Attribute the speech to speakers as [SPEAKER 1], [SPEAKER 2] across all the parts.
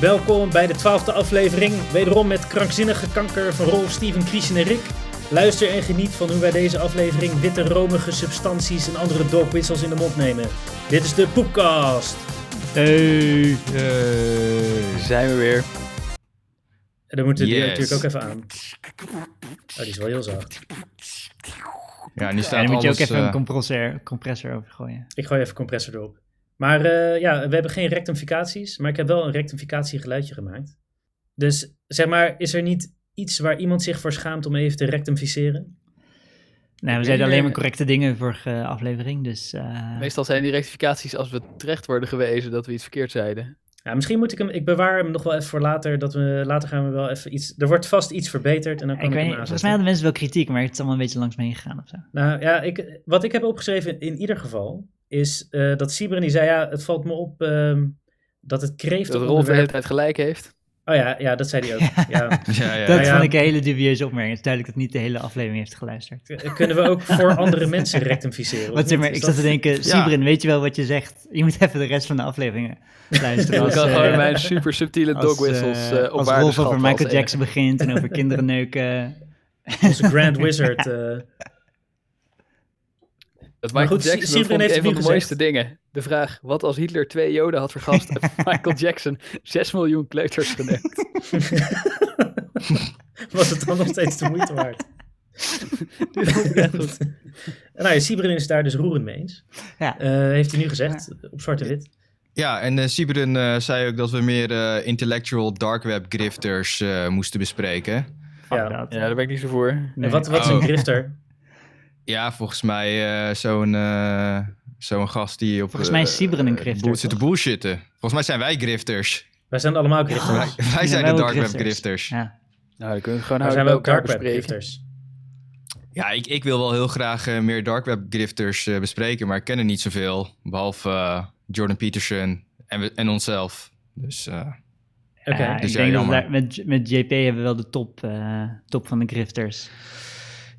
[SPEAKER 1] Welkom bij de twaalfde aflevering, wederom met krankzinnige kanker van Rolf, Steven, Christian en Rick. Luister en geniet van hoe wij deze aflevering witte romige substanties en andere doopwissels in de mond nemen. Dit is de Poepcast.
[SPEAKER 2] Hey.
[SPEAKER 3] Zijn we weer.
[SPEAKER 1] En dan moeten we die
[SPEAKER 3] Yes.
[SPEAKER 1] natuurlijk ook even aan. Oh, die is wel heel zacht.
[SPEAKER 3] Ja, nu
[SPEAKER 2] En
[SPEAKER 3] staat
[SPEAKER 2] dan moet je ook
[SPEAKER 3] alles,
[SPEAKER 2] even een
[SPEAKER 3] eh,
[SPEAKER 2] compressor, compressor overgooien.
[SPEAKER 1] Ik gooi even compressor erop. Maar eh, ja, we hebben geen rectificaties, maar ik heb wel een rectificatiegeluidje gemaakt. Dus zeg maar, is er niet iets waar iemand zich voor schaamt om even te rectificeren?
[SPEAKER 2] Nee, we
[SPEAKER 3] Ik
[SPEAKER 2] zeiden
[SPEAKER 3] denk,
[SPEAKER 2] alleen maar
[SPEAKER 3] eh,
[SPEAKER 2] correcte dingen vorige aflevering, dus... eh,
[SPEAKER 3] Meestal zijn die rectificaties als we terecht worden gewezen dat we iets verkeerd zeiden.
[SPEAKER 1] Ja, misschien moet ik hem, ik bewaar hem nog wel even voor later. Dat we, later gaan we wel even iets, er wordt vast iets verbeterd en dan kan
[SPEAKER 2] ik
[SPEAKER 1] ik,
[SPEAKER 2] weet, niet,
[SPEAKER 1] hem
[SPEAKER 2] volgens
[SPEAKER 1] aanzetten.
[SPEAKER 2] mij hadden mensen wel kritiek, maar het is allemaal een beetje langs me heen gegaan of zo.
[SPEAKER 1] Nou ja, ik, wat ik heb opgeschreven in ieder geval, is eh, dat Sibren die zei, ja, het valt me op ehm, dat het kreeft
[SPEAKER 3] Dat Rolf de hele tijd gelijk heeft.
[SPEAKER 1] Oh ja, ja, dat zei hij ook. ja.
[SPEAKER 3] Ja, ja.
[SPEAKER 2] dat
[SPEAKER 1] ja.
[SPEAKER 2] vond ik een hele dubieuze opmerking. Het is duidelijk dat niet de hele aflevering heeft geluisterd.
[SPEAKER 1] K- Kunnen we ook voor andere mensen rectificeren? of
[SPEAKER 2] Wat zeg
[SPEAKER 1] niet?
[SPEAKER 2] maar,
[SPEAKER 1] Is
[SPEAKER 2] ik
[SPEAKER 1] dat-
[SPEAKER 2] zat te denken, Sibrin, weet je wel wat je zegt? Je moet even de rest van de afleveringen luisteren.
[SPEAKER 3] Ik
[SPEAKER 2] als,
[SPEAKER 3] kan
[SPEAKER 2] eh,
[SPEAKER 3] gewoon mijn super subtiele
[SPEAKER 2] als,
[SPEAKER 3] dog whistles
[SPEAKER 2] eh,
[SPEAKER 3] eh, op
[SPEAKER 2] Als
[SPEAKER 3] waarde
[SPEAKER 2] Rolf over
[SPEAKER 3] schatten
[SPEAKER 2] Michael
[SPEAKER 3] als enige.
[SPEAKER 2] Jackson begint en over kinderen neuken.
[SPEAKER 1] Onze Grand Wizard. eh,
[SPEAKER 3] Dat
[SPEAKER 1] Maar
[SPEAKER 3] Michael
[SPEAKER 1] goed,
[SPEAKER 3] Jackson
[SPEAKER 1] Sibrin
[SPEAKER 3] dat
[SPEAKER 1] heeft
[SPEAKER 3] vond ik een
[SPEAKER 1] het
[SPEAKER 3] van
[SPEAKER 1] nu
[SPEAKER 3] de mooiste dingen. De vraag, wat als Hitler twee joden had vergast en Michael Jackson 6 miljoen kleuters geneukt?
[SPEAKER 1] was het dan nog steeds de moeite waard?
[SPEAKER 3] Dit vond ik echt goed.
[SPEAKER 1] nou ja, Sibren is daar dus roerend mee eens.
[SPEAKER 2] Ja.
[SPEAKER 1] Eh, heeft hij nu gezegd, op zwart en wit.
[SPEAKER 4] Ja, en eh Sibren eh, zei ook dat we meer eh, intellectual dark web grifters eh, moesten bespreken.
[SPEAKER 2] fuck
[SPEAKER 1] Ja.
[SPEAKER 2] dat.
[SPEAKER 3] Ja, daar ben ik niet zo voor. Nou,
[SPEAKER 2] Nee.
[SPEAKER 1] En wat, wat is een
[SPEAKER 4] Oh.
[SPEAKER 1] grifter?
[SPEAKER 4] Ja, volgens mij eh, zo'n eh, zo'n gast die op...
[SPEAKER 2] Volgens mij is
[SPEAKER 4] eh,
[SPEAKER 2] Sibren een
[SPEAKER 4] eh,
[SPEAKER 2] grifter,
[SPEAKER 4] boel- Zit te
[SPEAKER 2] toch?
[SPEAKER 4] bullshitten. Volgens mij zijn wij grifters.
[SPEAKER 1] Wij zijn allemaal grifters.
[SPEAKER 4] Wij, wij
[SPEAKER 2] Ja,
[SPEAKER 4] zijn
[SPEAKER 2] wij
[SPEAKER 4] de
[SPEAKER 2] ook
[SPEAKER 4] dark web
[SPEAKER 2] grifters.
[SPEAKER 4] grifters. Ja,
[SPEAKER 2] Ja.
[SPEAKER 3] Nou, dan kunnen we gewoon
[SPEAKER 1] Maar
[SPEAKER 3] houden
[SPEAKER 1] zijn we
[SPEAKER 3] bij
[SPEAKER 1] ook
[SPEAKER 3] elkaar
[SPEAKER 1] dark web
[SPEAKER 3] bespreken.
[SPEAKER 1] grifters?
[SPEAKER 4] ik, ik wil wel heel graag eh, meer dark web grifters eh, bespreken, maar ik ken er niet zoveel. Behalve eh, Jordan Peterson en, we- en onszelf. Dus eh,
[SPEAKER 1] Oké.
[SPEAKER 2] Ja,
[SPEAKER 4] Dus
[SPEAKER 2] ik
[SPEAKER 4] ja,
[SPEAKER 2] denk dat we
[SPEAKER 4] jammer.
[SPEAKER 2] daar, met, met JP hebben we wel de top, eh, top van de grifters.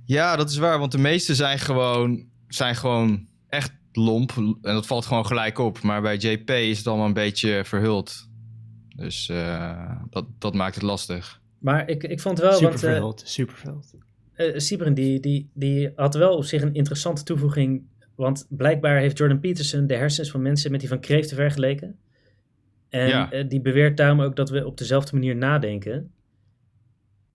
[SPEAKER 4] ja, dat is waar, want de meeste zijn gewoon, zijn gewoon echt lomp. En dat valt gewoon gelijk op. Maar bij JP is het allemaal een beetje verhuld. Dus eh, dat, dat maakt het lastig.
[SPEAKER 1] Maar ik, ik vond wel,
[SPEAKER 2] super
[SPEAKER 1] want eh,
[SPEAKER 2] verhuld, super verhuld.
[SPEAKER 1] eh Sibren die, die, die had wel op zich een interessante toevoeging. Want blijkbaar heeft Jordan Peterson de hersens van mensen met die van kreeften vergeleken. En
[SPEAKER 4] Ja.
[SPEAKER 1] eh, die beweert daarom ook dat we op dezelfde manier nadenken.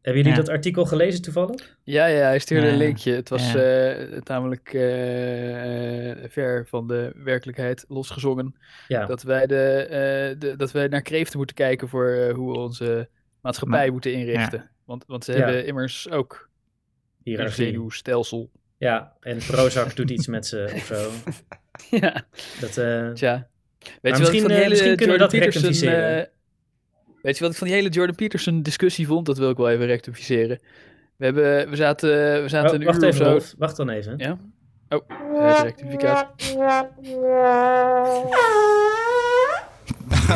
[SPEAKER 1] Hebben jullie
[SPEAKER 2] Ja.
[SPEAKER 1] dat artikel gelezen toevallig?
[SPEAKER 3] Ja, ja, hij stuurde
[SPEAKER 2] Ja,
[SPEAKER 3] een linkje. Het was
[SPEAKER 2] ja.
[SPEAKER 3] eh, tamelijk eh, ver van de werkelijkheid losgezongen.
[SPEAKER 1] Ja,
[SPEAKER 3] Dat, wij de, eh, de- dat wij naar kreeften moeten kijken voor eh, hoe we onze maatschappij
[SPEAKER 2] Maar-
[SPEAKER 3] moeten inrichten. Want, want ze
[SPEAKER 1] Nou, Ja.
[SPEAKER 3] hebben immers ook een
[SPEAKER 1] hierarchie.
[SPEAKER 3] zenuwstelsel.
[SPEAKER 1] Ja, en Prozac doet iets met ze of zo.
[SPEAKER 3] ja,
[SPEAKER 1] Dat, eh,
[SPEAKER 3] tja. Weet
[SPEAKER 1] Maar
[SPEAKER 3] je wat
[SPEAKER 1] misschien,
[SPEAKER 3] ik van die
[SPEAKER 1] eh,
[SPEAKER 3] hele
[SPEAKER 1] misschien kunnen we
[SPEAKER 3] Jordan
[SPEAKER 1] dat
[SPEAKER 3] Peterson...
[SPEAKER 1] rectificeren.
[SPEAKER 3] eh, weet je wat ik van die hele Jordan Peterson discussie vond? Dat wil ik wel even rectificeren. We, hebben, we zaten, we zaten
[SPEAKER 1] oh,
[SPEAKER 3] een
[SPEAKER 1] wacht
[SPEAKER 3] uur
[SPEAKER 1] even,
[SPEAKER 3] of zo...
[SPEAKER 1] Rolf, wacht dan even.
[SPEAKER 3] Ja? Oh, eh, de rectificatie.
[SPEAKER 4] Oh.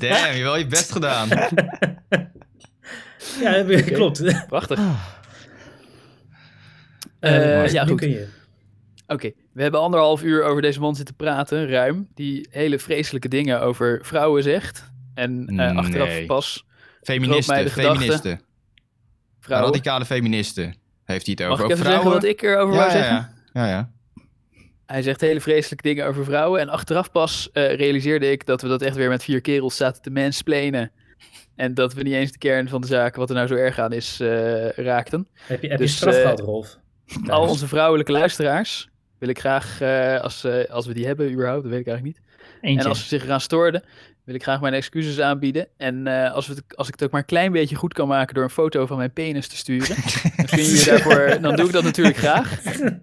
[SPEAKER 4] Damn, je hebt wel je best gedaan.
[SPEAKER 1] Ja, heb je- klopt.
[SPEAKER 3] Prachtig.
[SPEAKER 1] Ah. Eh,
[SPEAKER 3] Eh, ja,
[SPEAKER 1] nu
[SPEAKER 3] goed.
[SPEAKER 1] kun je.
[SPEAKER 3] Oké, we hebben anderhalf uur over deze man zitten praten, ruim. Die hele vreselijke dingen over vrouwen zegt. En eh, achteraf
[SPEAKER 4] Nee.
[SPEAKER 3] pas Loopt mij
[SPEAKER 4] Feministen,
[SPEAKER 3] de gedachte.
[SPEAKER 4] feministen.
[SPEAKER 3] vrouwen.
[SPEAKER 4] Radicale feministen heeft hij het
[SPEAKER 3] Mag
[SPEAKER 4] over.
[SPEAKER 3] ik
[SPEAKER 4] Ook
[SPEAKER 3] even zeggen wat ik erover wou
[SPEAKER 4] ja, ja,
[SPEAKER 3] zeggen?
[SPEAKER 4] ja. ja, ja.
[SPEAKER 3] Hij zegt hele vreselijke dingen over vrouwen. En achteraf pas eh, realiseerde ik dat we dat echt weer met vier kerels zaten te mansplainen. En dat we niet eens de kern van de zaak, wat er nou zo erg aan is, eh, raakten.
[SPEAKER 1] Heb je, heb
[SPEAKER 3] Dus,
[SPEAKER 1] je straf
[SPEAKER 3] eh,
[SPEAKER 1] gehad, Rolf?
[SPEAKER 3] Al onze vrouwelijke luisteraars wil ik graag, eh, als, eh, als we die hebben überhaupt, dat weet ik eigenlijk niet.
[SPEAKER 2] Eentje.
[SPEAKER 3] En als ze zich eraan stoorden, wil ik graag mijn excuses aanbieden. En eh, als, we het, als ik het ook maar een klein beetje goed kan maken door een foto van mijn penis te sturen, dan, kun je je daarvoor, dan doe ik dat natuurlijk graag.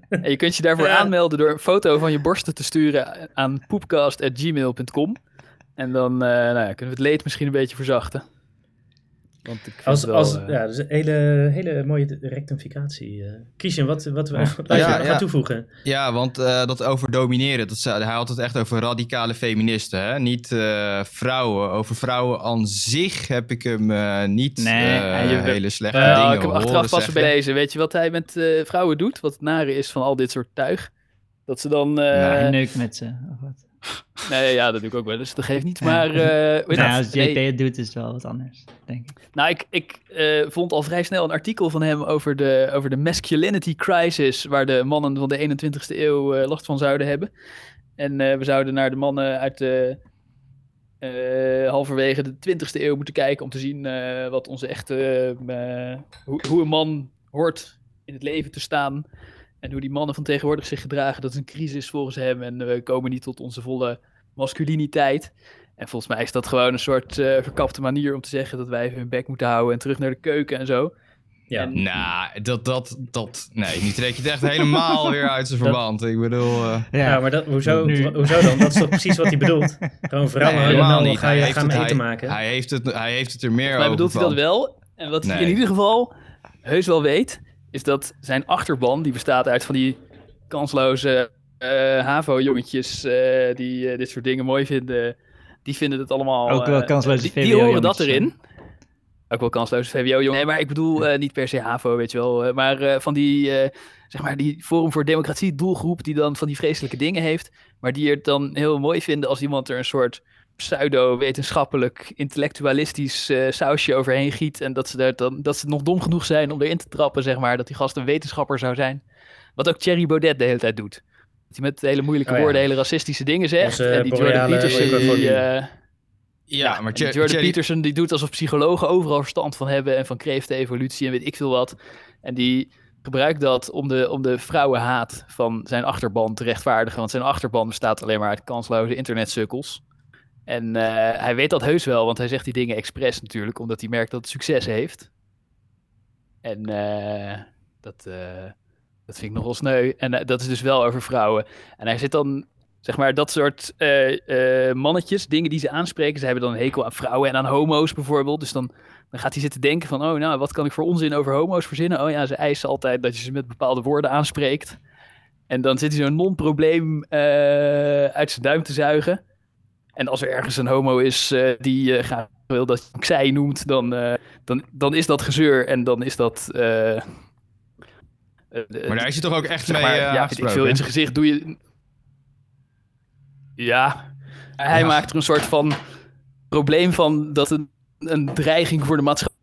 [SPEAKER 3] En je kunt je daarvoor
[SPEAKER 1] Ja.
[SPEAKER 3] aanmelden door een foto van je borsten te sturen aan poepcast.gmail.com. En dan eh, nou ja, kunnen we het leed misschien een beetje verzachten. Want ik vind
[SPEAKER 1] Als,
[SPEAKER 3] het wel,
[SPEAKER 1] als,
[SPEAKER 3] eh,
[SPEAKER 1] ja, dus een hele, hele mooie de- rectificatie. eh Christian, wat, wat we wat wij
[SPEAKER 4] Ja,
[SPEAKER 1] nog gaan
[SPEAKER 4] ja.
[SPEAKER 1] toevoegen.
[SPEAKER 4] Ja, want eh, dat over domineren, dat, zei- hij had het echt over radicale feministen, hè? niet eh, vrouwen. Over vrouwen aan zich heb ik hem eh, niet
[SPEAKER 2] Nee,
[SPEAKER 4] eh,
[SPEAKER 2] je-
[SPEAKER 4] hele slechte
[SPEAKER 1] Wel,
[SPEAKER 4] dingen
[SPEAKER 3] Nou, ik heb
[SPEAKER 4] horen
[SPEAKER 3] achteraf pas
[SPEAKER 4] zeggen.
[SPEAKER 3] belezen. Weet je wat hij met eh, vrouwen doet? Wat het nare is van al dit soort tuig? Dat ze dan... eh,
[SPEAKER 4] Nou,
[SPEAKER 2] Hij neukt met ze. of wat?
[SPEAKER 3] Nee, ja, dat doe ik ook wel eens. Dat geeft niet, maar... eh, hoe heet
[SPEAKER 2] Nou, ja,
[SPEAKER 3] dat?
[SPEAKER 2] als JP
[SPEAKER 3] Nee.
[SPEAKER 2] het doet, is het wel wat anders, denk ik.
[SPEAKER 3] Nou, ik, ik eh, vond al vrij snel een artikel van hem over de, over de masculinity crisis, waar de mannen van de 21ste eeuw eh, last van zouden hebben. En eh, we zouden naar de mannen uit de eh, halverwege de 20ste eeuw moeten kijken om te zien eh, wat onze echte, eh, hoe, hoe een man hoort in het leven te staan. En hoe die mannen van tegenwoordig zich gedragen, dat is een crisis volgens hem. En eh, we komen niet tot onze volle masculiniteit. En volgens mij is dat gewoon een soort eh, verkapte manier om te zeggen dat wij even hun bek moeten houden en terug naar de keuken en zo.
[SPEAKER 1] Ja.
[SPEAKER 3] En-
[SPEAKER 4] Nou, dat, dat, dat... Nee, nu trek je het echt helemaal weer uit zijn verband. Ik bedoel... eh,
[SPEAKER 1] Ja,
[SPEAKER 2] Ja,
[SPEAKER 1] maar dat, hoezo,
[SPEAKER 2] Nu.
[SPEAKER 1] hoezo dan? Dat is toch precies wat hij bedoelt? Gewoon vrouwen
[SPEAKER 4] nee,
[SPEAKER 1] houden
[SPEAKER 4] helemaal
[SPEAKER 1] dan, dan
[SPEAKER 4] niet.
[SPEAKER 1] ga je
[SPEAKER 4] Hij
[SPEAKER 1] gaan
[SPEAKER 4] heeft het-
[SPEAKER 1] eten
[SPEAKER 4] hij-
[SPEAKER 1] maken.
[SPEAKER 4] Hij heeft het, hij heeft het er meer
[SPEAKER 3] Volgens mij
[SPEAKER 4] over
[SPEAKER 3] bedoelt hij dat
[SPEAKER 4] van.
[SPEAKER 3] wel. En wat hij
[SPEAKER 4] Nee.
[SPEAKER 3] in ieder geval heus wel weet, is dat zijn achterban, die bestaat uit van die kansloze eh, HAVO-jongetjes eh, die eh, dit soort dingen mooi vinden, die vinden het allemaal...
[SPEAKER 2] Ook wel
[SPEAKER 3] eh,
[SPEAKER 2] kansloze
[SPEAKER 3] die, die
[SPEAKER 2] VWO
[SPEAKER 3] horen dat
[SPEAKER 2] jongetjes,
[SPEAKER 3] erin. Ook wel kansloze VWO-jongen. Nee, maar ik bedoel eh, niet per se HAVO, weet je wel. eh, maar eh, van die, eh, zeg maar, die Forum voor Democratie doelgroep die dan van die vreselijke dingen heeft. Maar die het dan heel mooi vinden als iemand er een soort pseudo-wetenschappelijk, intellectualistisch eh, sausje overheen giet. En dat ze, daar dan, dat ze nog dom genoeg zijn om erin te trappen, zeg maar. Dat die gast een wetenschapper zou zijn. Wat ook Thierry Baudet de hele tijd doet. Dat hij met hele moeilijke
[SPEAKER 1] Oh ja.
[SPEAKER 3] woorden hele racistische dingen zegt.
[SPEAKER 1] Onze
[SPEAKER 3] en die Jordan
[SPEAKER 1] boreale
[SPEAKER 3] Peterson, die...
[SPEAKER 1] equifobie.
[SPEAKER 3] eh,
[SPEAKER 4] Ja, maar
[SPEAKER 3] en
[SPEAKER 4] Jer-
[SPEAKER 3] Jordan
[SPEAKER 4] Jerry-
[SPEAKER 3] Peterson die doet alsof psychologen overal verstand van hebben en van kreeftevolutie en weet ik veel wat. En die gebruikt dat om de, om de vrouwenhaat van zijn achterban te rechtvaardigen. Want zijn achterban bestaat alleen maar uit kansloze internetsukkels. En eh, hij weet dat heus wel, want hij zegt die dingen expres natuurlijk, omdat hij merkt dat het succes heeft. En eh, dat, eh, dat vind ik nogal sneu. En eh, dat is dus wel over vrouwen. En hij zit dan, zeg maar, dat soort eh, eh, mannetjes, dingen die ze aanspreken. Ze hebben dan een hekel aan vrouwen en aan homo's bijvoorbeeld. Dus dan, dan gaat hij zitten denken van, oh nou, wat kan ik voor onzin over homo's verzinnen? Oh ja, ze eisen altijd dat je ze met bepaalde woorden aanspreekt. En dan zit hij zo'n non-probleem eh, uit zijn duim te zuigen. En als er ergens een homo is eh, die eh, graag wil dat je zij noemt, dan, eh, dan, dan is dat gezeur en dan is dat... eh, eh,
[SPEAKER 4] Maar daar is je toch ook echt
[SPEAKER 3] Zeg
[SPEAKER 4] mee
[SPEAKER 3] maar,
[SPEAKER 4] eh,
[SPEAKER 3] ja, weet ik
[SPEAKER 4] aangesproken,
[SPEAKER 3] veel,
[SPEAKER 4] hè?
[SPEAKER 3] in zijn gezicht doe je... Ja. Hij
[SPEAKER 4] Ja.
[SPEAKER 3] maakt er een soort van probleem van dat een, een dreiging voor de maatschappij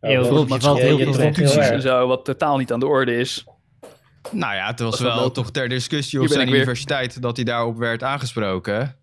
[SPEAKER 1] Oh,
[SPEAKER 2] Heel
[SPEAKER 1] dat
[SPEAKER 2] goed,
[SPEAKER 1] is-
[SPEAKER 2] je valt
[SPEAKER 1] je-
[SPEAKER 2] heel
[SPEAKER 1] je
[SPEAKER 2] veel
[SPEAKER 1] trekt
[SPEAKER 2] weg.
[SPEAKER 4] Oh
[SPEAKER 1] heel
[SPEAKER 3] is
[SPEAKER 1] erg.
[SPEAKER 3] en zo, wat totaal niet aan de orde is.
[SPEAKER 4] Nou ja, het was
[SPEAKER 3] Dat is wel
[SPEAKER 4] wel
[SPEAKER 3] leuk.
[SPEAKER 4] toch ter discussie
[SPEAKER 3] Hier
[SPEAKER 4] op
[SPEAKER 3] ben
[SPEAKER 4] zijn
[SPEAKER 3] ik weer.
[SPEAKER 4] universiteit dat hij daarop werd aangesproken.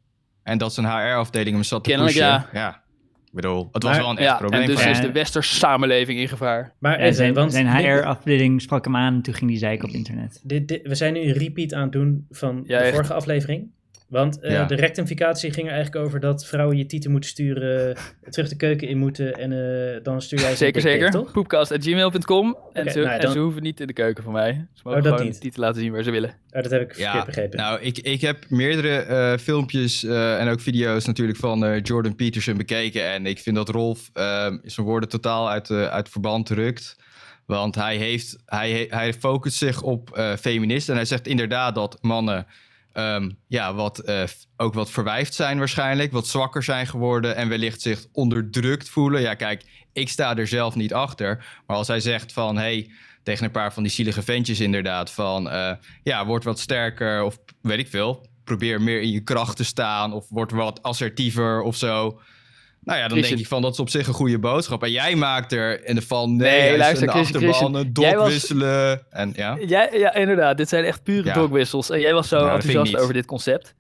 [SPEAKER 4] En dat zijn HR-afdeling hem zat te
[SPEAKER 3] Kennelijk,
[SPEAKER 4] pushen. Ja. Ik bedoel, het was
[SPEAKER 2] Maar-
[SPEAKER 4] wel een echt
[SPEAKER 3] Ja,
[SPEAKER 4] probleem.
[SPEAKER 3] en dus
[SPEAKER 4] van
[SPEAKER 2] ja.
[SPEAKER 3] is
[SPEAKER 4] hem.
[SPEAKER 3] de westerse samenleving in gevaar.
[SPEAKER 1] Maar
[SPEAKER 2] Ja,
[SPEAKER 1] er zijn,
[SPEAKER 2] zijn
[SPEAKER 1] want
[SPEAKER 2] zijn
[SPEAKER 1] dit-
[SPEAKER 2] HR-afdeling sprak hem aan en toen ging die zeiken op internet.
[SPEAKER 1] dit- dit- we zijn nu een repeat aan het doen van
[SPEAKER 3] Ja,
[SPEAKER 1] de
[SPEAKER 3] echt.
[SPEAKER 1] vorige aflevering. Want eh,
[SPEAKER 4] Ja.
[SPEAKER 1] de rectificatie ging er eigenlijk over dat vrouwen je tieten moeten sturen, terug de keuken in moeten en eh, dan stuur jij ze
[SPEAKER 3] Zeker,
[SPEAKER 1] een dikpik,
[SPEAKER 3] zeker.
[SPEAKER 1] toch?
[SPEAKER 3] Poepkast.gmail.com. en,
[SPEAKER 1] Oké,
[SPEAKER 3] ze,
[SPEAKER 1] nou ja,
[SPEAKER 3] en
[SPEAKER 1] dan-
[SPEAKER 3] ze hoeven niet in de keuken van mij. Ze mogen
[SPEAKER 1] Oh, dat
[SPEAKER 3] gewoon
[SPEAKER 1] niet.
[SPEAKER 3] de titel laten zien waar ze willen.
[SPEAKER 1] Oh, dat heb ik verkeerd
[SPEAKER 4] Ja,
[SPEAKER 1] begrepen.
[SPEAKER 4] nou, ik, ik heb meerdere eh, filmpjes eh, en ook video's natuurlijk van eh, Jordan Peterson bekeken. En ik vind dat Rolf ehm, zijn woorden totaal uit, eh, uit verband rukt. Want hij, heeft, hij, he- hij focust zich op eh, feministen. En hij zegt inderdaad dat mannen ehm, ja, wat, eh, f- ook wat verwijfd zijn waarschijnlijk. Wat zwakker zijn geworden en wellicht zich onderdrukt voelen. Ja, kijk, ik sta er zelf niet achter. Maar als hij zegt van... Hey, tegen een paar van die zielige ventjes inderdaad. Van eh, ja, word wat sterker of weet ik veel. Probeer meer in je kracht te staan of word wat assertiever of zo. Nou ja, dan
[SPEAKER 3] Christian.
[SPEAKER 4] denk ik van dat is op zich een goede boodschap. En jij maakt er in de val nee,
[SPEAKER 3] Nee,
[SPEAKER 4] juist
[SPEAKER 3] luister,
[SPEAKER 4] een
[SPEAKER 3] Christian,
[SPEAKER 4] achterban,
[SPEAKER 3] Christian.
[SPEAKER 4] een
[SPEAKER 3] Jij was-
[SPEAKER 4] wisselen. En ja,
[SPEAKER 3] Ja, ja, inderdaad. Dit zijn echt pure
[SPEAKER 4] Ja.
[SPEAKER 3] dogwissels. En jij was zo
[SPEAKER 4] Nou, dat vind ik
[SPEAKER 3] enthousiast
[SPEAKER 4] niet.
[SPEAKER 3] over dit concept.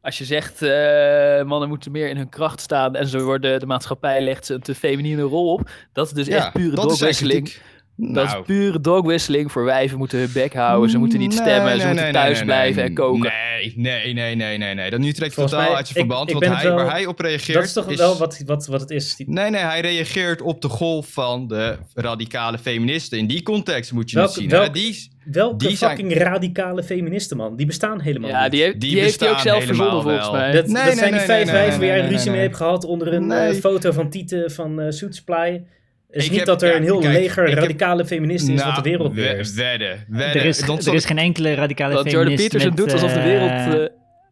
[SPEAKER 3] Als je zegt, eh, mannen moeten meer in hun kracht staan en ze worden, de maatschappij legt ze een te feminine rol op. Dat is dus
[SPEAKER 4] ja,
[SPEAKER 3] echt pure
[SPEAKER 4] dat is zijn
[SPEAKER 3] dogwisseling.
[SPEAKER 4] kritiek.
[SPEAKER 3] Dat is
[SPEAKER 4] Nou,
[SPEAKER 3] pure dogwisseling voor wijven moeten hun bek houden. Ze moeten niet
[SPEAKER 4] nee,
[SPEAKER 3] stemmen,
[SPEAKER 4] nee,
[SPEAKER 3] ze moeten
[SPEAKER 4] nee,
[SPEAKER 3] thuis
[SPEAKER 4] nee,
[SPEAKER 3] blijven
[SPEAKER 4] nee,
[SPEAKER 3] en koken.
[SPEAKER 4] Nee, nee, nee, nee, nee, nee. Dat nu trekt
[SPEAKER 1] Volgens
[SPEAKER 4] totaal
[SPEAKER 1] mij-
[SPEAKER 4] uit zijn
[SPEAKER 1] ik-
[SPEAKER 4] verband.
[SPEAKER 1] ik
[SPEAKER 4] want
[SPEAKER 1] ben het
[SPEAKER 4] hij,
[SPEAKER 1] wel-
[SPEAKER 4] waar hij op reageert
[SPEAKER 1] dat is toch
[SPEAKER 4] is
[SPEAKER 1] wel wat, wat, wat het is. Die-
[SPEAKER 4] Nee, nee, hij reageert op de golf van de radicale feministen. In die context moet je
[SPEAKER 1] Welke-
[SPEAKER 4] het zien.
[SPEAKER 1] welke-
[SPEAKER 4] hè? Die,
[SPEAKER 1] Welke
[SPEAKER 4] Die zijn-
[SPEAKER 1] fucking radicale feministen, man. Die bestaan helemaal
[SPEAKER 3] Ja,
[SPEAKER 1] niet.
[SPEAKER 3] die, heeft-
[SPEAKER 4] Die
[SPEAKER 3] die heeft hij ook
[SPEAKER 4] bestaan
[SPEAKER 3] zelf verzonnen
[SPEAKER 4] helemaal
[SPEAKER 3] volgens
[SPEAKER 4] wel.
[SPEAKER 3] mij.
[SPEAKER 1] Dat,
[SPEAKER 4] Nee,
[SPEAKER 1] dat
[SPEAKER 4] nee,
[SPEAKER 1] zijn die
[SPEAKER 4] nee,
[SPEAKER 1] vijf
[SPEAKER 4] nee, nee,
[SPEAKER 1] wijven waar
[SPEAKER 4] nee,
[SPEAKER 1] jij
[SPEAKER 4] nee,
[SPEAKER 1] ruzie mee
[SPEAKER 4] nee.
[SPEAKER 1] hebt gehad onder een
[SPEAKER 4] Nee.
[SPEAKER 1] eh, foto van Tieten van eh Suit Supply. Het is
[SPEAKER 4] Ik
[SPEAKER 1] niet
[SPEAKER 4] heb-
[SPEAKER 1] dat er
[SPEAKER 4] ja,
[SPEAKER 1] een heel
[SPEAKER 4] kijk,
[SPEAKER 1] leger
[SPEAKER 4] ik heb-
[SPEAKER 1] radicale feministen is
[SPEAKER 4] Nou,
[SPEAKER 1] wat de wereld
[SPEAKER 4] we-
[SPEAKER 1] beheerst.
[SPEAKER 4] Wedden, wedden.
[SPEAKER 2] Er is,
[SPEAKER 4] Dan
[SPEAKER 2] er
[SPEAKER 4] zal
[SPEAKER 2] is
[SPEAKER 4] ik-
[SPEAKER 2] geen enkele radicale
[SPEAKER 3] Dat Jordan
[SPEAKER 2] feminist
[SPEAKER 3] Peterson
[SPEAKER 2] met,
[SPEAKER 3] doet alsof de
[SPEAKER 2] eh,
[SPEAKER 3] wereld... eh,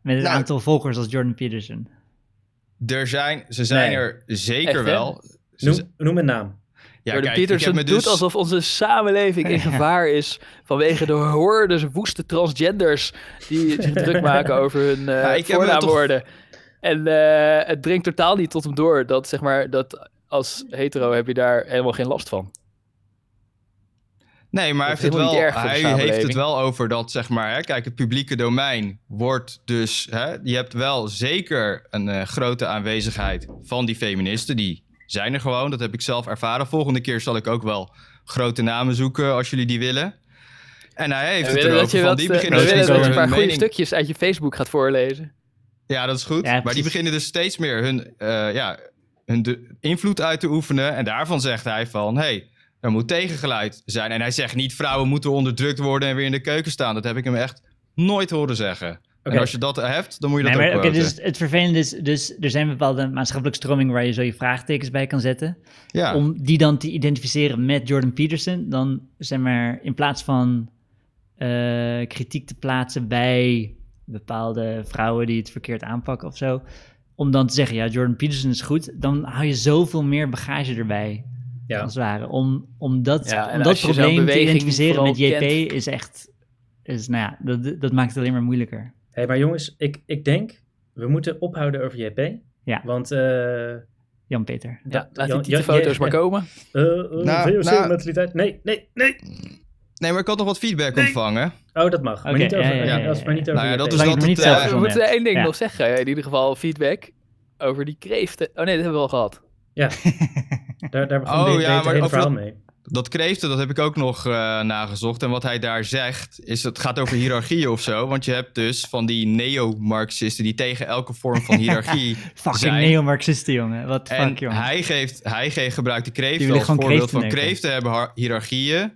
[SPEAKER 2] met het
[SPEAKER 4] Nou.
[SPEAKER 2] aantal volgers als Jordan Peterson.
[SPEAKER 4] er zijn, ze zijn
[SPEAKER 1] Nee.
[SPEAKER 4] er zeker
[SPEAKER 3] Echt, hè?
[SPEAKER 4] wel. Ze-
[SPEAKER 1] Noem, noem een naam.
[SPEAKER 4] Ja,
[SPEAKER 3] Jordan
[SPEAKER 4] kijk, ik heb
[SPEAKER 3] Peterson
[SPEAKER 4] me dus...
[SPEAKER 3] doet alsof onze samenleving in gevaar is vanwege de hordes woeste transgenders die zich druk maken over hun eh
[SPEAKER 4] Ja, ik heb me
[SPEAKER 3] voornaamwoorden. En eh, het dringt totaal niet tot hem door dat, zeg maar, dat als hetero heb je daar helemaal geen last van.
[SPEAKER 4] Nee, maar hij
[SPEAKER 3] Dat
[SPEAKER 4] heeft het,
[SPEAKER 3] is helemaal
[SPEAKER 4] wel,
[SPEAKER 3] niet erg voor de
[SPEAKER 4] hij heeft het
[SPEAKER 3] samenleving.
[SPEAKER 4] wel over dat, zeg maar, hè, kijk, het publieke domein wordt dus, hè, je hebt wel zeker een eh, grote aanwezigheid van die feministen, die zijn er gewoon, dat heb ik zelf ervaren. Volgende keer zal ik ook wel grote namen zoeken, als jullie die willen. En hij heeft
[SPEAKER 3] we
[SPEAKER 4] het
[SPEAKER 3] willen dat
[SPEAKER 4] erover
[SPEAKER 3] je
[SPEAKER 4] van,
[SPEAKER 3] wat,
[SPEAKER 4] die
[SPEAKER 3] eh, we
[SPEAKER 4] beginnen
[SPEAKER 2] dat
[SPEAKER 4] dus
[SPEAKER 2] is
[SPEAKER 4] steeds
[SPEAKER 3] willen dat
[SPEAKER 2] niet
[SPEAKER 3] je
[SPEAKER 4] over
[SPEAKER 3] een paar
[SPEAKER 4] hun
[SPEAKER 3] goede
[SPEAKER 4] mening-
[SPEAKER 3] stukjes uit je Facebook gaat voorlezen.
[SPEAKER 4] Ja, dat is goed.
[SPEAKER 2] Ja,
[SPEAKER 4] maar die
[SPEAKER 2] precies.
[SPEAKER 4] beginnen dus steeds meer hun, eh, ja, hun de- invloed uit te oefenen. En daarvan zegt hij van, hé, hey, er moet tegengeluid zijn. En hij zegt niet, vrouwen moeten onderdrukt worden en weer in de keuken staan. Dat heb ik hem echt nooit horen zeggen.
[SPEAKER 1] Oké.
[SPEAKER 4] En als je dat hebt, dan moet je dat
[SPEAKER 2] Nee, maar
[SPEAKER 4] ook
[SPEAKER 2] oké,
[SPEAKER 4] quoten.
[SPEAKER 2] dus het- het vervelende is, dus er zijn bepaalde maatschappelijke stromingen waar je zo je vraagtekens bij kan zetten.
[SPEAKER 4] Ja,
[SPEAKER 2] Om die dan te identificeren met Jordan Peterson, dan zeg maar in plaats van eh, kritiek te plaatsen bij bepaalde vrouwen die het verkeerd aanpakken of zo, om dan te zeggen, ja, Jordan Peterson is goed, dan hou je zoveel meer bagage erbij,
[SPEAKER 1] Ja.
[SPEAKER 2] als het ware. Om, om dat,
[SPEAKER 3] Ja, en
[SPEAKER 2] om
[SPEAKER 3] als
[SPEAKER 2] dat
[SPEAKER 3] je zo'n
[SPEAKER 2] probleem te
[SPEAKER 3] beweging
[SPEAKER 2] identificeren met
[SPEAKER 3] vooral
[SPEAKER 2] JP is echt, is, nou ja, dat, dat maakt het alleen maar moeilijker.
[SPEAKER 1] Hé, maar jongens, ik, ik denk, we moeten ophouden over JP.
[SPEAKER 2] Ja.
[SPEAKER 1] Want... eh,
[SPEAKER 2] Jan-Peter.
[SPEAKER 3] Ja,
[SPEAKER 1] da-
[SPEAKER 3] laat
[SPEAKER 1] Jan-
[SPEAKER 3] die tieten
[SPEAKER 1] Jan-
[SPEAKER 3] foto's
[SPEAKER 1] Jan-
[SPEAKER 3] maar komen.
[SPEAKER 1] Eh, eh,
[SPEAKER 4] Nou,
[SPEAKER 1] VOC
[SPEAKER 4] nou-
[SPEAKER 1] mentaliteit. Nee, nee, nee.
[SPEAKER 4] nee, maar ik had nog wat feedback ontvangen.
[SPEAKER 1] Oh, dat mag. maar
[SPEAKER 2] Oké,
[SPEAKER 1] niet over,
[SPEAKER 2] ja, ja,
[SPEAKER 1] ja,
[SPEAKER 2] ja,
[SPEAKER 1] als het maar niet
[SPEAKER 2] ja.
[SPEAKER 1] over
[SPEAKER 4] Nou ja,
[SPEAKER 1] JP.
[SPEAKER 4] dat is
[SPEAKER 2] Laat
[SPEAKER 4] dat
[SPEAKER 2] je me
[SPEAKER 4] het...
[SPEAKER 2] niet
[SPEAKER 4] eh,
[SPEAKER 2] zelf
[SPEAKER 3] we
[SPEAKER 2] doen.
[SPEAKER 3] moeten één ding
[SPEAKER 2] Ja.
[SPEAKER 3] nog zeggen. In ieder geval feedback over die kreeften. Oh nee, dat hebben we al gehad.
[SPEAKER 1] Daar, daar begon
[SPEAKER 4] Oh,
[SPEAKER 1] oh,
[SPEAKER 4] ja,
[SPEAKER 1] het
[SPEAKER 4] maar
[SPEAKER 1] hele
[SPEAKER 4] over
[SPEAKER 1] verhaal
[SPEAKER 4] dat-
[SPEAKER 1] mee.
[SPEAKER 4] Dat kreeften, dat heb ik ook nog eh, nagezocht. En wat hij daar zegt, is het gaat over hiërarchieën of zo. Want je hebt dus van die neo-marxisten die tegen elke vorm van hiërarchie
[SPEAKER 2] Fucking
[SPEAKER 4] zijn.
[SPEAKER 2] neo-marxisten, jongen. Wat the
[SPEAKER 4] En
[SPEAKER 2] fuck, jongen.
[SPEAKER 4] hij, geeft, hij geeft, gebruikt de
[SPEAKER 2] Die
[SPEAKER 4] kreeften
[SPEAKER 2] willen
[SPEAKER 4] als
[SPEAKER 2] gewoon
[SPEAKER 4] voorbeeld
[SPEAKER 2] kreeften
[SPEAKER 4] van
[SPEAKER 2] neuken.
[SPEAKER 4] kreeften hebben har- hiërarchieën.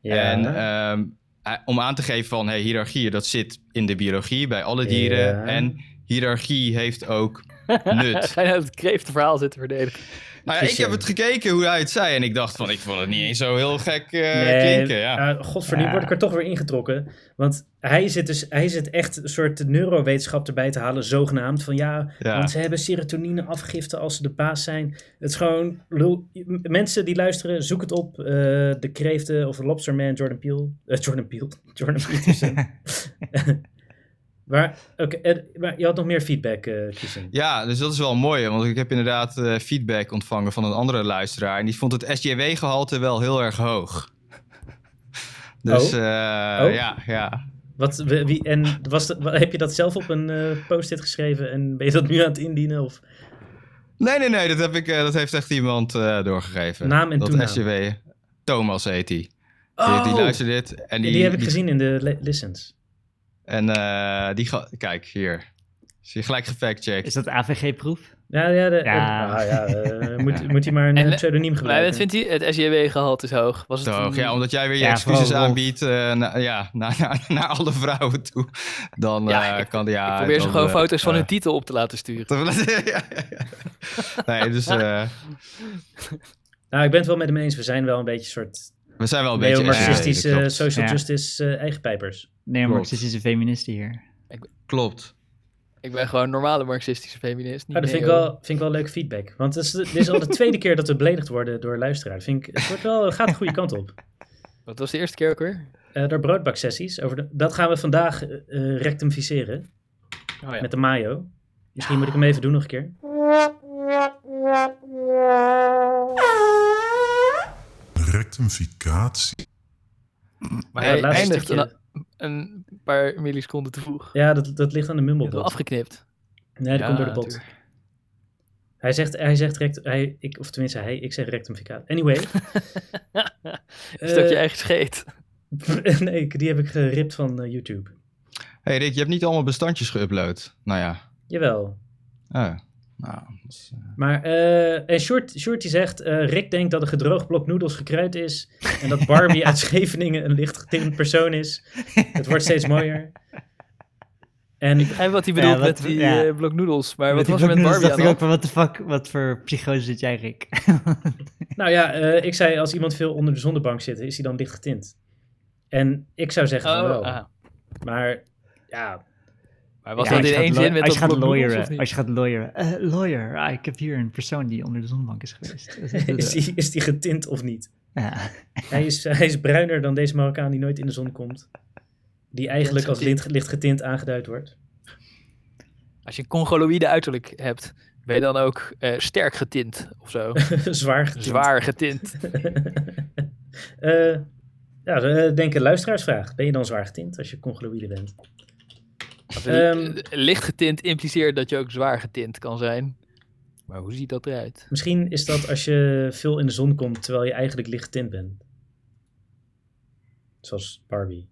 [SPEAKER 1] Ja. nou,
[SPEAKER 4] En ehm, hij- om aan te geven van hey, hiërarchieën, dat zit in de biologie bij alle dieren.
[SPEAKER 1] Ja.
[SPEAKER 4] En hiërarchie heeft ook nut.
[SPEAKER 3] Ga je nou het kreeftenverhaal zitten verdedigen?
[SPEAKER 4] nou ja, ik heb het gekeken hoe hij het zei en ik dacht van ik vond het niet eens zo heel gek eh,
[SPEAKER 1] Nee,
[SPEAKER 4] klinken. Ja.
[SPEAKER 1] ah, godverdomme,
[SPEAKER 2] Ja.
[SPEAKER 1] word ik er toch weer ingetrokken. Want hij zit, dus, hij zit echt een soort neurowetenschap erbij te halen, zogenaamd. Van ja,
[SPEAKER 4] Ja.
[SPEAKER 1] want ze hebben serotonine afgifte als ze de baas zijn. Het is gewoon, lul, M- mensen die luisteren, zoek het op. eh, de kreeften of de lobsterman, Jordan Peele. Eh, Jordan Peele, Jordan Peterson. maar, oké, eh, maar je had nog meer feedback, eh kiezen.
[SPEAKER 4] Ja, dus dat is wel mooi, hè, want ik heb inderdaad eh, feedback ontvangen van een andere luisteraar. En die vond het SJW-gehalte wel heel erg hoog. Dus
[SPEAKER 1] Oh.
[SPEAKER 4] eh,
[SPEAKER 1] Oh.
[SPEAKER 4] ja, ja.
[SPEAKER 1] Wat, wie, wie- en was dat, wa- heb je dat zelf op een eh, post-it geschreven en ben je dat nu aan het indienen? Of?
[SPEAKER 4] Nee, nee, nee, dat, heb ik, eh, dat heeft echt iemand eh, doorgegeven.
[SPEAKER 1] Naam en
[SPEAKER 4] dat
[SPEAKER 1] toenaam.
[SPEAKER 4] SJW. Thomas heet die. Die, die luistert dit. En
[SPEAKER 1] Oh, die,
[SPEAKER 4] die,
[SPEAKER 1] heb ik
[SPEAKER 4] die-
[SPEAKER 1] gezien in de le- listens.
[SPEAKER 4] En eh, die ga- Kijk, hier. Zie je gelijk gefactcheckt.
[SPEAKER 2] Is dat AVG-proef?
[SPEAKER 1] Ja, ja, de,
[SPEAKER 2] Ja.
[SPEAKER 1] ah, ja eh, moet, moet hij maar een
[SPEAKER 3] En-
[SPEAKER 1] eh, pseudoniem
[SPEAKER 3] Maar
[SPEAKER 1] gebruiken.
[SPEAKER 3] wat vindt hij? Het SJW-gehalte is hoog. Was het
[SPEAKER 4] Toch,
[SPEAKER 3] een-
[SPEAKER 4] ja, omdat jij weer je
[SPEAKER 2] Ja,
[SPEAKER 4] excuses
[SPEAKER 2] vooral Rolf.
[SPEAKER 4] aanbiedt eh, na- ja, naar naar naar alle vrouwen toe. Dan
[SPEAKER 3] Ja,
[SPEAKER 4] eh,
[SPEAKER 3] ik-
[SPEAKER 4] kan die... Ja,
[SPEAKER 3] Ik probeer ze
[SPEAKER 4] dan,
[SPEAKER 3] gewoon
[SPEAKER 4] eh,
[SPEAKER 3] foto's van
[SPEAKER 4] eh,
[SPEAKER 3] hun titel op te laten sturen.
[SPEAKER 4] te- ja, ja, ja. Nee, dus eh,
[SPEAKER 1] Nou, ik ben het wel met hem eens. We zijn wel een beetje een soort
[SPEAKER 4] we zijn wel een beetje...
[SPEAKER 1] neomarxistische
[SPEAKER 4] Ja,
[SPEAKER 1] eh,
[SPEAKER 4] dat klopt.
[SPEAKER 1] social
[SPEAKER 2] Ja.
[SPEAKER 1] justice eh, eigenpijpers.
[SPEAKER 2] Neo-marxistische feministen hier.
[SPEAKER 4] Klopt.
[SPEAKER 3] Ik ben gewoon normale marxistische feminist. Niet
[SPEAKER 1] Maar Ah, dat vind ik,
[SPEAKER 3] neo.
[SPEAKER 1] wel, vind ik wel leuk feedback. Want het is, dit is al de tweede keer dat we beledigd worden door luisteraars. Vind ik, het wordt wel, het gaat de goede kant op.
[SPEAKER 3] Wat was de eerste keer ook weer?
[SPEAKER 1] Eh door broodbaksessies. Over de- dat gaan we vandaag eh, eh, rectificeren.
[SPEAKER 3] Oh ja.
[SPEAKER 1] Met de mayo. Misschien moet ik hem even doen nog een keer.
[SPEAKER 5] Rectificatie.
[SPEAKER 3] maar
[SPEAKER 1] Ja,
[SPEAKER 3] hij
[SPEAKER 1] het laatste
[SPEAKER 3] eindigt
[SPEAKER 1] stukje.
[SPEAKER 3] een, een paar milliseconden te vroeg.
[SPEAKER 1] Ja, dat, dat ligt aan de
[SPEAKER 3] Je hebt wel
[SPEAKER 1] mumblebot.
[SPEAKER 3] afgeknipt.
[SPEAKER 1] Nee, dat
[SPEAKER 3] Ja,
[SPEAKER 1] komt door de bot.
[SPEAKER 3] tuurlijk.
[SPEAKER 1] Hij zegt, hij zegt rect, hij, ik, of tenminste hij, ik zeg rectificaat. Anyway.
[SPEAKER 3] Een stukje
[SPEAKER 1] Eh,
[SPEAKER 3] eigen scheet.
[SPEAKER 1] nee, ik- die heb ik geript van eh, YouTube.
[SPEAKER 4] hey Rick, je hebt niet allemaal bestandjes geüpload. Nou ja.
[SPEAKER 1] Jawel.
[SPEAKER 4] Oh. Nou, dat is, eh,
[SPEAKER 1] Maar, eh, en Short, Short die zegt, eh, Rick denkt dat een gedroogd blok noedels gekruid is. En dat Barbie uit Scheveningen een licht getint persoon is. Het wordt steeds mooier. En
[SPEAKER 3] En wat hij
[SPEAKER 2] Ja,
[SPEAKER 3] bedoelt
[SPEAKER 2] wat-
[SPEAKER 3] met die
[SPEAKER 2] ja.
[SPEAKER 3] eh blok noedels. Maar wat
[SPEAKER 2] die
[SPEAKER 3] was er met
[SPEAKER 2] bloknoedels
[SPEAKER 3] Barbie aan
[SPEAKER 2] dacht
[SPEAKER 3] de
[SPEAKER 2] ik ook
[SPEAKER 3] hand?
[SPEAKER 2] van, wat de fuck, wat voor psychose zit jij, Rick?
[SPEAKER 1] Nou ja, eh, ik zei als iemand veel onder de zonnebank zit, is hij dan licht getint? En ik zou zeggen van
[SPEAKER 3] Oh,
[SPEAKER 1] wel.
[SPEAKER 3] aha.
[SPEAKER 1] Maar ja,
[SPEAKER 3] Maar was
[SPEAKER 2] Ja,
[SPEAKER 3] dat
[SPEAKER 2] als
[SPEAKER 3] in
[SPEAKER 2] je
[SPEAKER 3] één
[SPEAKER 2] gaat lo-
[SPEAKER 3] zin met
[SPEAKER 2] als je
[SPEAKER 3] dat
[SPEAKER 2] gaat
[SPEAKER 3] blok noedels,
[SPEAKER 2] lawyeren,
[SPEAKER 3] of niet?
[SPEAKER 2] Als je gaat lawyeren. Eh, lawyer, ah, ik heb hier een persoon die onder de zonbank is geweest. Dat is- dat
[SPEAKER 1] Is
[SPEAKER 2] is-
[SPEAKER 1] die, is die getint of niet?
[SPEAKER 2] ja.
[SPEAKER 1] Hij is, hij is bruiner dan deze Marokkaan die nooit in de zon komt. Die eigenlijk als
[SPEAKER 3] Getint.
[SPEAKER 1] licht, licht getint aangeduid wordt.
[SPEAKER 3] Als je een congoloïde uiterlijk hebt, ben je dan ook eh, sterk getint of zo.
[SPEAKER 1] Zwaar getint.
[SPEAKER 3] Zwaar getint.
[SPEAKER 1] Eh, ja, eh, denk een luisteraarsvraag. Ben je dan zwaar getint als je congoloïde bent? Ehm.
[SPEAKER 3] eh, Licht getint impliceert dat je ook zwaar getint kan zijn. Maar hoe ziet dat eruit?
[SPEAKER 1] Misschien is dat als je veel in de zon komt terwijl je eigenlijk licht getint bent. Zoals Barbie.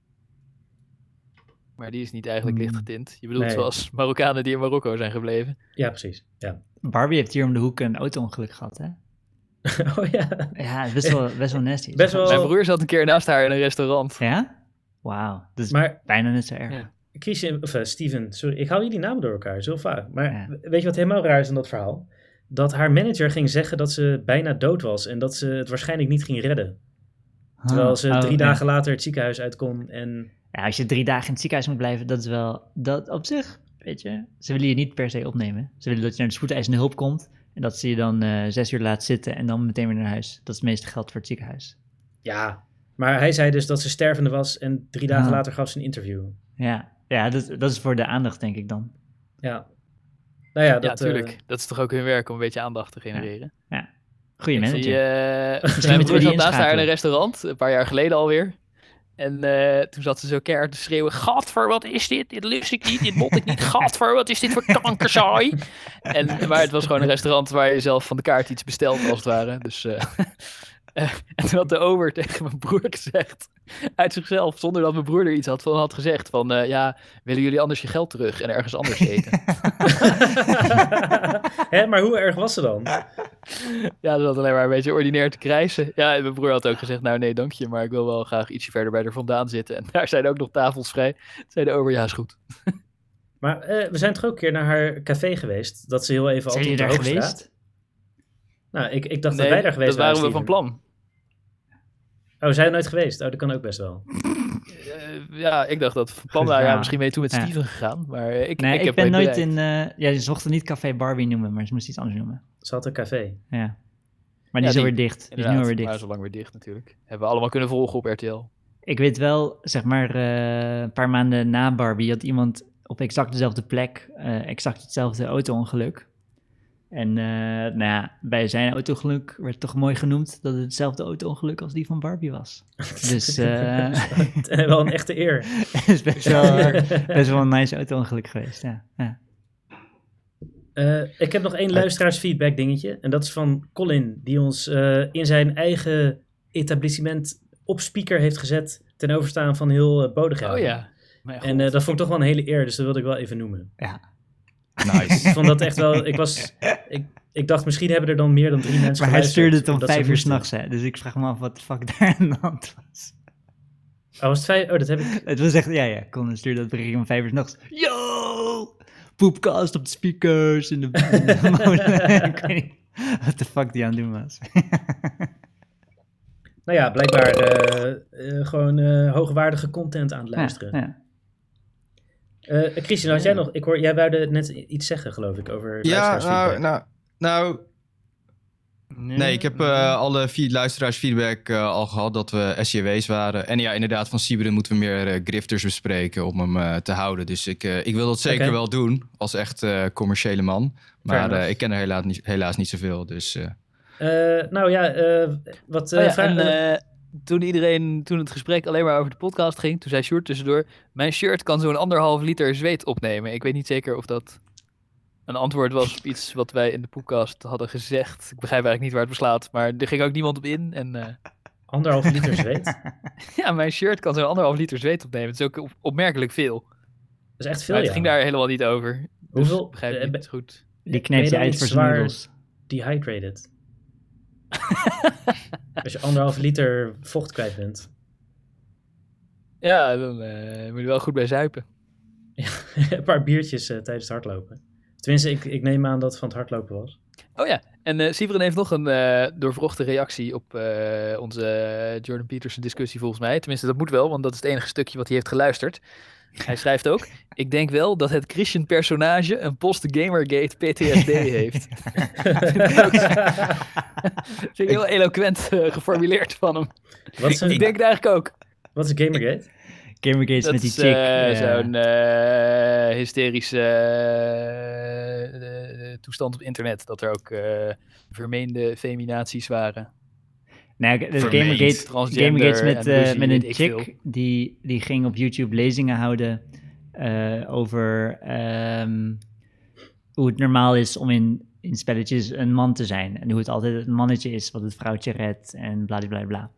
[SPEAKER 3] Maar die is niet eigenlijk licht getint. Je bedoelt
[SPEAKER 1] Hmm. Nee.
[SPEAKER 3] zoals Marokkanen die in Marokko zijn gebleven.
[SPEAKER 1] Ja, precies. Ja.
[SPEAKER 2] Barbie heeft hier om de hoek een auto-ongeluk gehad, hè?
[SPEAKER 1] oh ja.
[SPEAKER 2] Ja, het is best wel, best wel nasty.
[SPEAKER 1] Best wel-
[SPEAKER 3] Mijn broer zat een keer naast haar in een restaurant.
[SPEAKER 2] Ja? Wauw, dat is
[SPEAKER 1] Maar
[SPEAKER 2] bijna net zo erg.
[SPEAKER 3] Ja.
[SPEAKER 1] Christian, of eh, Steven, sorry, ik hou jullie namen door elkaar, zo vaak. Maar
[SPEAKER 2] Ja.
[SPEAKER 1] weet je wat helemaal raar is in dat verhaal? Dat haar manager ging zeggen dat ze bijna dood was en dat ze het waarschijnlijk niet ging redden. Terwijl ze
[SPEAKER 2] Ah, Oh,
[SPEAKER 1] drie
[SPEAKER 2] ja.
[SPEAKER 1] dagen later het ziekenhuis uitkwam en
[SPEAKER 2] Ja, als je drie dagen in het ziekenhuis moet blijven, dat is wel... Dat op zich, weet je. Ze willen je niet per se opnemen. Ze willen dat je naar de spoedeisende hulp komt. En dat ze je dan eh, zes uur laat zitten en dan meteen weer naar huis. Dat is het meeste geld voor het ziekenhuis.
[SPEAKER 1] ja. Maar hij zei dus dat ze stervende was en drie dagen
[SPEAKER 2] Ah.
[SPEAKER 1] later gaf ze een interview.
[SPEAKER 2] Ja, ja dat, dat is voor de aandacht, denk ik dan.
[SPEAKER 1] Ja. Nou ja,
[SPEAKER 3] Ja,
[SPEAKER 1] dat, eh,
[SPEAKER 3] natuurlijk. dat is toch ook hun werk om een beetje aandacht te genereren.
[SPEAKER 2] Goeie
[SPEAKER 3] Ik
[SPEAKER 2] manager.
[SPEAKER 3] zie, eh,
[SPEAKER 2] moeten we
[SPEAKER 3] mijn
[SPEAKER 2] die
[SPEAKER 3] broer zat naast haar in
[SPEAKER 2] inschakelen.
[SPEAKER 3] een restaurant, een paar jaar geleden alweer. En eh, toen zat ze zo keihard te schreeuwen, gadver, wat is dit? Dit lust ik niet, dit mot ik niet. Gadver, wat is dit voor kankerzooi? En, maar het was gewoon een restaurant waar je zelf van de kaart iets bestelt, als het ware. Dus, eh, eh, en toen had de ober tegen mijn broer gezegd, uit zichzelf, zonder dat mijn broer er iets had van had gezegd, van eh, ja, willen jullie anders je geld terug en ergens anders eten?
[SPEAKER 1] Hè, maar hoe erg was ze dan?
[SPEAKER 3] ja, dat had alleen maar een beetje ordinair te krijsen. Ja, en mijn broer had ook gezegd, nou nee, dank je, maar ik wil wel graag ietsje verder bij er vandaan zitten. En daar zijn ook nog tafels vrij. Toen zei de ober, ja, is goed.
[SPEAKER 1] Maar eh, we zijn toch ook een keer naar haar café geweest. Dat ze heel even
[SPEAKER 2] Zijn
[SPEAKER 1] altijd
[SPEAKER 2] jullie
[SPEAKER 1] op de
[SPEAKER 2] daar
[SPEAKER 1] Hoogstraat-
[SPEAKER 2] geweest?
[SPEAKER 1] Nou, ik, ik dacht
[SPEAKER 3] Nee,
[SPEAKER 1] dat wij daar geweest
[SPEAKER 3] dat waren we van
[SPEAKER 1] Steven.
[SPEAKER 3] plan.
[SPEAKER 1] Oh, zijn we nooit geweest? Oh, dat kan ook best wel.
[SPEAKER 3] Eh, ja, ik dacht dat we van plan
[SPEAKER 2] Goed,
[SPEAKER 3] waren. Ja,
[SPEAKER 2] ja.
[SPEAKER 3] misschien ben je toen met
[SPEAKER 2] Ja.
[SPEAKER 3] Steven gegaan, maar eh, ik,
[SPEAKER 2] Nee,
[SPEAKER 3] ik,
[SPEAKER 2] ik,
[SPEAKER 3] heb
[SPEAKER 2] ben
[SPEAKER 3] nooit
[SPEAKER 2] nooit in...
[SPEAKER 3] bereikt.
[SPEAKER 2] eh, ja, ze mochten niet Café Barbie noemen, maar ze moesten iets anders noemen.
[SPEAKER 1] Ze had een café.
[SPEAKER 2] Ja. Maar die
[SPEAKER 3] Ja,
[SPEAKER 2] is alweer
[SPEAKER 3] die-
[SPEAKER 2] dicht. Die is nu
[SPEAKER 3] Inderdaad,
[SPEAKER 2] alweer
[SPEAKER 3] maar
[SPEAKER 2] dicht.
[SPEAKER 3] zo lang weer dicht natuurlijk. Hebben we allemaal kunnen volgen op RTL.
[SPEAKER 2] Ik weet wel, zeg maar, eh, een paar maanden na Barbie had iemand op exact dezelfde plek eh, exact hetzelfde auto-ongeluk. En eh, nou ja, bij zijn auto-ongeluk werd toch mooi genoemd dat het hetzelfde auto-ongeluk als die van Barbie was. Dus eh,
[SPEAKER 1] En wel een echte eer.
[SPEAKER 2] het is best wel, best wel een nice auto-ongeluk geweest. Ja. Ja.
[SPEAKER 1] Eh, ik heb nog één luisteraarsfeedback dingetje. En dat is van Colin, die ons eh, in zijn eigen etablissement op speaker heeft gezet ten overstaan van heel eh, Bodegraven.
[SPEAKER 3] Oh ja. Mijn
[SPEAKER 1] En
[SPEAKER 3] god.
[SPEAKER 1] eh, dat vond ik toch wel een hele eer, dus dat wilde ik wel even noemen.
[SPEAKER 4] Nice.
[SPEAKER 1] Ik vond dat echt wel. Ik, was, ik, ik dacht, misschien hebben er dan meer dan drie mensen.
[SPEAKER 2] Maar hij
[SPEAKER 1] geluisterd,
[SPEAKER 2] stuurde het om
[SPEAKER 1] omdat ze
[SPEAKER 2] vijf uur
[SPEAKER 1] moesten.
[SPEAKER 2] s'nachts, hè? Dus ik vraag me af wat de fuck daar aan de hand was.
[SPEAKER 1] Oh, was het vijf? Oh, dat heb ik.
[SPEAKER 2] Het was echt, ja, ja, kon een stuur dat bericht om vijf uur 's nachts. Yo! Poepkast op de speakers in de, in de molen. Ik weet niet wat de fuck die aan het doen was.
[SPEAKER 1] Nou ja, blijkbaar eh, eh, gewoon eh, hoogwaardige content aan het luisteren.
[SPEAKER 2] Ja, ja.
[SPEAKER 1] Eh, Christian, had jij nog? Ik hoor, jij wilde net iets zeggen, geloof ik, over.
[SPEAKER 4] Ja,
[SPEAKER 1] luisteraarsfeedback. Mm-hmm.
[SPEAKER 4] nou, nou, nou, nee, ik heb eh, alle vier luisteraarsfeedback eh, al gehad dat we SJW's waren. En ja, inderdaad, van Sieberen moeten we meer eh, grifters bespreken om hem eh, te houden. Dus ik, eh, ik wil dat zeker
[SPEAKER 1] Oké.
[SPEAKER 4] wel doen als echt eh, commerciële man. Maar
[SPEAKER 1] enough.
[SPEAKER 4] eh, ik ken er helaas niet, helaas niet zoveel, dus... eh,
[SPEAKER 1] Eh, nou ja, eh, wat eh
[SPEAKER 3] Oh ja,
[SPEAKER 1] vraag-
[SPEAKER 3] en, eh, toen iedereen, toen het gesprek alleen maar over de podcast ging, toen zei Sjoerd tussendoor, mijn shirt kan zo'n anderhalf liter zweet opnemen. Ik weet niet zeker of dat een antwoord was op iets wat wij in de podcast hadden gezegd. Ik begrijp eigenlijk niet waar het beslaat, maar er ging ook niemand op in. En eh,
[SPEAKER 1] anderhalf liter zweet.
[SPEAKER 3] ja, mijn shirt kan zo'n anderhalf liter zweet opnemen. Het is ook op- opmerkelijk veel.
[SPEAKER 1] Dat is echt veel.
[SPEAKER 3] Maar Nou, het
[SPEAKER 1] ja.
[SPEAKER 3] ging daar helemaal niet over. Dus
[SPEAKER 1] Hoeveel?
[SPEAKER 3] ik begrijp
[SPEAKER 1] eh,
[SPEAKER 3] ik
[SPEAKER 1] ben-
[SPEAKER 3] niet goed.
[SPEAKER 2] Die
[SPEAKER 1] ben
[SPEAKER 2] knijpt je
[SPEAKER 1] dan
[SPEAKER 2] uit
[SPEAKER 1] niet
[SPEAKER 2] voor zijn
[SPEAKER 1] zwaar
[SPEAKER 2] noedels.
[SPEAKER 1] Dehydrated. Als je anderhalf liter vocht kwijt bent.
[SPEAKER 3] Ja, dan eh, moet je wel goed bij zuipen.
[SPEAKER 1] een paar biertjes eh, tijdens het hardlopen. Tenminste, ik, ik neem aan dat het van het hardlopen was.
[SPEAKER 3] Oh ja, En eh Siveren heeft nog een eh doorvrochte reactie op eh, onze Jordan Peterson discussie volgens mij. Tenminste, dat moet wel, want dat is het enige stukje wat hij heeft geluisterd. Hij schrijft ook, ik denk wel dat het Christian personage een post-Gamergate PTSD heeft. Vind ik heel eloquent eh, geformuleerd van hem.
[SPEAKER 1] Wat is,
[SPEAKER 3] Ik denk het eigenlijk ook.
[SPEAKER 1] wat is Gamergate?
[SPEAKER 2] Gamergate is
[SPEAKER 3] Dat
[SPEAKER 2] met die
[SPEAKER 3] is
[SPEAKER 2] chick.
[SPEAKER 3] eh,
[SPEAKER 2] ja.
[SPEAKER 3] zo'n eh, hysterische eh, eh, toestand op internet. Dat er ook eh, vermeende feminaties waren.
[SPEAKER 2] Nou, dat is
[SPEAKER 4] Vermeend.
[SPEAKER 2] Gamergate,
[SPEAKER 3] Transgender
[SPEAKER 2] Gamergate is met,
[SPEAKER 3] en
[SPEAKER 2] eh,
[SPEAKER 3] ruzie,
[SPEAKER 2] met
[SPEAKER 3] weet
[SPEAKER 2] een
[SPEAKER 3] ik
[SPEAKER 2] chick die, die ging op YouTube lezingen houden eh, over ehm, hoe het normaal is om in, in spelletjes een man te zijn. En hoe het altijd het mannetje is wat het vrouwtje redt en bla bla, bla bla.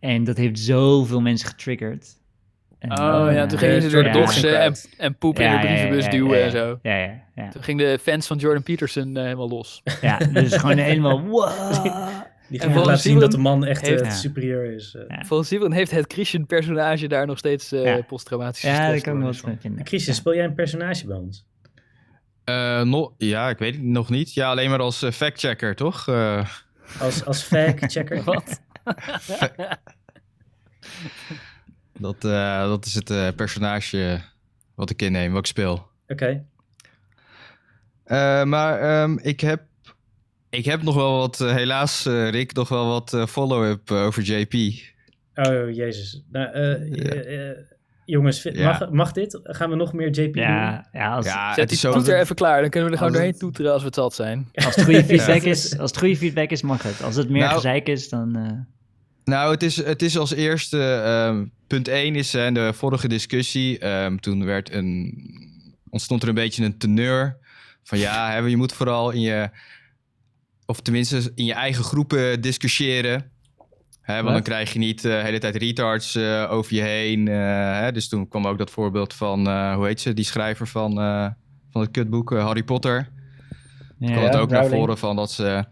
[SPEAKER 2] En dat heeft zoveel mensen getriggerd. En,
[SPEAKER 3] Oh ja,
[SPEAKER 2] eh,
[SPEAKER 3] toen gingen ze
[SPEAKER 1] door
[SPEAKER 3] door
[SPEAKER 2] ja.
[SPEAKER 1] de doxen
[SPEAKER 3] doxen en,
[SPEAKER 1] crowd.
[SPEAKER 3] en poep in
[SPEAKER 2] Ja,
[SPEAKER 3] de
[SPEAKER 2] ja, ja,
[SPEAKER 3] brievenbus
[SPEAKER 2] ja,
[SPEAKER 3] duwen
[SPEAKER 2] ja.
[SPEAKER 3] en zo.
[SPEAKER 2] Ja, ja, ja.
[SPEAKER 3] Toen gingen de fans van Jordan Peterson eh, helemaal los.
[SPEAKER 2] ja, dus gewoon helemaal wow.
[SPEAKER 1] Die
[SPEAKER 3] En
[SPEAKER 1] gaan laten
[SPEAKER 3] volgens
[SPEAKER 1] zien dat de
[SPEAKER 3] Simon
[SPEAKER 1] man echt eh,
[SPEAKER 3] heeft-
[SPEAKER 2] Ja.
[SPEAKER 1] superieur is. eh.
[SPEAKER 2] Ja.
[SPEAKER 3] Volgens Simon heeft het Christian personage daar nog steeds eh,
[SPEAKER 2] Ja.
[SPEAKER 3] posttraumatische
[SPEAKER 2] Ja, daar kan ik wel
[SPEAKER 3] stressstoornis
[SPEAKER 2] wat van vinden.
[SPEAKER 1] Christian, speel jij een personage bij ons?
[SPEAKER 4] Eh, no- ja, ik weet het nog niet. Ja, alleen maar als eh, factchecker, toch? Eh,
[SPEAKER 1] Als, als fact-checker?
[SPEAKER 3] van. Wat?
[SPEAKER 4] dat, eh, dat is het eh, personage wat ik inneem, wat ik speel.
[SPEAKER 1] Oké.
[SPEAKER 4] Eh, maar ehm, ik, heb, ik heb nog wel wat, eh, helaas eh, Rick, nog wel wat eh, follow-up eh, over JP.
[SPEAKER 1] Oh, jezus. Nou, eh,
[SPEAKER 4] Ja.
[SPEAKER 1] eh, eh, jongens, vi-
[SPEAKER 4] Ja.
[SPEAKER 1] mag, mag dit? Gaan we nog meer JP doen?
[SPEAKER 2] Ja, ja, als,
[SPEAKER 4] ja,
[SPEAKER 3] Zet
[SPEAKER 4] het
[SPEAKER 3] die
[SPEAKER 4] is zo...
[SPEAKER 3] toeter even klaar, dan kunnen we er
[SPEAKER 4] Als
[SPEAKER 3] gewoon doorheen
[SPEAKER 4] het-
[SPEAKER 3] toeteren als we het zat zijn.
[SPEAKER 2] Als het goede feedback,
[SPEAKER 1] Ja.
[SPEAKER 2] is, als het goede feedback is, mag het. Als het meer
[SPEAKER 4] Nou-
[SPEAKER 2] gezeik is, dan... eh,
[SPEAKER 4] Nou, het is, het is als eerste. ehm, punt 1 is hè, de vorige discussie. ehm, toen werd een, ontstond er een beetje een teneur. Van ja, hè, je moet vooral in je. Of tenminste in je eigen groepen discussiëren. Hè, want
[SPEAKER 3] Wat?
[SPEAKER 4] dan krijg je niet eh, de hele tijd retards eh, over je heen. eh, hè. Dus toen kwam ook dat voorbeeld van. eh, hoe heet ze? Die schrijver van, eh, van het kutboek eh, Harry Potter
[SPEAKER 2] ja.
[SPEAKER 4] kwam het ook naar
[SPEAKER 1] Rowling.
[SPEAKER 4] voren van dat ze.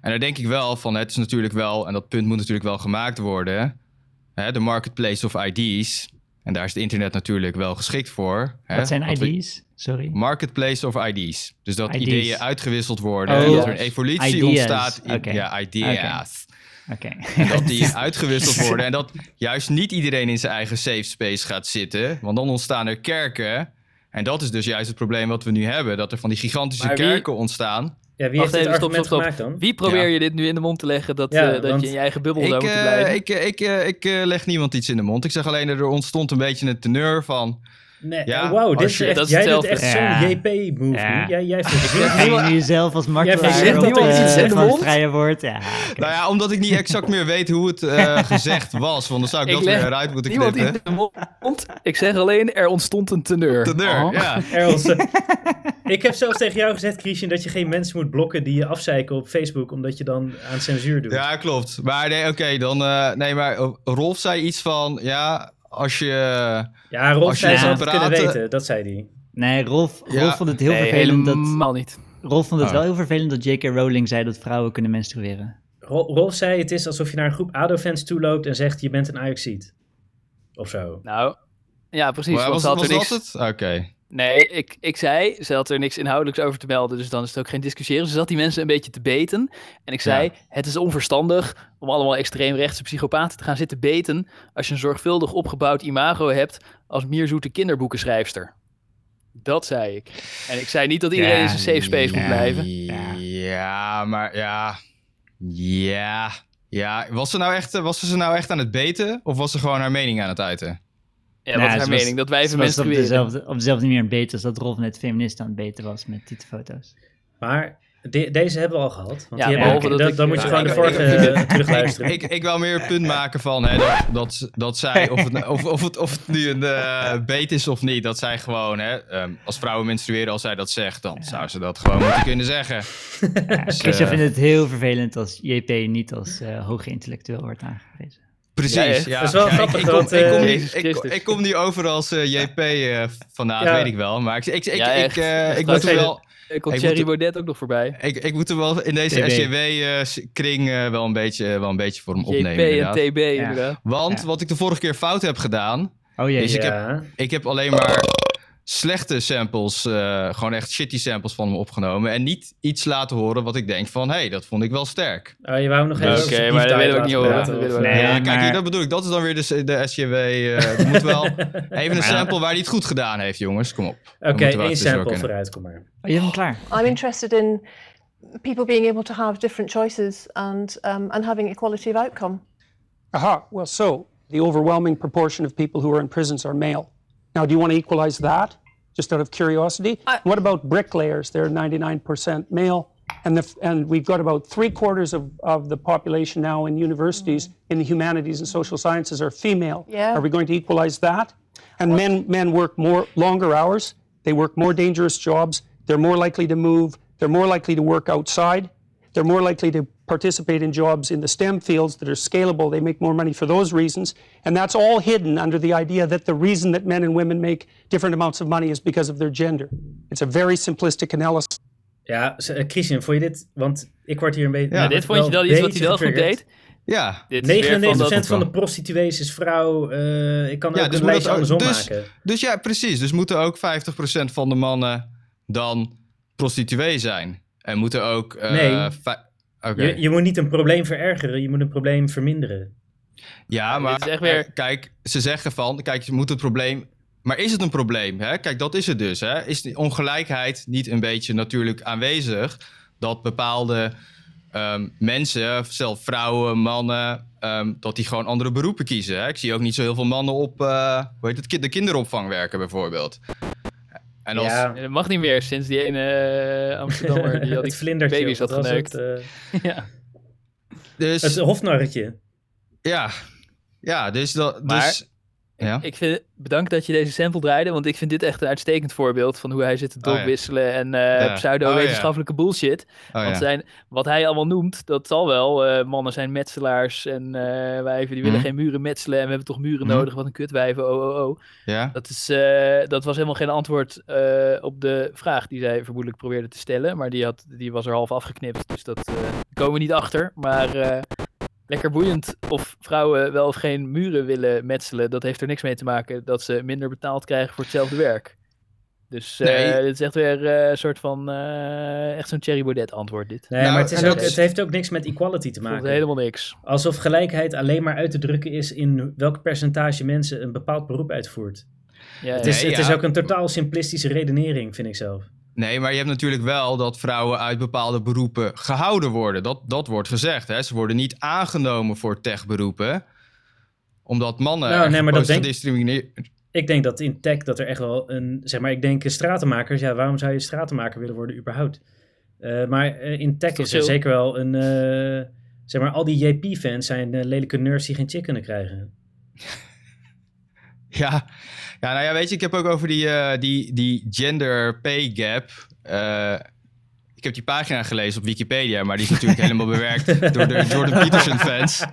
[SPEAKER 4] En daar denk ik wel van, het is natuurlijk wel, en dat punt moet natuurlijk wel gemaakt worden. Hè, de marketplace of ID's. En daar is het internet natuurlijk wel geschikt voor. Hè,
[SPEAKER 2] Wat zijn
[SPEAKER 4] want we-
[SPEAKER 2] ID's? Sorry.
[SPEAKER 4] Marketplace of ID's. Dus dat
[SPEAKER 2] ID's.
[SPEAKER 4] ideeën uitgewisseld worden.
[SPEAKER 2] Oh,
[SPEAKER 4] en dat er een evolutie
[SPEAKER 2] ideas.
[SPEAKER 4] ontstaat. In,
[SPEAKER 2] Oké.
[SPEAKER 4] Ja, idea's.
[SPEAKER 2] Oké.
[SPEAKER 4] En dat die uitgewisseld worden. En dat juist niet iedereen in zijn eigen safe space gaat zitten. Want dan ontstaan er kerken. En dat is dus juist het probleem wat we nu hebben. Dat er van die gigantische
[SPEAKER 3] Maar wie-
[SPEAKER 4] kerken ontstaan.
[SPEAKER 1] Ja, wie
[SPEAKER 3] Wacht
[SPEAKER 1] heeft
[SPEAKER 3] even,
[SPEAKER 1] dit
[SPEAKER 3] stop,
[SPEAKER 1] argument
[SPEAKER 3] stop, stop.
[SPEAKER 1] gemaakt dan?
[SPEAKER 3] Wie probeer
[SPEAKER 4] Ja.
[SPEAKER 3] je dit nu in de mond te leggen dat,
[SPEAKER 1] Ja,
[SPEAKER 3] eh, dat
[SPEAKER 1] want
[SPEAKER 3] je in je eigen bubbel zou
[SPEAKER 4] Ik,
[SPEAKER 3] moeten
[SPEAKER 4] eh,
[SPEAKER 3] blijven?
[SPEAKER 4] ik, eh, ik, eh, ik eh, leg niemand iets in de mond. Ik zeg alleen, er ontstond een beetje een teneur van...
[SPEAKER 1] Nee,
[SPEAKER 4] Ja,
[SPEAKER 1] eh, wauw, dit
[SPEAKER 4] als
[SPEAKER 1] is
[SPEAKER 4] je-
[SPEAKER 1] echt,
[SPEAKER 3] Oh, dat is
[SPEAKER 1] jij doet echt
[SPEAKER 3] hetzelfde.
[SPEAKER 2] Ja.
[SPEAKER 1] zo'n JP-move
[SPEAKER 2] Ja.
[SPEAKER 1] Jij, jij vindt het
[SPEAKER 2] Ga je nu jezelf als martelaar
[SPEAKER 1] zegt
[SPEAKER 2] op
[SPEAKER 1] dat er
[SPEAKER 2] de-
[SPEAKER 1] iets in de
[SPEAKER 2] van het
[SPEAKER 1] mond?
[SPEAKER 2] vrije woord? Ja, oké.
[SPEAKER 4] Nou ja, omdat ik niet exact meer weet hoe het eh, gezegd was. Want dan zou ik,
[SPEAKER 3] Ik
[SPEAKER 4] dat
[SPEAKER 3] leg
[SPEAKER 4] weer eruit moeten
[SPEAKER 3] Niemand
[SPEAKER 4] knippen.
[SPEAKER 3] in de mond. Ik zeg alleen, er ontstond een teneur.
[SPEAKER 4] Teneur,
[SPEAKER 3] Oh.
[SPEAKER 4] ja.
[SPEAKER 1] Errol, eh, ik heb zelfs tegen jou gezegd, Christian, dat je geen mensen moet blokken die je afzeiken op Facebook, omdat je dan aan censuur doet.
[SPEAKER 4] Ja, klopt. Maar nee, oké, dan... eh, nee, maar eh, Rolf zei iets van... Ja, als je...
[SPEAKER 1] Ja, Rolf
[SPEAKER 4] Als je
[SPEAKER 1] zei
[SPEAKER 2] nou
[SPEAKER 1] ze
[SPEAKER 4] gaat
[SPEAKER 1] altijd kunnen
[SPEAKER 4] praten-
[SPEAKER 1] weten, dat zei hij.
[SPEAKER 2] Nee, Rolf, Rolf
[SPEAKER 4] Ja.
[SPEAKER 2] vond het heel
[SPEAKER 3] Nee,
[SPEAKER 2] vervelend dat...
[SPEAKER 3] helemaal niet.
[SPEAKER 2] Rolf vond het
[SPEAKER 4] Oh.
[SPEAKER 2] wel heel vervelend dat J.K. Rowling zei dat vrouwen kunnen menstrueren.
[SPEAKER 1] Ro- Rolf zei, het is alsof je naar een groep ADO-fans toeloopt en zegt, je bent een Ajaxiet. Of zo.
[SPEAKER 3] Nou, ja, precies.
[SPEAKER 4] Maar was
[SPEAKER 3] want ze had
[SPEAKER 4] was
[SPEAKER 3] er niks...
[SPEAKER 4] dat het? Oké.
[SPEAKER 3] Nee, ik, ik zei, ze had er niks inhoudelijks over te melden, dus dan is het ook geen discussiëren. Ze zat die mensen een beetje te beten. En ik zei,
[SPEAKER 4] Ja.
[SPEAKER 3] het is onverstandig om allemaal extreemrechtse psychopaten te gaan zitten beten als je een zorgvuldig opgebouwd imago hebt als mierzoete kinderboekenschrijfster. Dat zei ik. En ik zei niet dat iedereen
[SPEAKER 2] Ja,
[SPEAKER 3] in zijn safe space moet
[SPEAKER 2] ja.
[SPEAKER 3] blijven.
[SPEAKER 4] Ja, maar ja... Ja... Ja, was ze, nou echt, eh, was ze ze nou echt aan het beten? Of was ze gewoon haar mening aan het uiten?
[SPEAKER 3] Ja,
[SPEAKER 2] Nou,
[SPEAKER 3] wat is
[SPEAKER 2] ze
[SPEAKER 3] haar
[SPEAKER 2] was-
[SPEAKER 3] mening? Dat wij
[SPEAKER 2] Ze
[SPEAKER 3] even
[SPEAKER 2] was
[SPEAKER 3] mensen
[SPEAKER 2] op dezelfde, op dezelfde manier aan het beten als dat Rolf net feminist aan het beten was met titelfoto's.
[SPEAKER 4] Dus,
[SPEAKER 1] Maar de- deze hebben we al gehad. Want
[SPEAKER 3] Ja,
[SPEAKER 1] die hebben we
[SPEAKER 2] behalve
[SPEAKER 1] ook-
[SPEAKER 3] dat
[SPEAKER 1] dat-
[SPEAKER 3] ik-
[SPEAKER 1] dan moet je
[SPEAKER 3] Ja,
[SPEAKER 1] gewoon de
[SPEAKER 4] ik-
[SPEAKER 1] vorige
[SPEAKER 4] ik-
[SPEAKER 1] eh, terugluisteren.
[SPEAKER 4] ik, ik wil meer een punt maken van hè, dat, dat, dat zij, of het, nou- of, of, het, of het nu een eh beet is of niet, dat zij gewoon, hè, ehm, als vrouwen menstrueren, als zij dat zegt, dan zou ze dat gewoon moeten kunnen zeggen.
[SPEAKER 2] Ja,
[SPEAKER 4] Dus,
[SPEAKER 2] Christian
[SPEAKER 4] eh,
[SPEAKER 2] vindt het heel vervelend als J.P. niet als eh hoge intellectueel wordt aangewezen.
[SPEAKER 4] Precies,
[SPEAKER 3] Ja,
[SPEAKER 4] ja.
[SPEAKER 1] dat is wel
[SPEAKER 4] Ja, ik-
[SPEAKER 1] grappig,
[SPEAKER 4] Ik, kom-
[SPEAKER 1] want,
[SPEAKER 4] ik kom
[SPEAKER 1] eh,
[SPEAKER 4] nu-
[SPEAKER 3] Jezus
[SPEAKER 4] ik,
[SPEAKER 3] Christus.
[SPEAKER 4] ik kom nu over als eh, JP eh, vandaag,
[SPEAKER 1] Ja.
[SPEAKER 4] weet ik wel. Maar ik, ik, ik,
[SPEAKER 3] Ja,
[SPEAKER 4] ik,
[SPEAKER 3] echt.
[SPEAKER 4] eh,
[SPEAKER 3] Echt
[SPEAKER 4] ik, moet er
[SPEAKER 3] waar.
[SPEAKER 4] wel,
[SPEAKER 3] Ik Eh, kon
[SPEAKER 4] Ik
[SPEAKER 3] Thierry
[SPEAKER 4] moet-
[SPEAKER 3] Baudet ook nog voorbij.
[SPEAKER 4] ik, ik moet er wel in deze
[SPEAKER 2] TB.
[SPEAKER 4] eh, SJW-kring wel, een beetje, eh, wel een beetje voor hem
[SPEAKER 3] JP
[SPEAKER 4] opnemen.
[SPEAKER 3] en
[SPEAKER 4] inderdaad.
[SPEAKER 3] TB, inderdaad.
[SPEAKER 4] Want
[SPEAKER 2] Ja.
[SPEAKER 4] wat ik de vorige keer fout heb gedaan,
[SPEAKER 2] Oh jee.
[SPEAKER 4] Is ik
[SPEAKER 1] ja.
[SPEAKER 4] Ik heb alleen maar slechte samples, eh, gewoon echt shitty samples van hem opgenomen. En niet iets laten horen wat ik denk van, hé, hey, dat vond ik wel sterk.
[SPEAKER 1] Oh, je wou nog
[SPEAKER 3] Oké,
[SPEAKER 1] even over
[SPEAKER 3] maar dat
[SPEAKER 1] Beef
[SPEAKER 3] willen we
[SPEAKER 1] Diet
[SPEAKER 3] ook niet horen.
[SPEAKER 1] laten
[SPEAKER 3] Dat
[SPEAKER 1] praten,
[SPEAKER 3] willen we
[SPEAKER 1] of-
[SPEAKER 2] ook
[SPEAKER 4] ja,
[SPEAKER 1] Nee.
[SPEAKER 2] niet.
[SPEAKER 4] kijk,
[SPEAKER 2] maar-
[SPEAKER 4] hier, dat bedoel ik. Dat is dan weer de, de SJW. eh, er moet wel even een
[SPEAKER 2] Ja.
[SPEAKER 4] sample waar hij het goed gedaan heeft, jongens. Kom op.
[SPEAKER 1] Oké,
[SPEAKER 4] moeten we
[SPEAKER 1] één
[SPEAKER 4] het dus wel
[SPEAKER 1] sample
[SPEAKER 4] kunnen.
[SPEAKER 1] vooruit, kom maar.
[SPEAKER 2] Oh, je hebt hem klaar.
[SPEAKER 5] I'm interested in people being able to have different choices and um, and having equality of outcome.
[SPEAKER 6] Aha, Uh-huh. well, so the overwhelming proportion of people who are in prisons are male. Now, do you want to equalize that, just out of curiosity?
[SPEAKER 5] I-
[SPEAKER 6] what about bricklayers? They're 99% male. And, the, f- and we've got about three quarters of, of the population now in universities in the humanities and social sciences are female.
[SPEAKER 5] Yeah.
[SPEAKER 6] Are we going to equalize that? And men, men work more longer hours. They work more dangerous jobs. They're more likely to move. They're more likely to work outside. They're more likely to participate in jobs in the STEM fields that are scalable. They make more money for those reasons. And that's all hidden under the idea that the reason that men and women make different amounts of money is because of their gender. It's a very simplistic analysis.
[SPEAKER 1] Ja, s- eh, Christian, vond je dit? Want ik word hier een beetje...
[SPEAKER 4] Ja,
[SPEAKER 1] ik
[SPEAKER 4] dit
[SPEAKER 1] word
[SPEAKER 3] Dit vond je
[SPEAKER 1] wel
[SPEAKER 3] dan
[SPEAKER 1] een
[SPEAKER 3] iets wat hij wel
[SPEAKER 1] beetje
[SPEAKER 3] goed
[SPEAKER 1] getriggerd.
[SPEAKER 3] deed?
[SPEAKER 4] Ja.
[SPEAKER 3] Dit
[SPEAKER 1] 99%
[SPEAKER 3] is weer van
[SPEAKER 1] van,
[SPEAKER 3] dat-
[SPEAKER 4] wel.
[SPEAKER 1] de prostituees is vrouw. eh, ik kan
[SPEAKER 4] Ja,
[SPEAKER 1] ook
[SPEAKER 4] dus
[SPEAKER 1] een
[SPEAKER 4] moet
[SPEAKER 1] lijstje
[SPEAKER 4] dat ook-
[SPEAKER 1] andersom
[SPEAKER 4] dus-
[SPEAKER 1] maken.
[SPEAKER 4] Dus ja, precies. Dus moeten ook 50% van de mannen dan prostituee zijn. En moeten ook... eh,
[SPEAKER 1] Nee.
[SPEAKER 4] fi- Oké.
[SPEAKER 1] Je, je moet niet een probleem verergeren, je moet een probleem verminderen.
[SPEAKER 4] Ja,
[SPEAKER 3] dit
[SPEAKER 4] maar
[SPEAKER 3] is echt weer-
[SPEAKER 4] eh, kijk, ze zeggen van, kijk, je moet het probleem... Maar is het een probleem? Hè? Kijk, dat is het dus. Hè? Is die ongelijkheid niet een beetje natuurlijk aanwezig? Dat bepaalde ehm, mensen, zelf vrouwen, mannen, ehm, dat die gewoon andere beroepen kiezen. Hè? Ik zie ook niet zo heel veel mannen op, eh, hoe heet het, ki- de kinderopvang werken bijvoorbeeld. En als,
[SPEAKER 1] ja,
[SPEAKER 3] Dat mag niet meer sinds die ene eh, Amsterdammer die had
[SPEAKER 1] het
[SPEAKER 3] iets
[SPEAKER 1] vlindertje.
[SPEAKER 3] baby's had
[SPEAKER 1] wat was
[SPEAKER 3] geneukt.
[SPEAKER 1] Het, eh,
[SPEAKER 3] Ja.
[SPEAKER 4] dus,
[SPEAKER 1] het hofnarretje.
[SPEAKER 4] ja, ja, dus dat...
[SPEAKER 3] Maar-
[SPEAKER 4] dus, ja.
[SPEAKER 3] Ik vind, bedankt dat je deze sample draaide, want ik vind dit echt een uitstekend voorbeeld van hoe hij zit te
[SPEAKER 4] Oh ja.
[SPEAKER 3] dokwisselen en eh,
[SPEAKER 4] Ja.
[SPEAKER 3] pseudo-wetenschappelijke bullshit.
[SPEAKER 4] Oh,
[SPEAKER 3] Want eh,
[SPEAKER 4] ja.
[SPEAKER 3] zijn, wat hij allemaal noemt, dat zal wel. eh, mannen zijn metselaars en eh wijven die willen
[SPEAKER 4] Mhm.
[SPEAKER 3] geen muren metselen en we hebben toch muren
[SPEAKER 4] Mhm.
[SPEAKER 3] nodig, wat een kutwijven, oh oh oh.
[SPEAKER 4] ja.
[SPEAKER 3] Dat, is, eh, dat was helemaal geen antwoord eh, op de vraag die zij vermoedelijk probeerde te stellen. Maar die, had, die was er half afgeknipt. Dus dat eh, komen we niet achter. Maar eh, lekker boeiend of vrouwen wel of geen muren willen metselen. Dat heeft er niks mee te maken dat ze minder betaald krijgen voor hetzelfde werk. Dus eh,
[SPEAKER 4] Nee.
[SPEAKER 3] dit is echt weer eh, een soort van. eh, echt zo'n Thierry Baudet antwoord. Dit.
[SPEAKER 1] Nee,
[SPEAKER 4] Nou,
[SPEAKER 1] maar het, is
[SPEAKER 4] en
[SPEAKER 1] ook,
[SPEAKER 4] dat-
[SPEAKER 1] het heeft ook niks met equality te
[SPEAKER 3] Voelt
[SPEAKER 1] maken.
[SPEAKER 3] helemaal niks.
[SPEAKER 1] Alsof gelijkheid alleen maar uit te drukken is in welk percentage mensen een bepaald beroep uitvoert.
[SPEAKER 3] Ja,
[SPEAKER 1] Het is,
[SPEAKER 4] Nee,
[SPEAKER 1] het is
[SPEAKER 4] ja.
[SPEAKER 1] ook een totaal simplistische redenering, vind ik zelf.
[SPEAKER 4] Nee, maar je hebt natuurlijk wel dat vrouwen uit bepaalde beroepen gehouden worden. Dat, dat wordt gezegd. Hè? Ze worden niet aangenomen voor techberoepen, omdat mannen
[SPEAKER 1] Nou, nee, maar dat denk-
[SPEAKER 4] gediscrimineerd...
[SPEAKER 1] Ik denk dat in tech dat er echt wel een, zeg maar, ik denk eh, stratenmakers, ja, waarom zou je stratenmaker willen worden überhaupt? Eh, maar eh, in tech
[SPEAKER 3] toch
[SPEAKER 1] is er
[SPEAKER 3] chill?
[SPEAKER 1] zeker wel een, eh, zeg maar, al die JP-fans zijn eh, lelijke nerds die geen chick kunnen krijgen.
[SPEAKER 4] Ja. ja, nou ja, weet je, ik heb ook over die, eh, die, die gender pay gap... eh, ik heb die pagina gelezen op Wikipedia, maar die is natuurlijk helemaal bewerkt door de Jordan Peterson fans.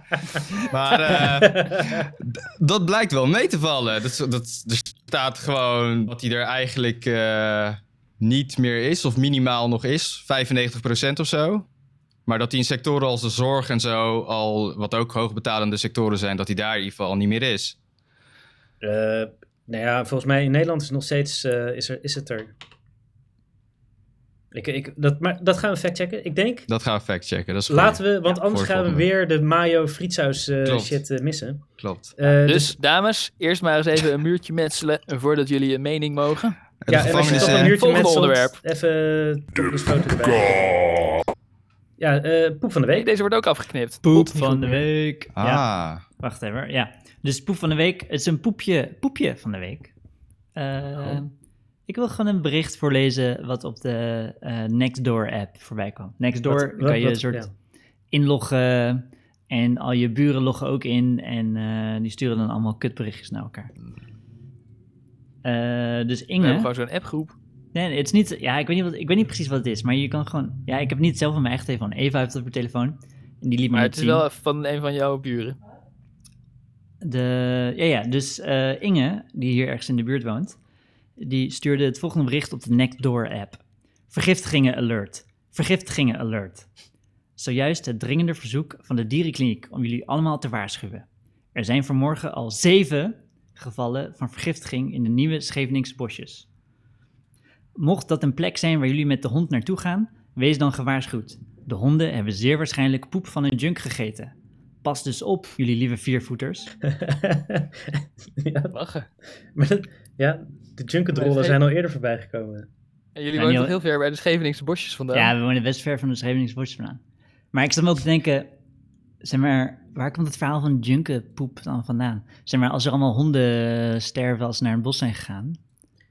[SPEAKER 4] Maar eh, d- dat blijkt wel mee te vallen. Dat, dat, er staat gewoon dat hij er eigenlijk eh, niet meer is, of minimaal nog is, 95% of zo. Maar dat hij in sectoren als de zorg en zo, al, wat ook hoogbetalende sectoren zijn, dat hij daar in ieder geval niet meer is.
[SPEAKER 1] Eh, nou ja, volgens mij in Nederland is het nog steeds, eh, is, er, is het er. Ik, ik, dat, maar dat gaan we factchecken. Ik denk,
[SPEAKER 4] Dat gaan we factchecken. Dat is goed.
[SPEAKER 1] laten we, want anders
[SPEAKER 4] voor
[SPEAKER 1] gaan we
[SPEAKER 4] volgende
[SPEAKER 1] weer de mayo frietsaus eh,
[SPEAKER 4] Klopt.
[SPEAKER 1] shit eh, missen.
[SPEAKER 4] Klopt.
[SPEAKER 1] Eh,
[SPEAKER 3] Dus, dames, eerst maar eens even een muurtje metselen voordat jullie een mening mogen.
[SPEAKER 4] De
[SPEAKER 1] Ja, en als je
[SPEAKER 4] gevangenis,
[SPEAKER 1] dat
[SPEAKER 4] eh,
[SPEAKER 1] een muurtje
[SPEAKER 3] Volgende
[SPEAKER 1] met
[SPEAKER 3] onderwerp.
[SPEAKER 1] Even eh, de foto erbij. Ja, eh, poep van de
[SPEAKER 3] Nee,
[SPEAKER 1] week.
[SPEAKER 3] deze wordt ook afgeknipt.
[SPEAKER 2] Poep van de week.
[SPEAKER 4] Ah,
[SPEAKER 2] Ja, wacht even. hoor. Ja, dus poep van de week. Het is een poepje, poepje van de week. Eh, Ik wil gewoon een bericht voorlezen wat op de eh, Nextdoor app voorbij kwam. Nextdoor
[SPEAKER 1] Wat- wat-
[SPEAKER 2] kan je
[SPEAKER 1] wat-
[SPEAKER 2] een soort
[SPEAKER 1] ja.
[SPEAKER 2] inloggen. En al je buren loggen ook in. En eh, die sturen dan allemaal kutberichtjes naar elkaar. Eh, dus
[SPEAKER 3] We
[SPEAKER 2] Inge.
[SPEAKER 3] hebben gewoon zo'n appgroep.
[SPEAKER 2] Nee, nee, het is niet. Ja, ik weet niet, wat, ik weet niet precies wat het is. Maar je kan gewoon. Ja, ik heb niet zelf op mijn eigen telefoon. Eva heeft het op haar telefoon. En die liet me
[SPEAKER 3] Maar
[SPEAKER 2] niet
[SPEAKER 3] het is
[SPEAKER 2] zien.
[SPEAKER 3] wel van een van jouw buren.
[SPEAKER 2] De, ja, ja, dus eh, Inge, die hier ergens in de buurt woont, die stuurde het volgende bericht op de Nextdoor-app. Vergiftigingen alert. Vergiftigingen alert. Zojuist het dringende verzoek van de dierenkliniek om jullie allemaal te waarschuwen. Er zijn vanmorgen al zeven gevallen van vergiftiging in de nieuwe Scheveningse bosjes. Mocht dat een plek zijn waar jullie met de hond naartoe gaan, wees dan gewaarschuwd. De honden hebben zeer waarschijnlijk poep van een junk gegeten. Pas dus op, jullie lieve viervoeters.
[SPEAKER 1] ja,
[SPEAKER 3] Lachen.
[SPEAKER 1] maar dat- ja, de junkendrollen zijn al eerder voorbij gekomen.
[SPEAKER 3] En jullie
[SPEAKER 2] Ja,
[SPEAKER 3] wonen
[SPEAKER 2] Niel-
[SPEAKER 3] toch heel ver bij de Scheveningse bosjes vandaan?
[SPEAKER 2] Ja, we wonen best ver van de Scheveningsbosjes vandaan. Maar ik zat me ook te denken, zeg maar, waar komt het verhaal van junkenpoep dan vandaan? Zeg maar, als er allemaal honden sterven als ze naar een bos zijn gegaan,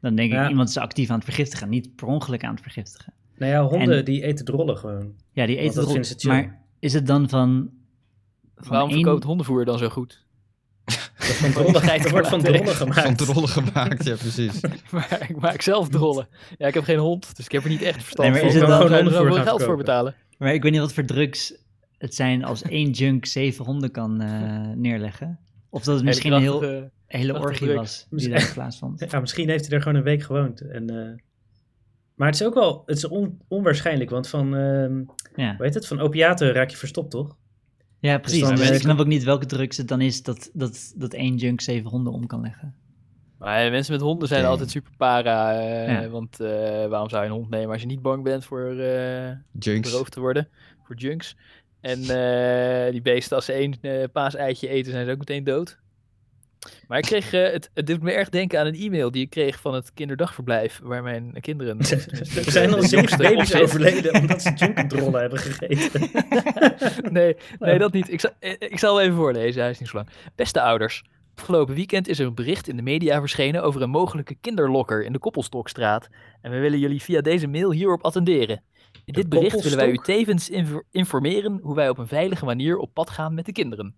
[SPEAKER 2] dan denk
[SPEAKER 1] Ja.
[SPEAKER 2] ik iemand is actief aan het vergiftigen, niet per ongeluk aan het vergiftigen.
[SPEAKER 1] Nou ja, honden
[SPEAKER 2] En-
[SPEAKER 1] die eten drollen gewoon.
[SPEAKER 2] Ja, die eten
[SPEAKER 1] dat
[SPEAKER 2] het op.
[SPEAKER 1] vinden ze chill.
[SPEAKER 2] Maar is het dan van... van
[SPEAKER 3] Waarom
[SPEAKER 2] één-
[SPEAKER 3] verkoopt hondenvoer dan zo goed?
[SPEAKER 1] Dat is Van drollen, er wordt van drollen
[SPEAKER 4] Van
[SPEAKER 1] gemaakt.
[SPEAKER 4] trollen gemaakt, ja precies.
[SPEAKER 3] maar ik maak zelf drollen. Ja, ik heb geen hond, dus ik heb er niet echt verstand
[SPEAKER 2] Nee, maar
[SPEAKER 3] van.
[SPEAKER 2] is het
[SPEAKER 3] Waarom
[SPEAKER 1] dan-
[SPEAKER 3] zou je er
[SPEAKER 1] gewoon
[SPEAKER 3] zoveel
[SPEAKER 1] hondenvoer
[SPEAKER 3] geld voor
[SPEAKER 1] gaan
[SPEAKER 3] betalen?
[SPEAKER 2] Maar ik weet niet wat voor drugs het zijn als één junk zeven honden kan eh, neerleggen. Of dat het misschien een heel,
[SPEAKER 3] Hele
[SPEAKER 2] hele
[SPEAKER 3] prachtige
[SPEAKER 2] orgie
[SPEAKER 3] drugs.
[SPEAKER 2] was die daar plaatsvond.
[SPEAKER 1] Ja, misschien heeft hij er gewoon een week gewoond. En, eh, maar het is ook wel het is on- onwaarschijnlijk, want van, ehm
[SPEAKER 2] Ja,
[SPEAKER 1] hoe heet het? van opiaten raak je verstopt, toch?
[SPEAKER 2] ja precies.
[SPEAKER 1] dan,
[SPEAKER 2] Dus
[SPEAKER 1] eh,
[SPEAKER 2] ik snap ook niet welke drugs het dan is dat, dat, dat één junk zeven honden om kan leggen.
[SPEAKER 3] Maar eh, mensen met honden zijn
[SPEAKER 4] Oké.
[SPEAKER 3] altijd super para. eh,
[SPEAKER 2] Ja.
[SPEAKER 3] Want eh, waarom zou je een hond nemen als je niet bang bent voor eh,
[SPEAKER 4] Junks.
[SPEAKER 3] beroofd te worden? Voor junks. En eh, die beesten, als ze één eh, paaseitje eten, zijn ze ook meteen dood. Maar ik kreeg, eh, het, het doet me erg denken aan een e-mail die ik kreeg van het kinderdagverblijf. Waar mijn kinderen. of tenminste,
[SPEAKER 1] Er zijn al
[SPEAKER 3] de
[SPEAKER 1] zes
[SPEAKER 3] jongste op
[SPEAKER 1] eh, baby's
[SPEAKER 3] zit.
[SPEAKER 1] overleden omdat ze junkendrollen hebben gegeten.
[SPEAKER 3] nee, nee, dat niet. Ik zal, eh, ik zal hem even voorlezen, hij is niet zo lang. Beste ouders, afgelopen weekend is er een bericht in de media verschenen over een mogelijke kinderlokker in de Koppelstokstraat. En we willen jullie via deze mail hierop attenderen. In dit bericht willen wij u
[SPEAKER 1] Koppelstok?
[SPEAKER 3] tevens inv- informeren hoe wij op een veilige manier op pad gaan met de kinderen.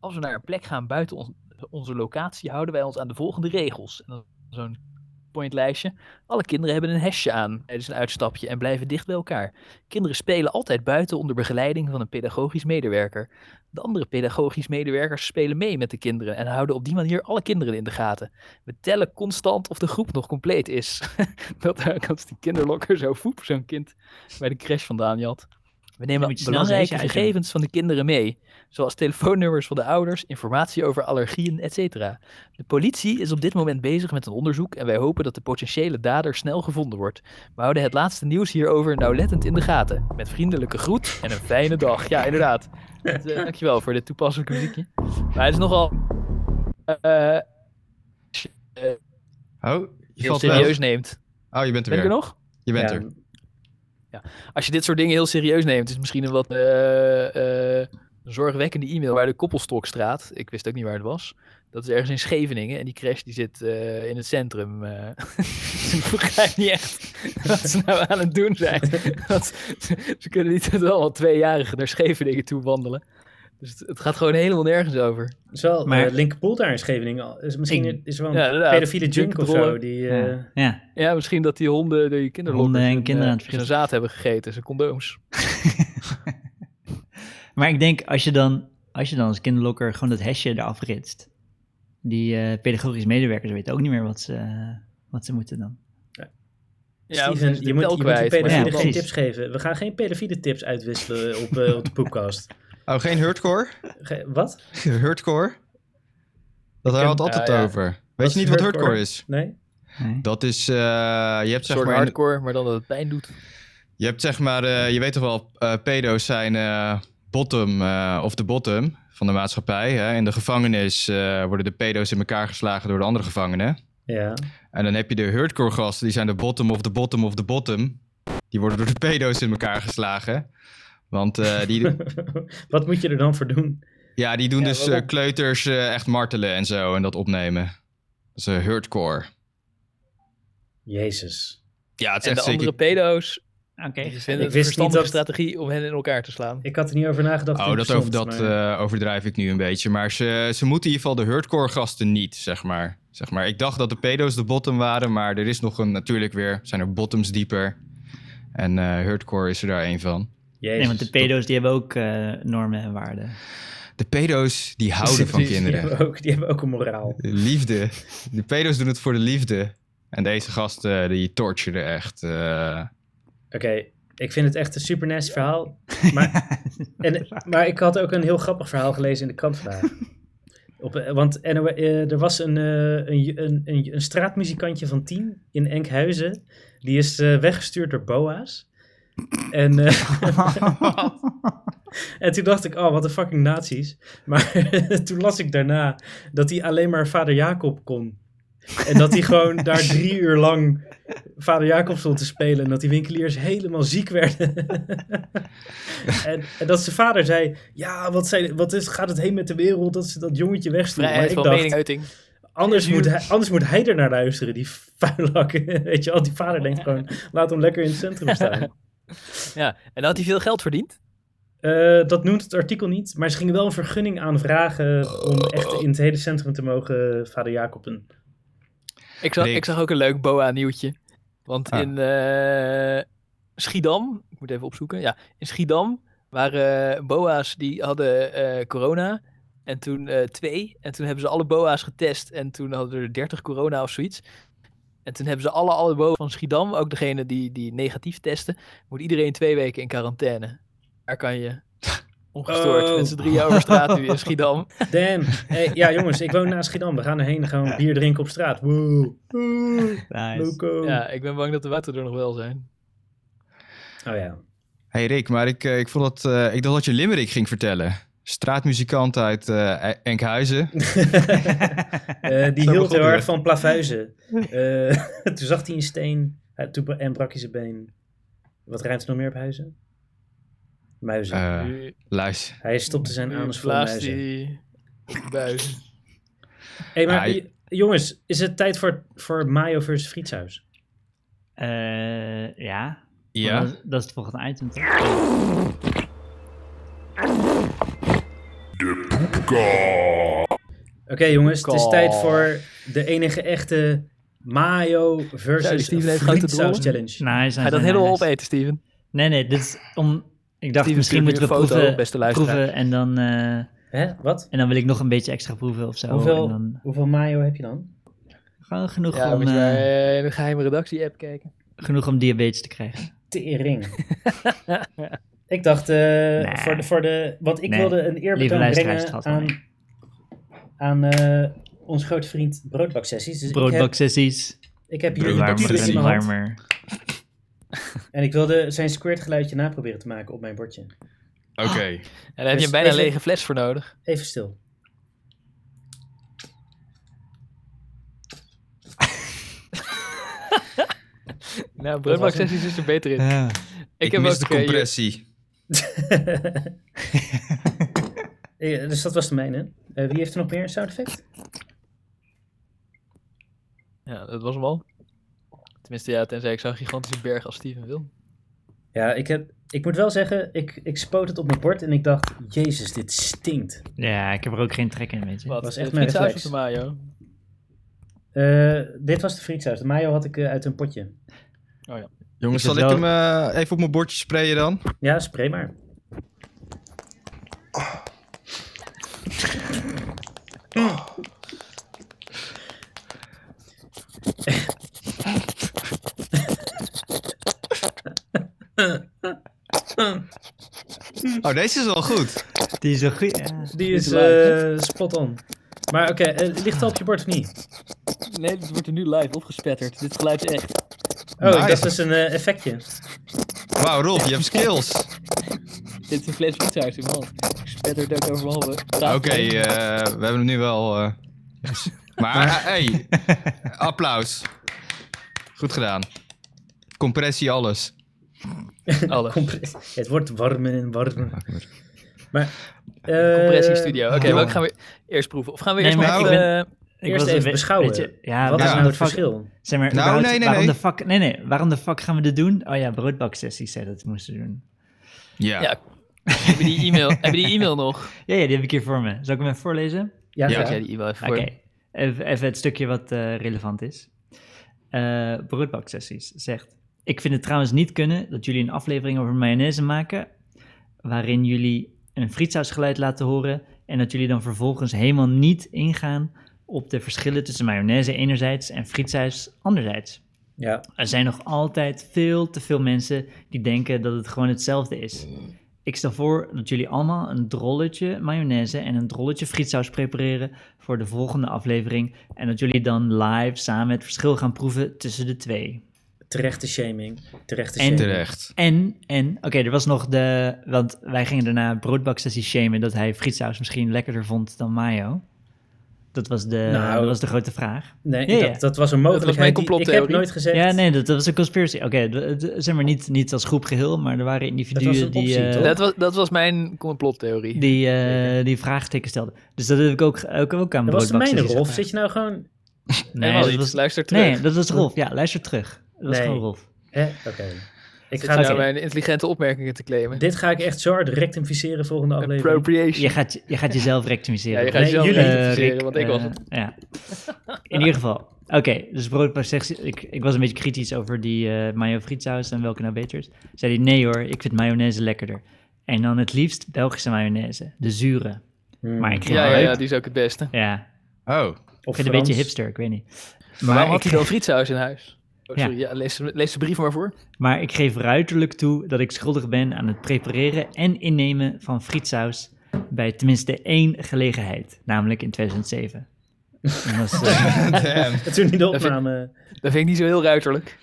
[SPEAKER 3] Als we naar een plek gaan buiten ons- onze locatie, houden wij ons aan de volgende regels. En dan zo'n pointlijstje. Alle kinderen hebben een hesje aan tijdens een uitstapje en blijven dicht bij elkaar. Kinderen spelen altijd buiten onder begeleiding van een pedagogisch medewerker. De andere pedagogisch medewerkers spelen mee met de kinderen en houden op die manier alle kinderen in de gaten. We tellen constant of de groep nog compleet is. Dat ook als die kinderlokker zo voep zo'n kind bij de crash vandaan jat. We nemen
[SPEAKER 2] moet je snel zijn
[SPEAKER 3] belangrijke
[SPEAKER 2] hesje uitdoen.
[SPEAKER 3] gegevens van de kinderen mee, zoals telefoonnummers van de ouders, informatie over allergieën, etc. De politie is op dit moment bezig met een onderzoek en wij hopen dat de potentiële dader snel gevonden wordt. We houden het laatste nieuws hierover nauwlettend in de gaten. Met vriendelijke groet en een fijne dag. Ja, inderdaad. Dat, eh, dankjewel voor dit toepasselijke muziekje. Maar het is nogal... eh, eh, als je
[SPEAKER 4] Oh, je
[SPEAKER 3] heel
[SPEAKER 4] valt weg.
[SPEAKER 3] serieus neemt.
[SPEAKER 4] Oh, je bent er
[SPEAKER 3] Ben ik er
[SPEAKER 4] weer.
[SPEAKER 3] nog?
[SPEAKER 4] Je bent
[SPEAKER 1] Ja,
[SPEAKER 4] er.
[SPEAKER 3] Als je dit soort dingen heel serieus neemt, is het misschien een wat eh, eh, zorgwekkende e-mail waar de Koppelstokstraat, ik wist ook niet waar het was, dat is ergens in Scheveningen en die crash die zit eh, in het centrum. eh. Dus ik begrijp niet echt wat ze nou aan het doen zijn. Want ze, ze kunnen niet wel al tweejarigen naar Scheveningen toe wandelen. Dus het, het gaat gewoon helemaal nergens over.
[SPEAKER 1] het is wel,
[SPEAKER 2] Maar-
[SPEAKER 1] maar Linkerpool daar in Scheveningen. al- Is misschien
[SPEAKER 2] Ik-
[SPEAKER 1] is er wel
[SPEAKER 3] Ja,
[SPEAKER 1] een
[SPEAKER 3] inderdaad.
[SPEAKER 1] pedofiele junk of zo.
[SPEAKER 3] Junkdrollen.
[SPEAKER 1] Die, eh,
[SPEAKER 2] Ja, ja.
[SPEAKER 3] Ja, misschien dat die honden die kinderen
[SPEAKER 2] Honden en kinderen aan
[SPEAKER 3] zijn
[SPEAKER 2] het vergiftigen.
[SPEAKER 3] zaad hebben gegeten, zijn condooms.
[SPEAKER 2] Maar ik denk als je dan als, je dan als kinderlokker gewoon dat hesje eraf ritst, die eh, pedagogisch medewerkers weten ook niet meer wat ze, wat ze moeten dan.
[SPEAKER 3] Ja, dus
[SPEAKER 1] Steven, je, moet, je moet die
[SPEAKER 2] Ja,
[SPEAKER 1] pedofielen geen
[SPEAKER 2] precies.
[SPEAKER 1] tips geven. We gaan geen pedofiele tips uitwisselen op, eh, op de podcast.
[SPEAKER 4] Oh, geen hurtcore?
[SPEAKER 1] Ge- wat?
[SPEAKER 4] Hurtcore? Dat daar
[SPEAKER 1] ken-
[SPEAKER 4] had het altijd
[SPEAKER 3] Ah, ja.
[SPEAKER 4] over. Weet
[SPEAKER 1] Wat
[SPEAKER 4] je
[SPEAKER 1] is
[SPEAKER 4] niet wat
[SPEAKER 1] hurtcore?
[SPEAKER 4] hardcore is?
[SPEAKER 1] Nee?
[SPEAKER 2] Nee.
[SPEAKER 4] Dat is, eh, je hebt
[SPEAKER 3] Een
[SPEAKER 4] zeg
[SPEAKER 3] soort
[SPEAKER 4] maar... in-
[SPEAKER 3] hardcore, maar dan dat het pijn doet.
[SPEAKER 4] Je hebt zeg maar, eh, je weet toch wel, eh, pedo's zijn eh, bottom eh, of de bottom van de maatschappij. Hè? In de gevangenis eh, worden de pedo's in elkaar geslagen door de andere gevangenen.
[SPEAKER 1] Ja.
[SPEAKER 4] En dan heb je de hardcore gasten, die zijn de bottom of de bottom of de bottom. Die worden door de pedo's in elkaar geslagen. Want eh, die,
[SPEAKER 1] wat moet je er dan voor doen?
[SPEAKER 4] ja, die doen
[SPEAKER 3] Ja,
[SPEAKER 4] dus eh,
[SPEAKER 3] waarom?
[SPEAKER 4] kleuters eh, echt martelen en zo en dat opnemen. Dat is eh, hardcore.
[SPEAKER 1] Jezus.
[SPEAKER 4] Ja, het is
[SPEAKER 3] En de
[SPEAKER 4] echt zeker...
[SPEAKER 3] andere pedo's
[SPEAKER 2] Oké.
[SPEAKER 3] Ik
[SPEAKER 1] Ik
[SPEAKER 3] vind het een
[SPEAKER 1] wist
[SPEAKER 3] verstandige
[SPEAKER 1] niet dat-
[SPEAKER 3] strategie om hen in elkaar te slaan.
[SPEAKER 1] Ik had er niet over nagedacht.
[SPEAKER 4] Oh,
[SPEAKER 1] hoe
[SPEAKER 4] dat,
[SPEAKER 1] het
[SPEAKER 4] over,
[SPEAKER 1] bestond,
[SPEAKER 4] dat
[SPEAKER 1] maar-
[SPEAKER 4] eh, overdrijf ik nu een beetje. Maar ze, ze moeten in ieder geval de hardcore gasten niet, zeg maar. zeg maar. Ik dacht dat de pedo's de bottom waren, maar er is nog een, natuurlijk weer, zijn er bottoms dieper. En eh hardcore is er daar één van.
[SPEAKER 1] Jezus.
[SPEAKER 2] Nee, want de pedo's die hebben ook eh, normen en waarden.
[SPEAKER 4] De pedo's, die houden van
[SPEAKER 1] Precies, Die
[SPEAKER 4] kinderen.
[SPEAKER 1] hebben ook, die hebben ook een moraal.
[SPEAKER 4] Liefde. De pedo's doen het voor de liefde. En deze gasten, die torturen echt. eh.
[SPEAKER 1] Oké, ik vind het echt een super nasty verhaal. Maar, en, maar ik had ook een heel grappig verhaal gelezen in de krant vandaag. Op, eh, want NO eh, er was een, eh, een, ju- een, een, een straatmuzikantje van 10 in Enkhuizen. Die is eh, weggestuurd door BOA's. En, eh, en toen dacht ik, oh, wat een fucking nazi's. Maar toen las ik daarna dat hij alleen maar vader Jacob kon. En dat hij gewoon daar drie uur lang vader Jacob stond te spelen. En dat die winkeliers helemaal ziek werden. en, en dat zijn vader zei, ja, wat, zijn, wat is, gaat het heen met de wereld dat ze dat jongetje wegsturen? Maar
[SPEAKER 3] Vrijheid
[SPEAKER 1] ik
[SPEAKER 3] van
[SPEAKER 1] dacht,
[SPEAKER 3] meningsuiting.
[SPEAKER 1] Anders moet, hij, anders moet hij ernaar luisteren, die vuilak. Weet je al, die vader denkt gewoon, laat hem lekker in het centrum staan.
[SPEAKER 7] Ja, en had hij veel geld verdiend?
[SPEAKER 1] Eh, dat noemt het artikel niet, maar ze gingen wel een vergunning aanvragen om echt in het hele centrum te mogen eh, vader Jacoben.
[SPEAKER 3] Ik zag,
[SPEAKER 4] Nee.
[SPEAKER 3] ik zag ook een leuk boa-nieuwtje. Want
[SPEAKER 4] Ah.
[SPEAKER 3] in eh, Schiedam, ik moet even opzoeken. Ja, in Schiedam waren eh, boa's die hadden eh, corona. En toen eh, twee. En toen hebben ze alle boa's getest. En toen hadden er 30 corona of zoiets. En toen hebben ze alle, alle boa's van Schiedam, ook degene die, die negatief testen, moet iedereen twee weken in quarantaine. Daar kan je ongestoord
[SPEAKER 1] Oh.
[SPEAKER 3] met z'n drieën over straat nu in Schiedam.
[SPEAKER 1] Damn. Hey, ja, jongens, ik woon naast Schiedam. We gaan erheen en gaan bier drinken op straat. Wow.
[SPEAKER 2] Nice.
[SPEAKER 1] Loco.
[SPEAKER 3] Ja, ik ben bang dat de water er nog wel zijn.
[SPEAKER 1] Oh ja.
[SPEAKER 4] Hey Rick, maar ik, eh, ik, vond dat, eh, ik dacht dat je Limerick ging vertellen. Straatmuzikant uit eh, E- Enkhuizen.
[SPEAKER 1] Eh, die
[SPEAKER 4] Zo
[SPEAKER 1] hield
[SPEAKER 4] begon
[SPEAKER 1] heel
[SPEAKER 4] hij.
[SPEAKER 1] erg van plavuizen. Eh, toen zag hij een steen eh, toen, bra- en brak hij zijn been. Wat ruimt er nog meer op huizen? Muizen.
[SPEAKER 4] Eh
[SPEAKER 3] Nu-
[SPEAKER 4] luister.
[SPEAKER 1] hij stopte zijn
[SPEAKER 3] nu
[SPEAKER 1] anus vol
[SPEAKER 3] blaast
[SPEAKER 1] muizen.
[SPEAKER 3] die buizen.
[SPEAKER 1] Hey, maar
[SPEAKER 4] Hij-
[SPEAKER 1] j- jongens, is het tijd voor, voor Mayo versus Frietshuis?
[SPEAKER 2] Eh, ja.
[SPEAKER 4] Ja.
[SPEAKER 2] Dat, is- dat is het volgende item.
[SPEAKER 3] Oh.
[SPEAKER 2] toch?
[SPEAKER 1] Oké jongens, het is
[SPEAKER 3] Goh.
[SPEAKER 1] tijd voor de enige echte Mayo
[SPEAKER 3] Zo, die
[SPEAKER 1] versus
[SPEAKER 3] Steven heeft grote
[SPEAKER 1] Frietsaus
[SPEAKER 3] drollen.
[SPEAKER 1] challenge.
[SPEAKER 2] Nice.
[SPEAKER 3] Ga je dat helemaal opeten, Steven?
[SPEAKER 2] Nee, nee. Dit is om... Ik dacht,
[SPEAKER 3] Steven,
[SPEAKER 2] misschien
[SPEAKER 3] stuur me
[SPEAKER 2] moeten we
[SPEAKER 3] een foto,
[SPEAKER 2] proeven,
[SPEAKER 3] beste luisteraar.
[SPEAKER 2] proeven en dan... eh,
[SPEAKER 1] Hè, wat?
[SPEAKER 2] En dan wil ik nog een beetje extra proeven of zo.
[SPEAKER 1] hoeveel,
[SPEAKER 2] Oh, En dan
[SPEAKER 1] hoeveel Mayo heb je dan?
[SPEAKER 2] gewoon genoeg,
[SPEAKER 3] Ja,
[SPEAKER 2] om,
[SPEAKER 3] moet je
[SPEAKER 2] eh,
[SPEAKER 3] naar eh, in de geheime redactie-app kijken.
[SPEAKER 2] genoeg om diabetes te krijgen.
[SPEAKER 1] Tering. ik dacht, eh, voor, de, voor de... Want ik
[SPEAKER 2] Nee,
[SPEAKER 1] wilde een
[SPEAKER 2] lieve
[SPEAKER 1] eerbetoon
[SPEAKER 2] luisteraars,
[SPEAKER 1] brengen
[SPEAKER 2] het gaat wel
[SPEAKER 1] aan, aan eh onze grote vriend Broodbaksessies. Dus ik heb,
[SPEAKER 2] Broodbaksessies.
[SPEAKER 1] ik heb hier een
[SPEAKER 2] Warmer
[SPEAKER 1] papiertje in
[SPEAKER 2] en
[SPEAKER 1] mijn hand.
[SPEAKER 2] warmer.
[SPEAKER 1] En ik wilde zijn squirt geluidje naproberen te maken op mijn bordje.
[SPEAKER 4] Oké.
[SPEAKER 3] En daar heb
[SPEAKER 1] Dus
[SPEAKER 3] je een bijna
[SPEAKER 1] is het-
[SPEAKER 3] lege fles voor nodig.
[SPEAKER 1] Even stil.
[SPEAKER 3] Nou,
[SPEAKER 1] was hem.
[SPEAKER 3] broodbaksessies is er beter in.
[SPEAKER 4] Ja. Ik,
[SPEAKER 3] heb
[SPEAKER 4] mis
[SPEAKER 3] ook,
[SPEAKER 4] de
[SPEAKER 3] eh, hier-
[SPEAKER 4] compressie.
[SPEAKER 1] Eh, dus dat was de mijne. Eh, wie heeft er nog meer sound effect?
[SPEAKER 3] Ja, dat was hem al. Tenminste, ja, tenzij ik zo'n gigantische berg als Steven wil.
[SPEAKER 1] Ja, ik, heb, ik moet wel zeggen, ik, ik spoot het op mijn bord en ik dacht, jezus, dit stinkt.
[SPEAKER 2] Ja, ik heb er ook geen trek in, weet je.
[SPEAKER 3] Wat?
[SPEAKER 1] was
[SPEAKER 3] eh,
[SPEAKER 1] echt mijn
[SPEAKER 3] frietsaus
[SPEAKER 1] reflex.
[SPEAKER 3] of de mayo?
[SPEAKER 1] Eh, dit was de frietsaus. De mayo had ik eh, uit een potje.
[SPEAKER 4] Jongens,
[SPEAKER 2] Ik
[SPEAKER 4] zal
[SPEAKER 2] vind
[SPEAKER 4] ik hem
[SPEAKER 2] wel-
[SPEAKER 4] eh, even op mijn bordje sprayen dan?
[SPEAKER 1] Ja, spray maar.
[SPEAKER 4] Oh, deze is wel goed.
[SPEAKER 2] Die is wel goed. Ja.
[SPEAKER 1] Die is
[SPEAKER 3] live.
[SPEAKER 1] eh, spot on. Maar oké, eh, ligt het al op je bord of niet?
[SPEAKER 3] Nee, dit wordt er nu live opgespetterd. Dit geluid is echt.
[SPEAKER 1] Oh,
[SPEAKER 4] Nice.
[SPEAKER 1] ik dacht, dat is een eh, effectje.
[SPEAKER 4] Wauw, Rolf, je hebt skills.
[SPEAKER 3] Dit is een fles frietsaus in man. Spettert ook over mijn
[SPEAKER 4] Oké,
[SPEAKER 3] handen.
[SPEAKER 4] eh, we hebben hem nu wel. eh, yes. Maar eh, hey, applaus. Goed gedaan. Compressie, alles.
[SPEAKER 3] Alles.
[SPEAKER 1] Compre- Het wordt warmer en warmer. Maar, eh,
[SPEAKER 3] Compressiestudio. Oké,
[SPEAKER 4] ja.
[SPEAKER 3] welke gaan we eerst proeven? Of gaan we
[SPEAKER 2] Nee,
[SPEAKER 3] eerst
[SPEAKER 2] maar
[SPEAKER 3] met,
[SPEAKER 2] ik ben-
[SPEAKER 3] eh,
[SPEAKER 2] Ik
[SPEAKER 1] Eerst
[SPEAKER 2] was-
[SPEAKER 1] even
[SPEAKER 2] weet-
[SPEAKER 1] beschouwen.
[SPEAKER 2] weet je- ja,
[SPEAKER 1] wat
[SPEAKER 4] ja,
[SPEAKER 1] is nou het
[SPEAKER 2] fuck-
[SPEAKER 1] verschil?
[SPEAKER 2] Zeg maar,
[SPEAKER 4] Nou,
[SPEAKER 2] überhaupt,
[SPEAKER 4] nee, nee,
[SPEAKER 2] waarom
[SPEAKER 4] nee.
[SPEAKER 2] de fuck... Nee, nee. Waarom de fuck gaan we dit doen? Oh ja, broodbaksessies zei dat we moesten doen.
[SPEAKER 4] Ja.
[SPEAKER 3] Ja. heb je die e-mail, heb je die e-mail nog?
[SPEAKER 2] Ja, ja, die heb ik hier voor me. Zal ik hem even voorlezen?
[SPEAKER 1] Ja,
[SPEAKER 4] Ja,
[SPEAKER 1] ja.
[SPEAKER 3] Ik zei die e-mail even
[SPEAKER 2] Oké,
[SPEAKER 3] voor.
[SPEAKER 2] even, even het stukje wat eh, relevant is. Eh Broodbaksessies zegt... Ik vind het trouwens niet kunnen dat jullie een aflevering over mayonaise maken... waarin jullie een frietsausgeluid laten horen... en dat jullie dan vervolgens helemaal niet ingaan... op de verschillen tussen mayonaise enerzijds en frietsaus anderzijds.
[SPEAKER 1] Ja.
[SPEAKER 2] Er zijn nog altijd veel te veel mensen die denken dat het gewoon hetzelfde is. Ik Ik stel voor dat jullie allemaal een drolletje mayonaise en een drolletje frietsaus prepareren voor de volgende aflevering. En dat jullie dan live samen het verschil gaan proeven tussen de twee.
[SPEAKER 1] Terechte shaming. Terechte
[SPEAKER 2] En-
[SPEAKER 1] shaming.
[SPEAKER 4] Terecht.
[SPEAKER 2] En, en, oké, er was nog de, want wij gingen daarna broodbaksessie shamen dat hij frietsaus misschien lekkerder vond dan mayo. Dat was de,
[SPEAKER 1] Nou.
[SPEAKER 2] dat was de grote vraag.
[SPEAKER 1] Nee,
[SPEAKER 2] Ja, ja.
[SPEAKER 1] Dat, dat was een
[SPEAKER 3] was
[SPEAKER 1] mogelijkheid.
[SPEAKER 3] mijn
[SPEAKER 1] die- Ik
[SPEAKER 3] complottheorie.
[SPEAKER 1] heb nooit gezegd.
[SPEAKER 2] Ja, nee, dat, dat was een conspiracy. Oké, d- d- zeg maar niet, niet als groep geheel, maar er waren individuen
[SPEAKER 1] Dat was een
[SPEAKER 2] die,
[SPEAKER 1] optie,
[SPEAKER 2] eh,
[SPEAKER 1] toch?
[SPEAKER 3] Dat was, dat was mijn complottheorie.
[SPEAKER 2] die, eh die vraagteken stelden. Dus dat heb ik ook, ook, ook aan
[SPEAKER 1] Dat was de mijne,
[SPEAKER 2] broodbaksessies
[SPEAKER 1] Rolf.
[SPEAKER 2] gevraagd.
[SPEAKER 1] Zit je nou gewoon...
[SPEAKER 2] Nee,
[SPEAKER 3] Helemaal
[SPEAKER 2] dat
[SPEAKER 3] niet.
[SPEAKER 2] was,
[SPEAKER 3] Luister terug.
[SPEAKER 2] nee, dat was Rolf. Ja, luister terug. Dat was
[SPEAKER 1] Nee.
[SPEAKER 2] gewoon Rolf.
[SPEAKER 1] Hè? Oké. Ik
[SPEAKER 3] Ik
[SPEAKER 1] ga
[SPEAKER 3] ga nou
[SPEAKER 1] het-
[SPEAKER 3] mijn intelligente opmerkingen te claimen.
[SPEAKER 1] Dit ga ik echt zo hard rectificeren volgende aflevering.
[SPEAKER 3] Appropriation.
[SPEAKER 2] Je gaat, je gaat jezelf
[SPEAKER 3] Ja,
[SPEAKER 2] rectificeren.
[SPEAKER 3] je gaat
[SPEAKER 1] Nee,
[SPEAKER 3] jezelf
[SPEAKER 1] jullie.
[SPEAKER 3] identificeren,
[SPEAKER 2] Rick,
[SPEAKER 3] want ik was
[SPEAKER 2] eh,
[SPEAKER 3] het.
[SPEAKER 2] Ja. In ieder geval. Oké, dus broodbaksessie. Ik, ik was een beetje kritisch over die eh mayo frietsaus en welke nou beter is. Zei hij, nee hoor, ik vind mayonaise lekkerder. En dan het liefst Belgische mayonaise, de zure.
[SPEAKER 1] Hmm.
[SPEAKER 2] Maar ik ging
[SPEAKER 3] Ja, ja,
[SPEAKER 2] leuk.
[SPEAKER 3] ja, die is ook het beste.
[SPEAKER 2] Ja,
[SPEAKER 4] Oh,
[SPEAKER 1] Of
[SPEAKER 2] ik vind het een
[SPEAKER 1] Frans.
[SPEAKER 2] beetje hipster, ik weet niet.
[SPEAKER 3] Maar waarom
[SPEAKER 2] ik,
[SPEAKER 3] had hij wel frietsaus in huis? Oh,
[SPEAKER 2] Ja.
[SPEAKER 3] sorry, ja. lees, de- lees de brief maar voor.
[SPEAKER 2] maar ik geef ruiterlijk toe dat ik schuldig ben aan het prepareren en innemen van frietsaus bij tenminste één gelegenheid, namelijk in 2007. En dat is, eh,
[SPEAKER 4] damn.
[SPEAKER 1] Toen niet de
[SPEAKER 3] vind-
[SPEAKER 1] opname...
[SPEAKER 3] Dat vind ik niet zo heel ruiterlijk.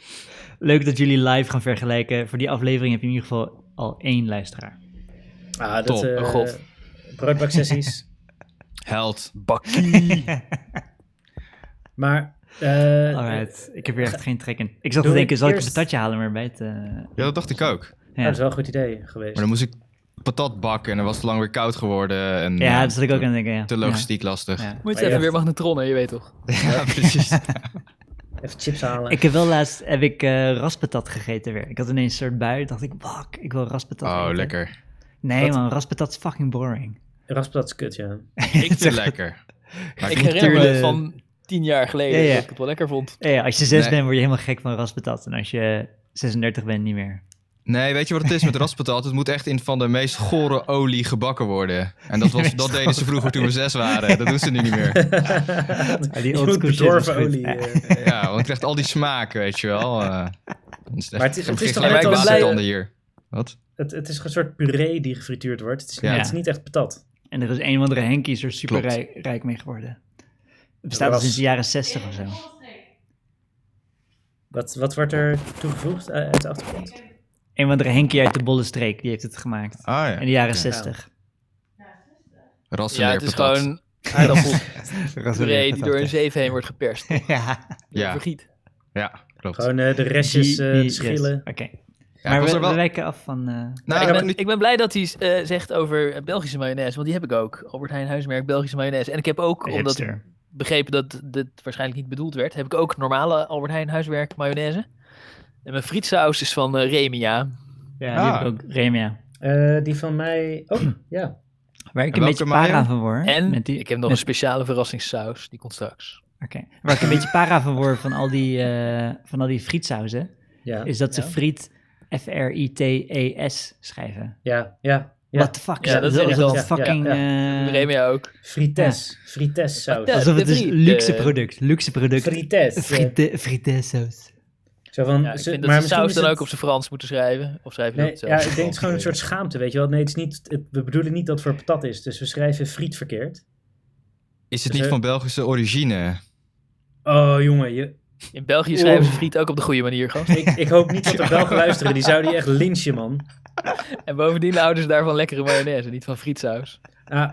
[SPEAKER 2] Leuk dat jullie live gaan vergelijken. Voor die aflevering heb je in ieder geval al één luisteraar.
[SPEAKER 1] Ah, dat...
[SPEAKER 4] Top,
[SPEAKER 1] eh,
[SPEAKER 3] oh god.
[SPEAKER 1] Broodbaksessies.
[SPEAKER 4] Held.
[SPEAKER 7] Bakkie.
[SPEAKER 1] maar... eh,
[SPEAKER 2] Alright, ik heb hier echt geen trek in. Ik zat te
[SPEAKER 1] Doe ik
[SPEAKER 2] denken, zal ik een
[SPEAKER 1] eerst-
[SPEAKER 2] patatje halen om erbij te...
[SPEAKER 4] Ja, dat dacht ik ook.
[SPEAKER 1] ah,
[SPEAKER 2] Ja,
[SPEAKER 1] Dat is wel een goed idee geweest.
[SPEAKER 4] Maar dan moest ik patat bakken en dan was het lang weer koud geworden. En,
[SPEAKER 2] ja
[SPEAKER 4] eh,
[SPEAKER 2] dat zat ik ook aan het denken, ja.
[SPEAKER 4] Te logistiek lastig.
[SPEAKER 2] Ja.
[SPEAKER 4] Ja,
[SPEAKER 2] Ja.
[SPEAKER 3] Moet
[SPEAKER 1] Maar
[SPEAKER 3] je even
[SPEAKER 1] ja.
[SPEAKER 3] weer magnetronnen, je weet toch.
[SPEAKER 4] precies.
[SPEAKER 1] Even chips halen.
[SPEAKER 2] Ik heb wel laatst heb ik, eh, raspatat gegeten weer. Ik had ineens een soort bui, dacht ik, wak, ik wil raspatat
[SPEAKER 4] Oh,
[SPEAKER 2] eten.
[SPEAKER 4] lekker.
[SPEAKER 2] Nee man, raspatat is fucking boring.
[SPEAKER 1] Raspatat is kut, ja.
[SPEAKER 4] Ik vind het lekker. Maar
[SPEAKER 3] Ik
[SPEAKER 4] ik moet
[SPEAKER 3] herinner me
[SPEAKER 2] toe,
[SPEAKER 3] dat
[SPEAKER 2] eh,
[SPEAKER 3] van tien jaar geleden
[SPEAKER 2] Ja, ja.
[SPEAKER 3] dat ik het wel lekker vond.
[SPEAKER 2] Ja, ja, als je zes
[SPEAKER 4] Nee.
[SPEAKER 2] bent, word je helemaal gek van raspatat. En als je 36 bent, niet meer.
[SPEAKER 4] Nee, weet je wat het is met raspatat? Het moet echt in van de meest gore olie gebakken worden. En dat, was,
[SPEAKER 2] meest
[SPEAKER 4] dat deden ze
[SPEAKER 2] gore
[SPEAKER 4] vroeger toen we zes waren. Dat doen ze nu niet meer.
[SPEAKER 2] die
[SPEAKER 1] Je
[SPEAKER 2] old
[SPEAKER 1] moet
[SPEAKER 2] school shit
[SPEAKER 1] bedorven
[SPEAKER 2] is goed.
[SPEAKER 1] olie.
[SPEAKER 2] Ja.
[SPEAKER 1] eh.
[SPEAKER 4] Ja, want het krijgt al die smaak, weet je wel. Eh, het is echt,
[SPEAKER 1] Maar het is- het is toch
[SPEAKER 4] gelijk
[SPEAKER 3] net als-
[SPEAKER 4] watertanden hier. Wat?
[SPEAKER 1] Het, het is een soort puree die gefrituurd wordt. Het is,
[SPEAKER 4] Ja.
[SPEAKER 1] het is niet echt patat.
[SPEAKER 2] En er is een of andere Henkie is er super rijk, rijk mee geworden. Het bestaat al
[SPEAKER 1] Ras.
[SPEAKER 2] sinds de jaren 60 of zo.
[SPEAKER 1] Wat, wat wordt er toegevoegd eh, uit de achtergrond?
[SPEAKER 2] Een of andere Henkie uit de Bollenstreek, die heeft het gemaakt.
[SPEAKER 4] Ah ja,
[SPEAKER 2] In de jaren
[SPEAKER 4] Oké.
[SPEAKER 2] 60.
[SPEAKER 3] Ja, het is
[SPEAKER 4] patat.
[SPEAKER 3] gewoon aardappelpuree
[SPEAKER 2] Rasserie,
[SPEAKER 3] die
[SPEAKER 2] patat,
[SPEAKER 3] door een
[SPEAKER 2] ja.
[SPEAKER 3] zeef heen wordt geperst.
[SPEAKER 2] ja,
[SPEAKER 4] Ja.
[SPEAKER 3] Vergiet.
[SPEAKER 4] Ja, klopt.
[SPEAKER 1] Gewoon eh, de restjes,
[SPEAKER 2] Die-
[SPEAKER 1] eh,
[SPEAKER 2] die-
[SPEAKER 1] de
[SPEAKER 2] yes.
[SPEAKER 1] schillen.
[SPEAKER 2] Oké,
[SPEAKER 4] Ja, ik
[SPEAKER 2] maar
[SPEAKER 4] was
[SPEAKER 2] we,
[SPEAKER 4] er wel...
[SPEAKER 2] we wijken af van... eh,
[SPEAKER 4] Nou, ik
[SPEAKER 3] ik,
[SPEAKER 4] ben
[SPEAKER 3] ben,
[SPEAKER 4] niet-
[SPEAKER 3] Ah, ik ben blij dat hij eh, zegt over eh, Belgische mayonaise, want die heb ik ook. Albert Heijn huismerk Belgische mayonaise. En ik heb ook, omdat ik
[SPEAKER 2] hipster.
[SPEAKER 3] begrepen dat dit waarschijnlijk niet bedoeld werd, heb ik ook normale Albert Heijn huiswerk mayonaise. En mijn frietsaus is van eh, Remia.
[SPEAKER 2] Ja,
[SPEAKER 4] Ah.
[SPEAKER 2] die heb ik ook. Remia.
[SPEAKER 1] Eh, die van mij... Oh, ja.
[SPEAKER 2] Waar ik
[SPEAKER 4] En
[SPEAKER 2] een
[SPEAKER 4] welke
[SPEAKER 2] beetje para
[SPEAKER 4] mayo?
[SPEAKER 2] van word.
[SPEAKER 3] En
[SPEAKER 2] met die-
[SPEAKER 3] ik heb nog
[SPEAKER 2] met-
[SPEAKER 3] een speciale verrassingssaus, die komt straks.
[SPEAKER 2] oké. Waar ik een beetje para van word van al die, eh, van al die frietsauzen,
[SPEAKER 1] Ja,
[SPEAKER 2] is dat ze
[SPEAKER 3] Ja.
[SPEAKER 2] friet F-R-I-T-E-S E schrijven.
[SPEAKER 1] ja, ja. ja.
[SPEAKER 2] What the fuck?
[SPEAKER 3] Ja, dat is
[SPEAKER 2] is
[SPEAKER 1] irritant.
[SPEAKER 2] een
[SPEAKER 1] Ja, ja,
[SPEAKER 2] fucking...
[SPEAKER 1] ja.
[SPEAKER 2] eh,
[SPEAKER 3] Remia ook.
[SPEAKER 1] Frites. Frites saus.
[SPEAKER 3] Ja,
[SPEAKER 2] Alsof het
[SPEAKER 3] de
[SPEAKER 2] is
[SPEAKER 3] friet,
[SPEAKER 2] luxe
[SPEAKER 3] eh,
[SPEAKER 2] product, luxe product.
[SPEAKER 1] Frites. ja.
[SPEAKER 2] Friete, frietessaus.
[SPEAKER 1] Zo van,
[SPEAKER 3] Ja, ik
[SPEAKER 1] ze-
[SPEAKER 3] vind
[SPEAKER 1] maar
[SPEAKER 3] dat ze
[SPEAKER 1] misschien
[SPEAKER 3] saus
[SPEAKER 1] is
[SPEAKER 3] dan
[SPEAKER 1] het-
[SPEAKER 3] ook op zijn Frans moeten schrijven. Of schrijven ze
[SPEAKER 1] Nee,
[SPEAKER 3] dat zelf?
[SPEAKER 1] ja, ik denk het is gewoon een soort schaamte, weet je wel. Nee, het is niet, het- we bedoelen niet dat het voor patat is. Dus we schrijven friet verkeerd.
[SPEAKER 4] Is het
[SPEAKER 1] Dus,
[SPEAKER 4] niet
[SPEAKER 1] eh,
[SPEAKER 4] van Belgische origine?
[SPEAKER 1] Oh, jongen. Je,
[SPEAKER 3] In België schrijven ze friet ook op de goede manier, gast.
[SPEAKER 1] ik, ik hoop niet dat er Belgen luisteren. Die zouden je echt lynchen, man.
[SPEAKER 3] En bovendien houden ze daarvan lekkere mayonaise, niet van frietsaus.
[SPEAKER 1] Ah,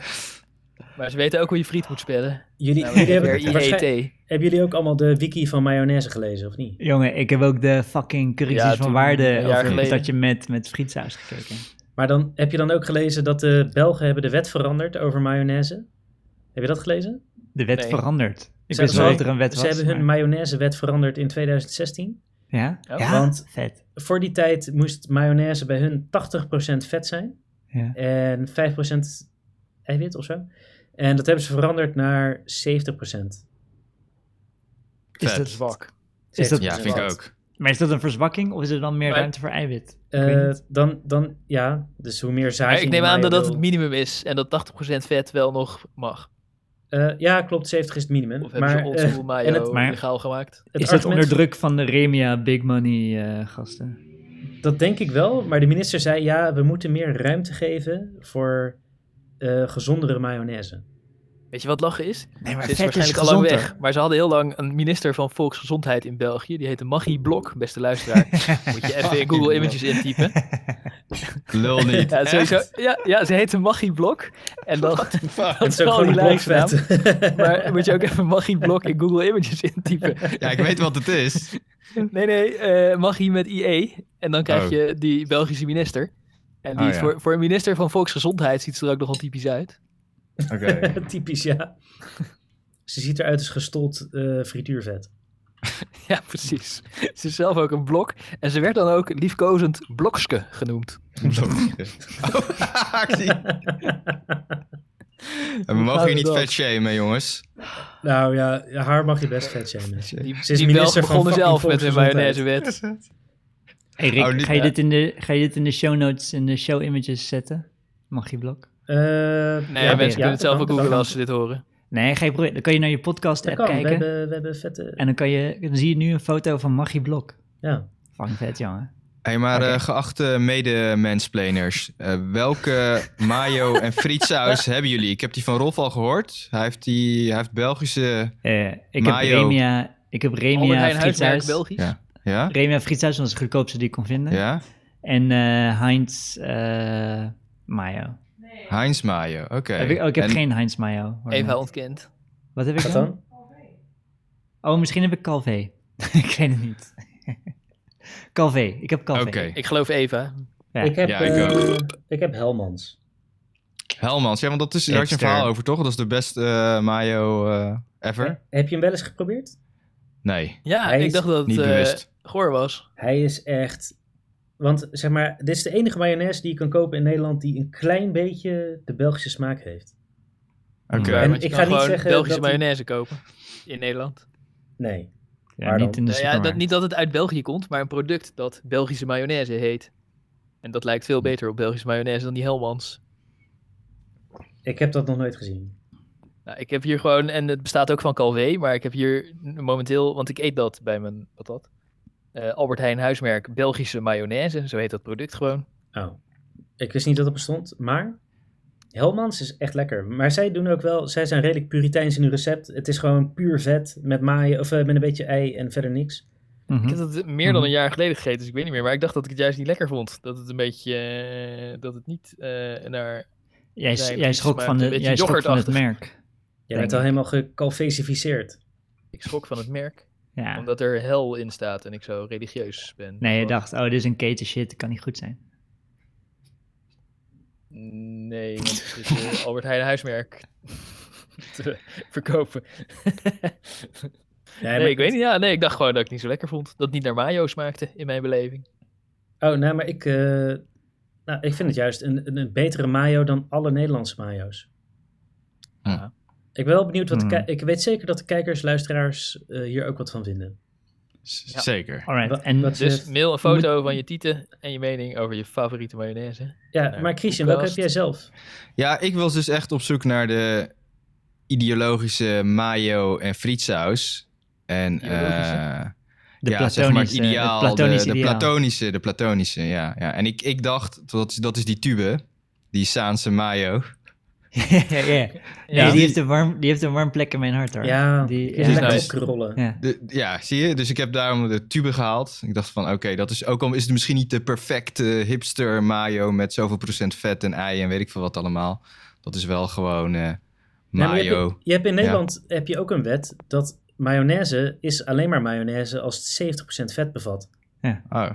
[SPEAKER 3] Maar ze weten ook hoe je friet moet spellen. Nou,
[SPEAKER 1] jullie,
[SPEAKER 3] Namelijk
[SPEAKER 1] jullie hebben,
[SPEAKER 3] R-I-E-T.
[SPEAKER 1] waarschijn- hebben jullie ook allemaal de wiki van mayonaise gelezen, of niet?
[SPEAKER 2] Jongen, ik heb ook de fucking curry's
[SPEAKER 3] Ja,
[SPEAKER 2] van
[SPEAKER 3] toen,
[SPEAKER 2] waarde
[SPEAKER 3] een jaar
[SPEAKER 2] over
[SPEAKER 3] geleden.
[SPEAKER 2] dat je met, met frietsaus gekeken.
[SPEAKER 1] Maar dan heb je dan ook gelezen dat de Belgen hebben de wet veranderd over mayonaise? Heb je dat gelezen?
[SPEAKER 2] De wet
[SPEAKER 3] Nee.
[SPEAKER 2] verandert. Ik
[SPEAKER 1] Ze-
[SPEAKER 2] wist
[SPEAKER 1] ze-
[SPEAKER 2] wel dat er een wet
[SPEAKER 1] Ze
[SPEAKER 2] was.
[SPEAKER 1] hebben hun
[SPEAKER 2] maar-
[SPEAKER 1] mayonaise-wet veranderd in 2016.
[SPEAKER 2] Ja?
[SPEAKER 3] Oh,
[SPEAKER 2] ja?
[SPEAKER 1] want-
[SPEAKER 2] Vet.
[SPEAKER 1] Voor die tijd moest mayonaise bij hun 80% vet zijn
[SPEAKER 2] Ja.
[SPEAKER 1] en 5% eiwit of zo. En dat hebben ze veranderd naar 70%.
[SPEAKER 2] Is
[SPEAKER 4] Vet.
[SPEAKER 2] dat
[SPEAKER 3] Zwak.
[SPEAKER 2] Is dat,
[SPEAKER 4] Ja, vind ik
[SPEAKER 1] wat?
[SPEAKER 4] ook.
[SPEAKER 2] Maar is dat een verzwakking of is er dan meer
[SPEAKER 3] Maar-
[SPEAKER 2] ruimte voor eiwit? Ik
[SPEAKER 1] Eh,
[SPEAKER 2] weet niet.
[SPEAKER 1] dan, dan, ja, dus hoe meer zaad
[SPEAKER 3] Maar
[SPEAKER 1] je
[SPEAKER 3] ik
[SPEAKER 1] in
[SPEAKER 3] neem
[SPEAKER 1] je
[SPEAKER 3] aan dat
[SPEAKER 1] mayo
[SPEAKER 3] dat het
[SPEAKER 1] wil-
[SPEAKER 3] minimum is en dat 80% vet wel nog mag.
[SPEAKER 1] Eh, ja, klopt, 70 is het minimum.
[SPEAKER 3] Of hebben
[SPEAKER 1] maar
[SPEAKER 3] ze
[SPEAKER 1] eh,
[SPEAKER 3] old school mayo
[SPEAKER 1] en het-
[SPEAKER 2] maar-
[SPEAKER 3] legaal gemaakt?
[SPEAKER 1] het
[SPEAKER 2] is dat
[SPEAKER 1] argument-
[SPEAKER 2] onder druk van de Remia Big Money eh, gasten?
[SPEAKER 1] Dat denk ik wel, maar de minister zei ja, we moeten meer ruimte geven voor eh, gezondere mayonaise.
[SPEAKER 3] Weet je wat lachen is?
[SPEAKER 2] Nee, maar
[SPEAKER 3] Ze is
[SPEAKER 2] vet is
[SPEAKER 3] waarschijnlijk al lang
[SPEAKER 2] gezonder.
[SPEAKER 3] weg. Maar ze hadden heel lang een minister van Volksgezondheid in België. Die heette Maggie Blok, beste luisteraar. Moet je even in Google Images intypen.
[SPEAKER 4] Lul niet.
[SPEAKER 3] Ja, sowieso, ja, ja, ze heette Maggie Blok. En dan, dat
[SPEAKER 1] Het
[SPEAKER 3] is
[SPEAKER 1] is ook
[SPEAKER 3] wel
[SPEAKER 1] gewoon
[SPEAKER 3] een
[SPEAKER 1] een blok
[SPEAKER 3] lijstnaam.
[SPEAKER 1] vet.
[SPEAKER 3] Maar moet je ook even Maggie Blok in Google Images intypen.
[SPEAKER 4] Ja, ik weet wat het is.
[SPEAKER 3] Nee, nee, eh Maggie met IE. En dan krijg
[SPEAKER 4] Oh.
[SPEAKER 3] je die Belgische minister. En die
[SPEAKER 4] Oh,
[SPEAKER 3] is
[SPEAKER 4] ja.
[SPEAKER 3] voor, voor een minister van Volksgezondheid ziet ze er ook nogal typisch uit.
[SPEAKER 4] Oké.
[SPEAKER 1] Typisch, ja. Ze ziet eruit als gestold eh, frituurvet.
[SPEAKER 3] Ja, precies. ze is zelf ook een blok. En ze werd dan ook liefkozend Blokske genoemd.
[SPEAKER 4] Oh, ik zie. En we mogen
[SPEAKER 3] gaat
[SPEAKER 4] hier
[SPEAKER 3] het
[SPEAKER 4] niet
[SPEAKER 3] dan?
[SPEAKER 4] vet shamen, jongens.
[SPEAKER 1] Nou ja, haar mag je best vet zijn.
[SPEAKER 3] Die,
[SPEAKER 1] Ze is minister
[SPEAKER 3] die Belgen
[SPEAKER 1] van
[SPEAKER 3] begonnen
[SPEAKER 1] fucking
[SPEAKER 3] zelf met hun
[SPEAKER 1] volksgezondheid.
[SPEAKER 3] mayonaisewet.
[SPEAKER 2] Hey Rick,
[SPEAKER 4] Oh, die-
[SPEAKER 2] ga, je dit in de, ga je dit in de show notes en de show images zetten? Mag je blok?
[SPEAKER 1] Eh,
[SPEAKER 3] Nee, mensen
[SPEAKER 2] ja,
[SPEAKER 3] kunnen het zelf ook googlen als ze dit horen.
[SPEAKER 2] Nee, ga je proberen. Dan kan je naar je podcast
[SPEAKER 1] Dat
[SPEAKER 2] app
[SPEAKER 1] kan, we
[SPEAKER 2] kijken.
[SPEAKER 1] hebben, we hebben vette...
[SPEAKER 2] En dan, kan je, dan zie je nu een foto van Maggie Blok.
[SPEAKER 1] Ja.
[SPEAKER 2] Fucking vet, jongen.
[SPEAKER 4] Hey, maar
[SPEAKER 2] Oké.
[SPEAKER 4] eh, geachte mede-mansplainers, eh, welke mayo en frietsaus hebben jullie? Ik heb die van Rolf al gehoord. Hij heeft, die, hij heeft Belgische...
[SPEAKER 2] Eh, ik, heb
[SPEAKER 4] Mayo.
[SPEAKER 2] Remia, ik heb
[SPEAKER 3] Albert
[SPEAKER 2] Remia
[SPEAKER 3] Heijn huismerk
[SPEAKER 2] frietsaus.
[SPEAKER 3] Belgisch.
[SPEAKER 4] Ja? Oh, Ja?
[SPEAKER 2] Remia frietsaus was de goedkoopste die ik kon vinden.
[SPEAKER 4] ja?
[SPEAKER 2] En eh Heinz eh, mayo.
[SPEAKER 4] Heinz mayo, oké.
[SPEAKER 2] Heb ik, oh, ik heb
[SPEAKER 4] En-
[SPEAKER 2] geen Heinz mayo. hoor.
[SPEAKER 3] Eva ontkent.
[SPEAKER 2] Wat heb ik
[SPEAKER 1] Wat
[SPEAKER 2] dan?
[SPEAKER 1] dan?
[SPEAKER 2] Oh, misschien heb ik Calvé. ik weet het niet. Calvé, ik heb Calvé.
[SPEAKER 4] Oké,
[SPEAKER 3] Ik geloof Eva.
[SPEAKER 2] Ja.
[SPEAKER 1] Ik, heb,
[SPEAKER 4] Ja, ik
[SPEAKER 1] eh, ik heb Helmans.
[SPEAKER 4] Helmans. Ja, want dat is, daar had je een
[SPEAKER 2] Hipster.
[SPEAKER 4] verhaal over, toch? Dat is de beste eh, mayo eh, ever?
[SPEAKER 1] Heb je hem wel eens geprobeerd?
[SPEAKER 4] Nee,
[SPEAKER 3] Ja,
[SPEAKER 1] Hij
[SPEAKER 3] ik
[SPEAKER 1] is
[SPEAKER 3] dacht dat het
[SPEAKER 4] niet
[SPEAKER 3] eh
[SPEAKER 4] bewust.
[SPEAKER 3] goor was.
[SPEAKER 1] Hij is echt... Want zeg maar, dit is de enige mayonaise die je kan kopen in Nederland die een klein beetje de Belgische smaak heeft.
[SPEAKER 4] Oké.
[SPEAKER 2] Ja,
[SPEAKER 3] Ja,
[SPEAKER 1] en
[SPEAKER 3] want je
[SPEAKER 1] ik
[SPEAKER 3] kan
[SPEAKER 1] ga niet
[SPEAKER 3] gewoon
[SPEAKER 1] zeggen
[SPEAKER 3] Belgische
[SPEAKER 1] dat die-
[SPEAKER 3] mayonaise kopen in Nederland.
[SPEAKER 1] Nee.
[SPEAKER 2] Ja,
[SPEAKER 1] Waar dan?
[SPEAKER 2] niet in de
[SPEAKER 3] Nou ja,
[SPEAKER 2] supermarkt.
[SPEAKER 3] dat, niet dat het uit België komt, maar een product dat Belgische mayonaise heet. En dat lijkt
[SPEAKER 2] Hmm.
[SPEAKER 3] veel beter op Belgische mayonaise dan die Helmans.
[SPEAKER 1] Ik heb dat nog nooit gezien.
[SPEAKER 3] Nou, ik heb hier gewoon, en het bestaat ook van Calvé, maar ik heb hier n- momenteel, want ik eet dat bij mijn, wat dat? Eh, Albert Heijn huismerk Belgische mayonaise, zo heet dat product gewoon.
[SPEAKER 1] Oh. Ik wist niet dat het bestond, maar Helmans is echt lekker. Maar zij doen ook wel, zij zijn redelijk puriteins in hun recept. Het is gewoon puur vet met maaien, of eh, met een beetje ei en verder niks.
[SPEAKER 2] Mhm.
[SPEAKER 3] Ik heb dat meer dan een jaar geleden gegeten, dus ik weet niet meer. Maar ik dacht dat ik het juist niet lekker vond. Dat het een beetje, eh, dat het niet eh, naar...
[SPEAKER 2] Jij,
[SPEAKER 3] Nee,
[SPEAKER 2] jij
[SPEAKER 3] het
[SPEAKER 2] schrok
[SPEAKER 3] smaakt
[SPEAKER 2] van,
[SPEAKER 3] een
[SPEAKER 2] de,
[SPEAKER 3] beetje
[SPEAKER 2] jij schrok van het
[SPEAKER 3] yoghurtachtig.
[SPEAKER 2] merk.
[SPEAKER 1] Je bent
[SPEAKER 2] Denk
[SPEAKER 1] al
[SPEAKER 2] ik.
[SPEAKER 1] helemaal gecalvesificeerd.
[SPEAKER 3] Ik schrok van het merk,
[SPEAKER 2] Ja.
[SPEAKER 3] omdat er hel in staat en ik zo religieus ben.
[SPEAKER 2] Nee, je
[SPEAKER 3] Gewoon-
[SPEAKER 2] dacht, oh, dit is een keten shit, dat kan niet goed zijn.
[SPEAKER 3] Nee, want het is eh, Albert Heijn huismerk te verkopen.
[SPEAKER 1] Nee,
[SPEAKER 3] nee,
[SPEAKER 1] maar-
[SPEAKER 3] ik weet niet. Ja, nee, ik dacht gewoon dat ik het niet zo lekker vond. Dat het niet naar mayo smaakte in mijn beleving.
[SPEAKER 1] Oh, nee, maar ik, eh, nou, ik vind het juist een, een, een betere mayo dan alle Nederlandse mayo's.
[SPEAKER 4] Hm.
[SPEAKER 1] Ik ben wel benieuwd wat de
[SPEAKER 2] Hmm.
[SPEAKER 1] ki- Ik weet zeker dat de kijkers, luisteraars eh, hier ook wat van vinden.
[SPEAKER 4] z- zeker.
[SPEAKER 2] Alright,
[SPEAKER 1] Wat-
[SPEAKER 2] en
[SPEAKER 1] wat-
[SPEAKER 3] Dus
[SPEAKER 1] Eh,
[SPEAKER 3] mail een foto van je tieten en je mening over je favoriete mayonaise.
[SPEAKER 1] Ja,
[SPEAKER 3] Nou,
[SPEAKER 1] maar Christian, welke heb
[SPEAKER 3] koelkast.
[SPEAKER 1] jij zelf?
[SPEAKER 4] Ja, ik was dus echt op zoek naar de ideologische mayo en frietsaus. En eh,
[SPEAKER 3] Ideologische?
[SPEAKER 2] de
[SPEAKER 4] ja,
[SPEAKER 2] platonische,
[SPEAKER 4] zeg maar het
[SPEAKER 2] het
[SPEAKER 4] ideaal,
[SPEAKER 2] platonische
[SPEAKER 4] de, de
[SPEAKER 2] ideaal.
[SPEAKER 4] platonische, de platonische, ja. ja. En ik, ik dacht, dat is, dat is die tube, die Saanse mayo.
[SPEAKER 2] ja, ja. Nee,
[SPEAKER 3] Ja.
[SPEAKER 2] die, heeft een warm, die heeft een warm plek in mijn hart, hoor.
[SPEAKER 1] Ja,
[SPEAKER 2] die,
[SPEAKER 1] die
[SPEAKER 2] ja.
[SPEAKER 1] is lekker
[SPEAKER 3] nice.
[SPEAKER 1] opkrollen.
[SPEAKER 2] Ja.
[SPEAKER 4] De, ja, zie je? Dus ik heb daarom de tube gehaald. Ik dacht van, oké, dat is ook al is het misschien niet de perfecte hipster mayo met zoveel procent vet en ei en weet ik veel wat allemaal. Dat is wel gewoon eh,
[SPEAKER 1] Nee, maar
[SPEAKER 4] mayo.
[SPEAKER 1] je, hebt, je hebt in Nederland heb je ook een wet dat mayonaise is alleen maar mayonaise als het 70% vet bevat.
[SPEAKER 4] Oh,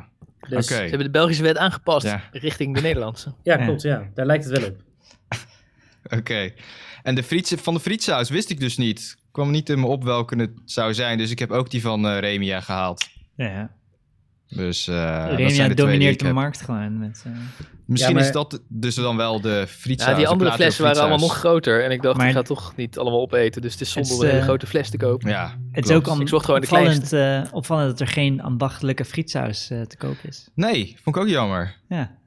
[SPEAKER 1] Dus,
[SPEAKER 4] oké.
[SPEAKER 3] Ze hebben de Belgische wet aangepast
[SPEAKER 4] Ja.
[SPEAKER 3] richting de Nederlandse.
[SPEAKER 1] Ja,
[SPEAKER 2] Ja.
[SPEAKER 1] klopt, ja. Daar lijkt het wel op.
[SPEAKER 4] Oké. En de friet, van de frietsaus wist ik dus niet. kwam niet in me op welke het zou zijn. Dus ik heb ook die van eh, Remia gehaald.
[SPEAKER 2] Ja.
[SPEAKER 4] Dus eh dat
[SPEAKER 2] Renia
[SPEAKER 4] zijn de twee die ik
[SPEAKER 2] domineert de
[SPEAKER 4] heb.
[SPEAKER 2] markt gewoon. Met, eh,
[SPEAKER 4] Misschien
[SPEAKER 1] Ja, maar-
[SPEAKER 4] is dat dus dan wel de frietsaus.
[SPEAKER 3] Ja, die
[SPEAKER 4] de
[SPEAKER 3] andere
[SPEAKER 4] plato
[SPEAKER 3] flessen waren allemaal nog
[SPEAKER 4] frietsaus.
[SPEAKER 3] groter. En ik dacht,
[SPEAKER 2] Maar-
[SPEAKER 3] ik ga toch niet allemaal opeten. Dus het is zonde
[SPEAKER 2] Het is,
[SPEAKER 3] om een hele
[SPEAKER 2] eh,
[SPEAKER 3] grote fles te kopen.
[SPEAKER 4] Ja,
[SPEAKER 2] het is
[SPEAKER 4] klopt.
[SPEAKER 2] ook om,
[SPEAKER 3] Ik zocht gewoon de
[SPEAKER 2] opvallend, eh, opvallend dat er geen ambachtelijke frietsaus eh, te koop is.
[SPEAKER 4] Nee, vond ik ook jammer.
[SPEAKER 2] Ja,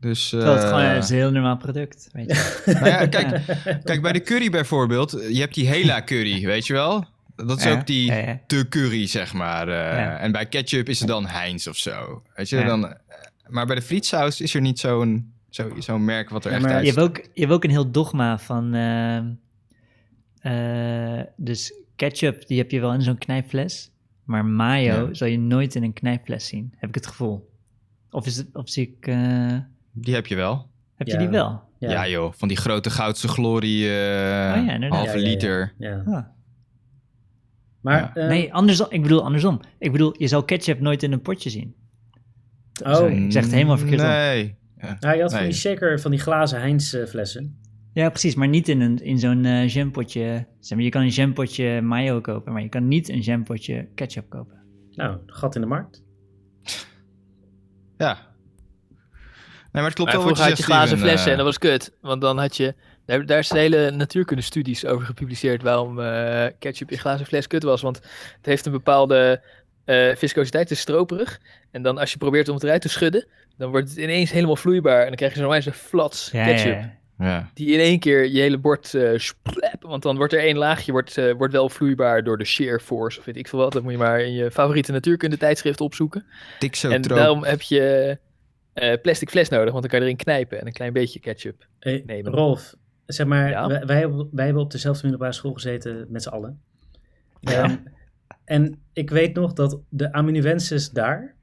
[SPEAKER 4] Dus,
[SPEAKER 2] terwijl het
[SPEAKER 4] eh,
[SPEAKER 2] gewoon het is een heel normaal product. Weet je.
[SPEAKER 4] eh, Nou ja, kijk, kijk, bij de curry bijvoorbeeld, je hebt die Hela curry, weet je wel? Dat is
[SPEAKER 8] Ja,
[SPEAKER 4] ook die
[SPEAKER 8] ja, ja.
[SPEAKER 4] te curry, zeg maar. eh,
[SPEAKER 8] Ja.
[SPEAKER 4] En bij ketchup is het dan Heinz of zo. Weet je,
[SPEAKER 8] Ja.
[SPEAKER 4] dan, eh, maar bij de frietsaus is er niet zo'n zo, zo'n merk wat er
[SPEAKER 1] Ja,
[SPEAKER 4] echt
[SPEAKER 1] maar
[SPEAKER 4] uit
[SPEAKER 2] Je hebt, ook, je hebt ook een heel dogma van. ehm, eh, dus ketchup, die heb je wel in zo'n knijpfles. Maar mayo
[SPEAKER 4] Ja.
[SPEAKER 2] zal je nooit in een knijpfles zien, heb ik het gevoel. Of, is het, of zie ik. eh,
[SPEAKER 4] Die heb je wel.
[SPEAKER 2] heb
[SPEAKER 1] Ja.
[SPEAKER 2] je die wel?
[SPEAKER 4] Ja. joh, van die grote goudse glorie, eh,
[SPEAKER 2] Oh ja, inderdaad.
[SPEAKER 4] halve
[SPEAKER 1] Ja, ja, ja.
[SPEAKER 4] liter.
[SPEAKER 1] Ja.
[SPEAKER 2] Ah.
[SPEAKER 1] Maar,
[SPEAKER 4] Ja.
[SPEAKER 1] eh,
[SPEAKER 2] Nee, andersom. Ik bedoel andersom. Ik bedoel, je zal ketchup nooit in een potje zien.
[SPEAKER 1] oh,
[SPEAKER 2] sorry. Ik zeg het helemaal verkeerd om.
[SPEAKER 4] Mm, Nee. Ja.
[SPEAKER 1] hij had van
[SPEAKER 4] Nee.
[SPEAKER 1] die shaker, van die glazen Heinz eh, flessen.
[SPEAKER 2] Ja, precies, maar niet in, een, in zo'n eh, jampotje. Zeg maar, je kan een jampotje mayo kopen, maar je kan niet een jampotje ketchup kopen.
[SPEAKER 1] Nou, gat in de markt.
[SPEAKER 4] Ja. Nee, maar het klopt
[SPEAKER 3] Maar
[SPEAKER 4] wel wat
[SPEAKER 3] vroeger
[SPEAKER 4] je
[SPEAKER 3] had
[SPEAKER 4] zegt,
[SPEAKER 3] je glazen
[SPEAKER 4] Steven,
[SPEAKER 3] flessen
[SPEAKER 4] eh,
[SPEAKER 3] en dat was kut. Want dan had je... Daar, daar zijn hele natuurkundestudies over gepubliceerd... waarom eh, ketchup in glazen fles kut was. Want het heeft een bepaalde eh, viscositeit, het is stroperig. En dan als je probeert om het eruit te schudden... dan wordt het ineens helemaal vloeibaar. En dan krijg je zo'n wijze flats
[SPEAKER 2] Ja,
[SPEAKER 3] ketchup.
[SPEAKER 2] ja, ja.
[SPEAKER 4] Ja.
[SPEAKER 3] Die in één keer je hele bord eh splep, Want dan wordt er één laagje wordt, eh, wordt wel vloeibaar door de shear force. Of weet ik veel wat. Dat moet je maar in je favoriete natuurkunde tijdschrift opzoeken. en
[SPEAKER 4] Dixotroop.
[SPEAKER 3] daarom heb je eh, plastic fles nodig. Want dan kan je erin knijpen. En een klein beetje ketchup.
[SPEAKER 1] Hey,
[SPEAKER 3] Nee, maar-
[SPEAKER 1] Rolf, zeg maar,
[SPEAKER 3] Ja?
[SPEAKER 1] wij, wij, hebben- wij hebben op dezelfde middelbare school gezeten met z'n allen. Ehm, en ik weet nog dat de aminuensis daar,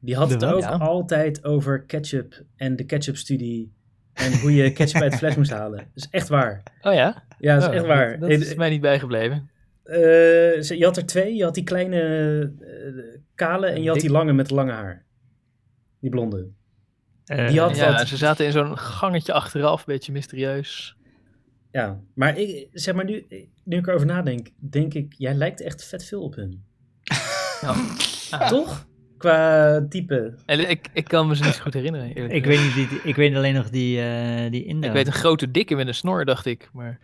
[SPEAKER 1] die had
[SPEAKER 2] De
[SPEAKER 1] het
[SPEAKER 2] wat?
[SPEAKER 1] ook
[SPEAKER 3] Ja.
[SPEAKER 1] altijd over ketchup en de ketchupstudie en hoe je ketchup uit de fles moest halen. Dat is echt waar.
[SPEAKER 3] Oh ja?
[SPEAKER 1] Ja, dat is
[SPEAKER 3] Oh,
[SPEAKER 1] echt waar.
[SPEAKER 3] Dat,
[SPEAKER 1] Eh,
[SPEAKER 3] is mij niet bijgebleven.
[SPEAKER 1] eh, ze- je had er twee. Je had die kleine eh, kale en je had die lange met lange haar. Die blonde.
[SPEAKER 2] Eh,
[SPEAKER 1] Die had
[SPEAKER 3] ja,
[SPEAKER 1] dat.
[SPEAKER 3] ze zaten in zo'n gangetje achteraf. Beetje mysterieus.
[SPEAKER 1] Ja, maar ik, zeg maar nu, nu ik erover nadenk, denk ik, jij lijkt echt vet veel op hun. Toch? Qua type.
[SPEAKER 3] En ik, ik kan me ze niet zo goed herinneren. eerlijk
[SPEAKER 2] Ik
[SPEAKER 3] gezegd.
[SPEAKER 2] weet, niet, die- die, ik weet alleen nog die, eh, die Indo.
[SPEAKER 3] ik weet een grote dikke met een snor, dacht ik. Maar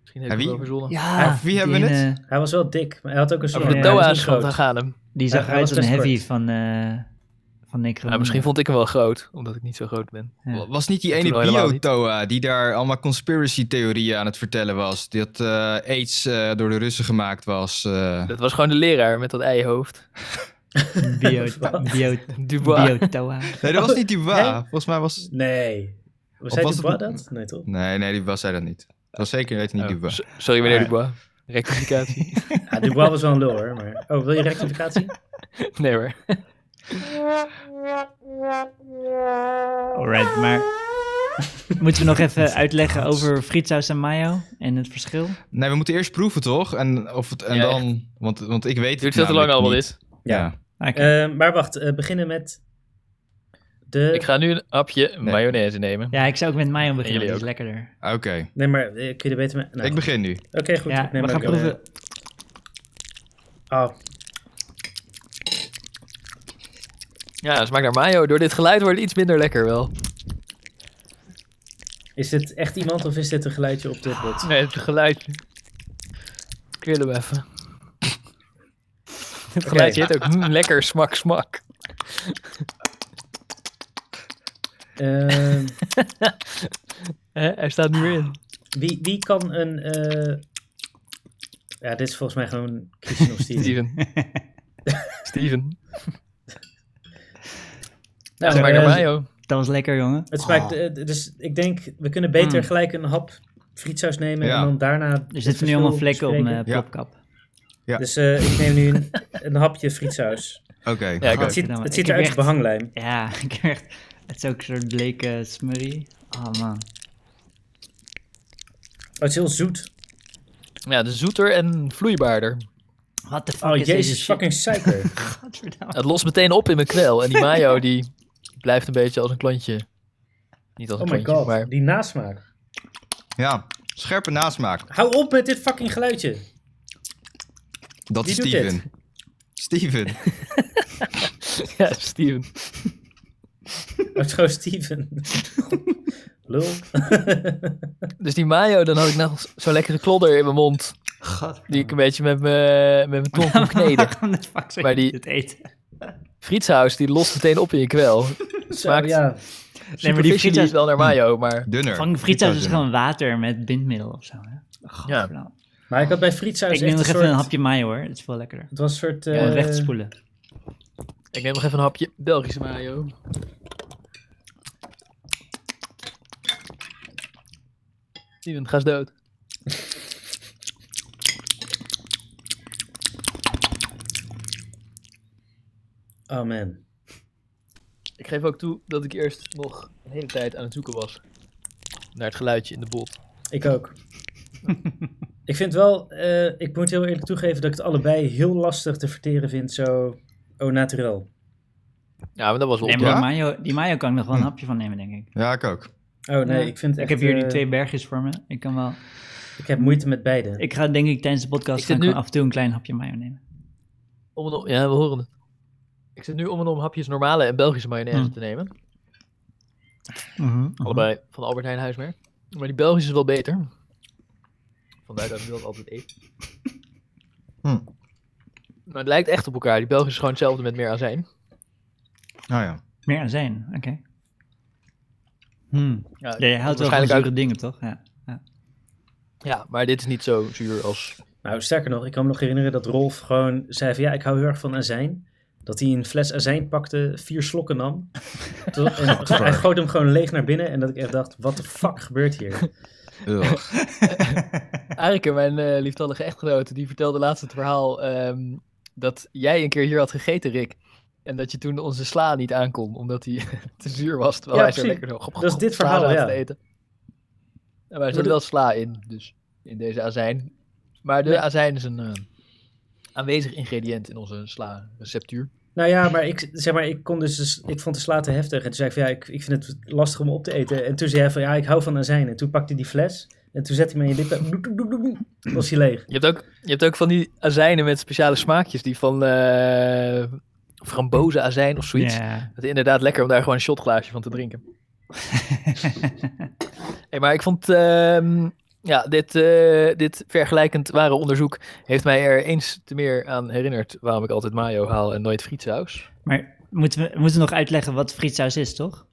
[SPEAKER 3] misschien heb
[SPEAKER 4] Ja,
[SPEAKER 3] ik
[SPEAKER 4] wie?
[SPEAKER 3] wel verzonnen.
[SPEAKER 2] Ja,
[SPEAKER 4] Of Ah, wie hebben
[SPEAKER 2] Ah, die
[SPEAKER 4] we
[SPEAKER 2] ene-
[SPEAKER 1] Hij was wel dik, maar hij had ook een soort
[SPEAKER 3] Over de
[SPEAKER 2] Ja, dat is
[SPEAKER 3] Doa's, want daar gaan hem.
[SPEAKER 2] Die
[SPEAKER 1] Hij-
[SPEAKER 2] zag
[SPEAKER 1] hij
[SPEAKER 2] eruit
[SPEAKER 1] was
[SPEAKER 2] als een
[SPEAKER 1] best
[SPEAKER 2] heavy
[SPEAKER 1] kort.
[SPEAKER 2] van, eh van Necromunda.
[SPEAKER 1] Mm.
[SPEAKER 3] Nou, misschien vond ik hem wel groot, omdat ik niet zo groot ben.
[SPEAKER 2] Ja.
[SPEAKER 4] Was niet die
[SPEAKER 3] Toen
[SPEAKER 4] ene
[SPEAKER 3] al helemaal niet.
[SPEAKER 4] biotoa die daar allemaal conspiracy theorieën aan het vertellen was? Dat eh, AIDS eh, door de Russen gemaakt was. eh.
[SPEAKER 3] Dat was gewoon de leraar met dat eihoofd.
[SPEAKER 2] Bio, bio,
[SPEAKER 3] Dubois.
[SPEAKER 2] Biotoa.
[SPEAKER 4] Oh, Nee, dat was niet die
[SPEAKER 1] hè?
[SPEAKER 4] wa. Volgens mij was...
[SPEAKER 1] Nee. Was
[SPEAKER 4] Of
[SPEAKER 1] hij
[SPEAKER 4] was
[SPEAKER 1] Dubois
[SPEAKER 4] het-
[SPEAKER 1] dat? Nee, toch?
[SPEAKER 4] Nee, nee, die was hij dat niet. Dat was zeker weten niet
[SPEAKER 3] Oh,
[SPEAKER 4] die wa.
[SPEAKER 3] so- sorry meneer
[SPEAKER 4] Ah, ja.
[SPEAKER 3] Dubois. Rectificatie.
[SPEAKER 1] Ja, Ah, Dubois was wel een lul hoor. Maar... Oh, wil je rectificatie?
[SPEAKER 3] nee hoor.
[SPEAKER 2] Alright, maar moeten we nog even uitleggen over frietsaus en mayo en het verschil?
[SPEAKER 4] Nee, we moeten eerst proeven, toch? En, of het, en
[SPEAKER 3] Ja,
[SPEAKER 4] dan... Want, want ik weet
[SPEAKER 3] Duurt veel
[SPEAKER 1] Nou,
[SPEAKER 3] te lang allemaal dit.
[SPEAKER 4] Ja.
[SPEAKER 2] Oké.
[SPEAKER 1] Eh, maar wacht, eh, beginnen met de...
[SPEAKER 3] Ik ga nu een hapje mayonaise nemen.
[SPEAKER 2] ja, ik zou ook met mayo beginnen,
[SPEAKER 3] jullie
[SPEAKER 2] die is lekkerder.
[SPEAKER 4] Oké,
[SPEAKER 1] Nee, maar eh, kun je er beter mee... Nou,
[SPEAKER 4] ik begin nu.
[SPEAKER 1] Oké, goed.
[SPEAKER 2] ja,
[SPEAKER 1] ik neem
[SPEAKER 2] we gaan
[SPEAKER 1] ook een-
[SPEAKER 2] proeven.
[SPEAKER 1] Oh,
[SPEAKER 3] Ja, smaakt naar mayo. Door dit geluid wordt het iets minder lekker wel.
[SPEAKER 1] is dit echt iemand of is dit een geluidje op de pot?
[SPEAKER 3] Nee, het geluid. Ik wil hem even. Het geluidje heet ook mm, lekker smak smak.
[SPEAKER 1] Ehm,
[SPEAKER 3] Hè, hij staat nu weer in.
[SPEAKER 1] wie, wie kan een... eh, Ja, dit is volgens mij gewoon Christian of Steven.
[SPEAKER 3] Steven. Steven.
[SPEAKER 1] Nou,
[SPEAKER 3] smaakt
[SPEAKER 1] eh,
[SPEAKER 3] naar mayo.
[SPEAKER 2] Dat was lekker, jongen.
[SPEAKER 1] Het smaakt,
[SPEAKER 2] Ah.
[SPEAKER 1] eh, dus ik denk, we kunnen beter
[SPEAKER 2] Mm.
[SPEAKER 1] gelijk een hap frietsaus nemen
[SPEAKER 4] Ja.
[SPEAKER 1] en dan daarna.
[SPEAKER 2] Er
[SPEAKER 1] het
[SPEAKER 2] zitten nu
[SPEAKER 1] verschil
[SPEAKER 2] allemaal vlekken op
[SPEAKER 1] bespreken.
[SPEAKER 2] mijn
[SPEAKER 4] Ja.
[SPEAKER 2] plopkap.
[SPEAKER 4] Ja.
[SPEAKER 1] Dus eh, ik neem nu een, een hapje frietsaus.
[SPEAKER 4] Oké.
[SPEAKER 3] Ja, ik ook.
[SPEAKER 1] Het ziet,
[SPEAKER 2] Godverdamme.
[SPEAKER 1] het
[SPEAKER 2] Ik
[SPEAKER 1] ziet
[SPEAKER 2] heb
[SPEAKER 1] eruit als Oh,
[SPEAKER 2] echt-
[SPEAKER 1] behanglijm.
[SPEAKER 2] Ja, ik heb echt... Het is ook een soort bleke smurrie. Oh man.
[SPEAKER 1] Oh, het is heel zoet.
[SPEAKER 3] Ja, dus zoeter en vloeibaarder.
[SPEAKER 2] What the fuck
[SPEAKER 1] Oh,
[SPEAKER 2] is deze
[SPEAKER 1] jezus,
[SPEAKER 2] shit?
[SPEAKER 1] fucking suiker.
[SPEAKER 2] Godverdamme.
[SPEAKER 3] Het lost meteen op in mijn kwel. En die mayo die blijft een beetje als een klontje. Niet als een
[SPEAKER 1] Oh my
[SPEAKER 3] klontje,
[SPEAKER 1] god,
[SPEAKER 3] maar...
[SPEAKER 1] die nasmaak.
[SPEAKER 4] Ja, scherpe nasmaak.
[SPEAKER 1] Hou op met dit fucking geluidje.
[SPEAKER 4] Dat is
[SPEAKER 1] Wie doet
[SPEAKER 4] Steven. Steven.
[SPEAKER 3] Ja, Steven.
[SPEAKER 1] Oh, het is gewoon Steven. Lul.
[SPEAKER 3] Dus die mayo, dan had ik nog zo'n lekkere klodder in mijn mond. Die ik een beetje met mijn met mijn tong kon kneden.
[SPEAKER 2] Waarom de fuck zou
[SPEAKER 3] Maar
[SPEAKER 2] je
[SPEAKER 3] die-
[SPEAKER 2] dit eten?
[SPEAKER 3] Frietshuis, die lost meteen op in je kwel. Smaakt
[SPEAKER 1] Zo, ja.
[SPEAKER 2] Nee, maar die
[SPEAKER 3] superficially
[SPEAKER 2] frietsaus... Hmm.
[SPEAKER 3] wel naar mayo, maar...
[SPEAKER 4] Dunner.
[SPEAKER 2] Van frietsaus is
[SPEAKER 4] Dunner.
[SPEAKER 2] gewoon water met bindmiddel of zo. Hè? Godverdamme.
[SPEAKER 1] Maar ik had bij frietsaus
[SPEAKER 2] Ik
[SPEAKER 1] echt
[SPEAKER 2] neem
[SPEAKER 1] een
[SPEAKER 2] nog
[SPEAKER 1] soort...
[SPEAKER 2] even een hapje mayo hoor. Het is veel lekkerder.
[SPEAKER 1] Het was een soort...
[SPEAKER 2] Gewoon
[SPEAKER 1] eh,
[SPEAKER 2] recht spoelen.
[SPEAKER 3] Ik neem nog even een hapje Belgische mayo. Steven, ga eens dood.
[SPEAKER 1] Oh man.
[SPEAKER 3] Ik geef ook toe dat ik eerst nog een hele tijd aan het zoeken was. Naar het geluidje in de bot.
[SPEAKER 1] Ik ook. ik vind wel... eh, ik moet heel eerlijk toegeven dat ik het allebei heel lastig te verteren vind. Zo... Oh, naturel.
[SPEAKER 3] Ja, Hm. maar dat was wel
[SPEAKER 2] Nee,
[SPEAKER 3] op.
[SPEAKER 2] maar
[SPEAKER 4] ja?
[SPEAKER 2] die, mayo, die mayo kan ik nog wel een hapje van nemen, denk ik.
[SPEAKER 4] Ja, ik ook.
[SPEAKER 1] Oh nee,
[SPEAKER 5] Ja.
[SPEAKER 1] ik vind echt,
[SPEAKER 2] ik heb hier nu
[SPEAKER 1] eh,
[SPEAKER 2] twee bergjes voor me. Ik kan wel.
[SPEAKER 1] Ik heb moeite met beide.
[SPEAKER 2] Ik ga denk ik tijdens de
[SPEAKER 3] Ik
[SPEAKER 2] podcast
[SPEAKER 3] zit
[SPEAKER 2] gaan
[SPEAKER 3] nu-
[SPEAKER 2] gewoon af en toe een klein hapje mayo nemen.
[SPEAKER 3] Om en om- ja, we horen het. Ik zit nu om en om hapjes normale en Belgische mayonaise
[SPEAKER 2] Hm.
[SPEAKER 3] te nemen. Allebei van Albert Heijn huismerk. Maar die Belgische is wel beter. Vandaar dat ik dat altijd eet.
[SPEAKER 4] Hm.
[SPEAKER 3] Maar het lijkt echt op elkaar. Die Belgische is gewoon hetzelfde met meer azijn.
[SPEAKER 4] Nou ja.
[SPEAKER 2] Meer azijn, oké. Hmm.
[SPEAKER 3] Ja,
[SPEAKER 2] Ja, je houdt wel
[SPEAKER 3] Hm.
[SPEAKER 2] van
[SPEAKER 3] waarschijnlijk
[SPEAKER 2] zure dingen, toch? Ja.
[SPEAKER 3] ja, maar dit is niet zo zuur als...
[SPEAKER 1] Nou, sterker nog, ik kan me nog herinneren dat Rolf gewoon zei van ja, ik hou heel erg van azijn. Dat hij een fles azijn pakte, vier slokken nam. Toen- en hij goot hem gewoon leeg naar binnen en dat ik echt dacht, wat de fuck gebeurt hier?
[SPEAKER 4] Ugh.
[SPEAKER 3] Arike, mijn eh, lieftallige echtgenote, die vertelde laatst het verhaal ehm, dat jij een keer hier had gegeten, Rick. En dat je toen onze sla niet aankon, omdat die te zuur was. Terwijl
[SPEAKER 1] Ja,
[SPEAKER 3] wij zo
[SPEAKER 1] precies.
[SPEAKER 3] lekker zo gop,
[SPEAKER 1] Dat is
[SPEAKER 3] gop,
[SPEAKER 1] dit
[SPEAKER 3] sla
[SPEAKER 1] verhaal,
[SPEAKER 3] zaten
[SPEAKER 1] ja.
[SPEAKER 3] te eten. En wij
[SPEAKER 1] bedoel-
[SPEAKER 3] zat wel sla in, dus in deze azijn. Maar de
[SPEAKER 1] Nee.
[SPEAKER 3] azijn is een eh, aanwezig ingrediënt in onze sla-receptuur.
[SPEAKER 1] Nou ja, maar ik, zeg maar, ik, kon dus, dus- ik vond de sla te heftig. En toen zei ik van ja, ik, ik vind het lastig om op te eten. En toen zei hij van ja, ik hou van azijn. En toen pakte hij die fles en toen zette hij hem aan je lippen. Doek, doek, doek, doek, doek. Toen was hij leeg.
[SPEAKER 3] Je hebt, ook, je hebt ook van die azijnen met speciale smaakjes, die van eh frambozenazijn of zoiets.
[SPEAKER 2] Ja.
[SPEAKER 3] Het is inderdaad lekker om daar gewoon een shotglaasje van te drinken. Hey, maar ik vond, ehm, ja, dit, eh, dit vergelijkend ware onderzoek heeft mij er eens te meer aan herinnerd waarom ik altijd mayo haal en nooit frietsaus.
[SPEAKER 2] maar moeten we, we moeten nog uitleggen wat frietsaus is, toch?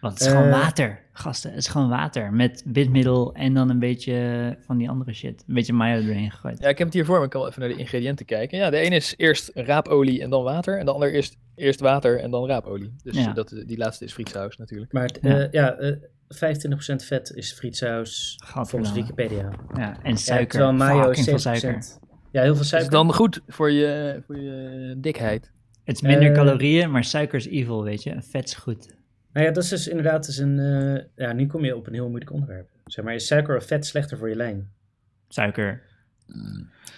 [SPEAKER 2] Want het is
[SPEAKER 1] Eh.
[SPEAKER 2] gewoon water, gasten. Het is gewoon water met bindmiddel en dan een beetje van die andere shit. Een beetje mayo erin gegooid.
[SPEAKER 3] Ja, ik heb het hier voor me. Ik kan wel even naar de ingrediënten kijken. Ja, de ene is eerst raapolie en dan water. En de ander eerst, eerst water en dan raapolie. Dus
[SPEAKER 2] Ja.
[SPEAKER 3] dat, die laatste is frietsaus natuurlijk.
[SPEAKER 1] Maar het,
[SPEAKER 2] Ja.
[SPEAKER 1] eh, ja, eh, 25% vet is frietsaus volgens
[SPEAKER 2] Gadverdamme.
[SPEAKER 1] Wikipedia.
[SPEAKER 2] Ja, en
[SPEAKER 1] Ja,
[SPEAKER 2] suiker.
[SPEAKER 1] terwijl mayo
[SPEAKER 2] Fucking
[SPEAKER 1] is
[SPEAKER 2] veel
[SPEAKER 1] 7%.
[SPEAKER 2] suiker.
[SPEAKER 1] Ja, heel veel
[SPEAKER 3] Is
[SPEAKER 1] suiker.
[SPEAKER 3] Dus dan goed voor je, voor je dikheid?
[SPEAKER 2] Het is minder
[SPEAKER 1] Eh.
[SPEAKER 2] calorieën, maar suiker is evil, weet je. En vet is goed.
[SPEAKER 1] Nou ja, dat is dus inderdaad dus een. eh, ja, nu kom je op een heel moeilijk onderwerp. Zeg maar, is suiker of vet slechter voor je lijn?
[SPEAKER 2] Suiker,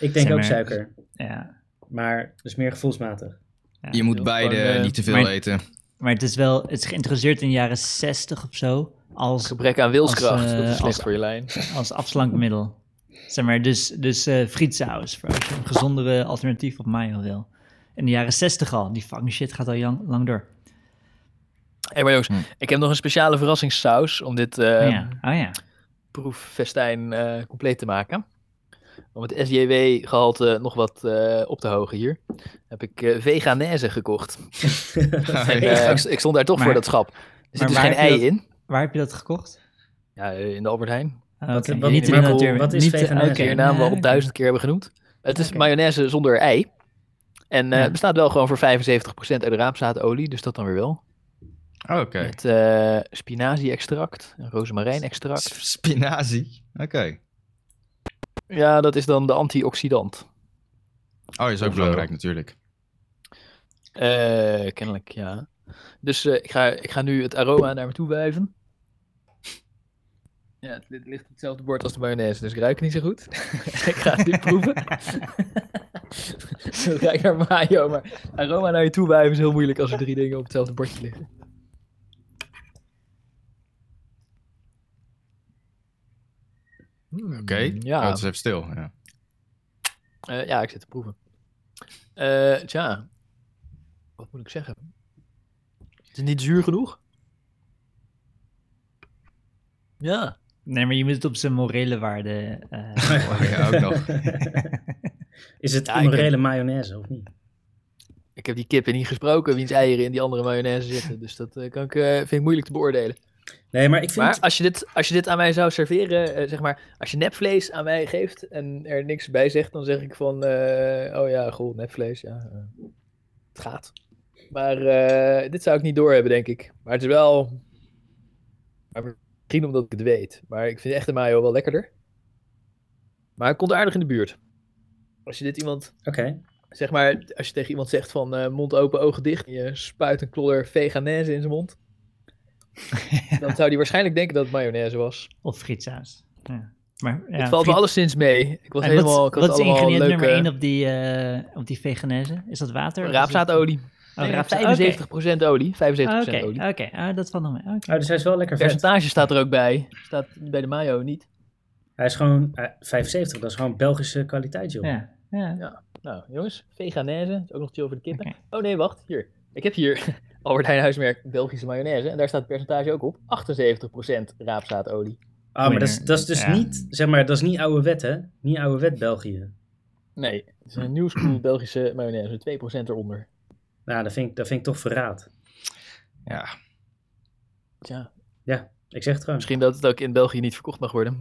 [SPEAKER 1] Ik denk
[SPEAKER 2] Zeg
[SPEAKER 1] ook
[SPEAKER 2] maar-
[SPEAKER 1] suiker,
[SPEAKER 2] ja.
[SPEAKER 1] maar dat is meer gevoelsmatig.
[SPEAKER 4] Je moet
[SPEAKER 3] Ja,
[SPEAKER 4] beide
[SPEAKER 3] gewoon, eh,
[SPEAKER 4] niet te veel
[SPEAKER 2] maar-
[SPEAKER 4] eten.
[SPEAKER 2] Maar het is wel, het is geïnteresseerd in de jaren 60 of zo. Als,
[SPEAKER 3] Gebrek aan wilskracht,
[SPEAKER 2] Als, eh,
[SPEAKER 3] dat is slecht
[SPEAKER 2] als-
[SPEAKER 3] voor je lijn.
[SPEAKER 2] als afslankmiddel. Zeg maar, dus, dus eh, frietsaus. Voor als je een gezondere alternatief op mayo wil. In de jaren 60 al. Die fucking shit gaat al lang, lang door.
[SPEAKER 3] Hey, maar jongens,
[SPEAKER 4] Hm.
[SPEAKER 3] ik heb nog een speciale verrassingssaus om dit eh,
[SPEAKER 2] ja. Oh ja.
[SPEAKER 3] proeffestijn eh, compleet te maken. Om het SJW-gehalte nog wat eh, op te hogen hier, heb ik eh veganese gekocht. En, eh, ik, ik stond daar toch
[SPEAKER 2] Maar-
[SPEAKER 3] voor dat schap. Er zit
[SPEAKER 2] maar
[SPEAKER 3] dus
[SPEAKER 2] waar
[SPEAKER 3] geen
[SPEAKER 2] heb je
[SPEAKER 3] ei
[SPEAKER 2] dat-
[SPEAKER 3] in.
[SPEAKER 2] Waar heb je dat gekocht?
[SPEAKER 3] Ja, eh, in de Albert Heijn.
[SPEAKER 2] Ah,
[SPEAKER 1] Wat-
[SPEAKER 2] oké.
[SPEAKER 1] wat-
[SPEAKER 2] niet in de
[SPEAKER 1] Marco,
[SPEAKER 2] natuur.
[SPEAKER 1] wat is
[SPEAKER 2] niet,
[SPEAKER 1] veganese?
[SPEAKER 2] oké,
[SPEAKER 3] Die naam we
[SPEAKER 2] nou,
[SPEAKER 3] al
[SPEAKER 2] oké.
[SPEAKER 3] duizend keer hebben genoemd. Het is
[SPEAKER 2] Oké.
[SPEAKER 3] mayonaise zonder ei. En eh,
[SPEAKER 2] Ja.
[SPEAKER 3] het bestaat wel gewoon voor 75% uit raapzaadolie, dus dat dan weer wel.
[SPEAKER 4] Oh, Oké.
[SPEAKER 3] Met eh spinazie-extract, en rozemarijnextract.
[SPEAKER 4] S- Spinazie. Oké.
[SPEAKER 3] Ja, dat is dan de antioxidant.
[SPEAKER 4] Oh, is ook
[SPEAKER 3] Of,
[SPEAKER 4] belangrijk
[SPEAKER 3] eh,
[SPEAKER 4] natuurlijk.
[SPEAKER 3] Eh, kennelijk, ja. Dus eh, ik, ga, ik ga nu het aroma naar me toe wuiven. Ja, het li- ligt op hetzelfde bord als de mayonaise, dus ik ruik het niet zo goed. ik ga het nu proeven. Het ruikt naar mayo, maar aroma naar je toe wuiven is heel moeilijk als er drie dingen op hetzelfde bordje liggen. Hmm,
[SPEAKER 4] Oké.
[SPEAKER 3] Ja.
[SPEAKER 4] Ja. het is even stil. Ja.
[SPEAKER 3] Eh, ja, ik zit te proeven. Eh, tja, wat moet ik zeggen? Het is niet zuur genoeg. Ja,
[SPEAKER 2] Nee, maar je moet het op zijn morele waarde... eh,
[SPEAKER 4] ja, ook nog.
[SPEAKER 1] is het
[SPEAKER 3] Ja, ik
[SPEAKER 1] immorele mayonaise of niet?
[SPEAKER 3] ik heb die kippen niet gesproken, wiens eieren in die andere mayonaise zitten. Dus dat eh, kan ik, eh, vind ik moeilijk te beoordelen.
[SPEAKER 1] Nee, maar ik vind...
[SPEAKER 3] Maar als je, dit, als je dit aan mij zou serveren, eh, zeg maar, als je nepvlees aan mij geeft en er niks bij zegt, dan zeg ik van, eh, oh ja, goh, nepvlees, ja, eh, het gaat. Maar eh, dit zou ik niet doorhebben, denk ik. Maar het is wel, maar misschien omdat ik het weet, maar ik vind echte mayo wel lekkerder. Maar het komt aardig in de buurt. Als je dit iemand,
[SPEAKER 1] Oké.
[SPEAKER 3] zeg maar, als je tegen iemand zegt van eh, mond open, ogen dicht, en je spuit een klodder veganese in zijn mond, dan zou die waarschijnlijk denken dat het mayonaise was.
[SPEAKER 2] Of frietsaus. Ja. Maar, ja,
[SPEAKER 3] het valt me
[SPEAKER 2] friet-
[SPEAKER 3] allemaal mee. Ik was
[SPEAKER 2] en wat-
[SPEAKER 3] helemaal.
[SPEAKER 2] Wat,
[SPEAKER 3] ik had
[SPEAKER 2] is
[SPEAKER 3] allemaal
[SPEAKER 2] ingrediënt
[SPEAKER 3] leuke
[SPEAKER 2] nummer 1 op die, eh op die veganese? Is dat water? Of is
[SPEAKER 3] Raapzaadolie.
[SPEAKER 2] dat- Oh, raapzaad. Oké.
[SPEAKER 3] 75% olie. 75%
[SPEAKER 2] Ah, Oké,
[SPEAKER 3] olie.
[SPEAKER 2] oké. Ah, dat valt nog mee. Oké.
[SPEAKER 1] Oh, dus hij is wel lekker vet.
[SPEAKER 3] Percentage staat er ook bij. Staat bij de mayo niet.
[SPEAKER 1] Hij is gewoon eh, 75. Dat is gewoon Belgische kwaliteit, joh.
[SPEAKER 2] Ja, ja.
[SPEAKER 3] Nou, jongens, veganese. Is ook nog chill voor de kippen.
[SPEAKER 2] Oké.
[SPEAKER 3] Oh nee, wacht. Hier. Ik heb hier Albert Heijn huismerk Belgische mayonaise. En daar staat het percentage ook op. 78% raapzaadolie.
[SPEAKER 1] Ah, maar dat is, dat is dus
[SPEAKER 2] Ja.
[SPEAKER 1] niet, zeg maar, dat is niet oude wet, hè? Niet oude wet België.
[SPEAKER 3] Nee, het is
[SPEAKER 2] Hmm.
[SPEAKER 3] een nieuw school Belgische mayonaise. 2% eronder.
[SPEAKER 1] Nou, dat vind ik, dat vind ik toch verraad.
[SPEAKER 4] Ja.
[SPEAKER 3] Tja,
[SPEAKER 1] Ja, ik zeg het gewoon.
[SPEAKER 3] misschien dat het ook in België niet verkocht mag worden.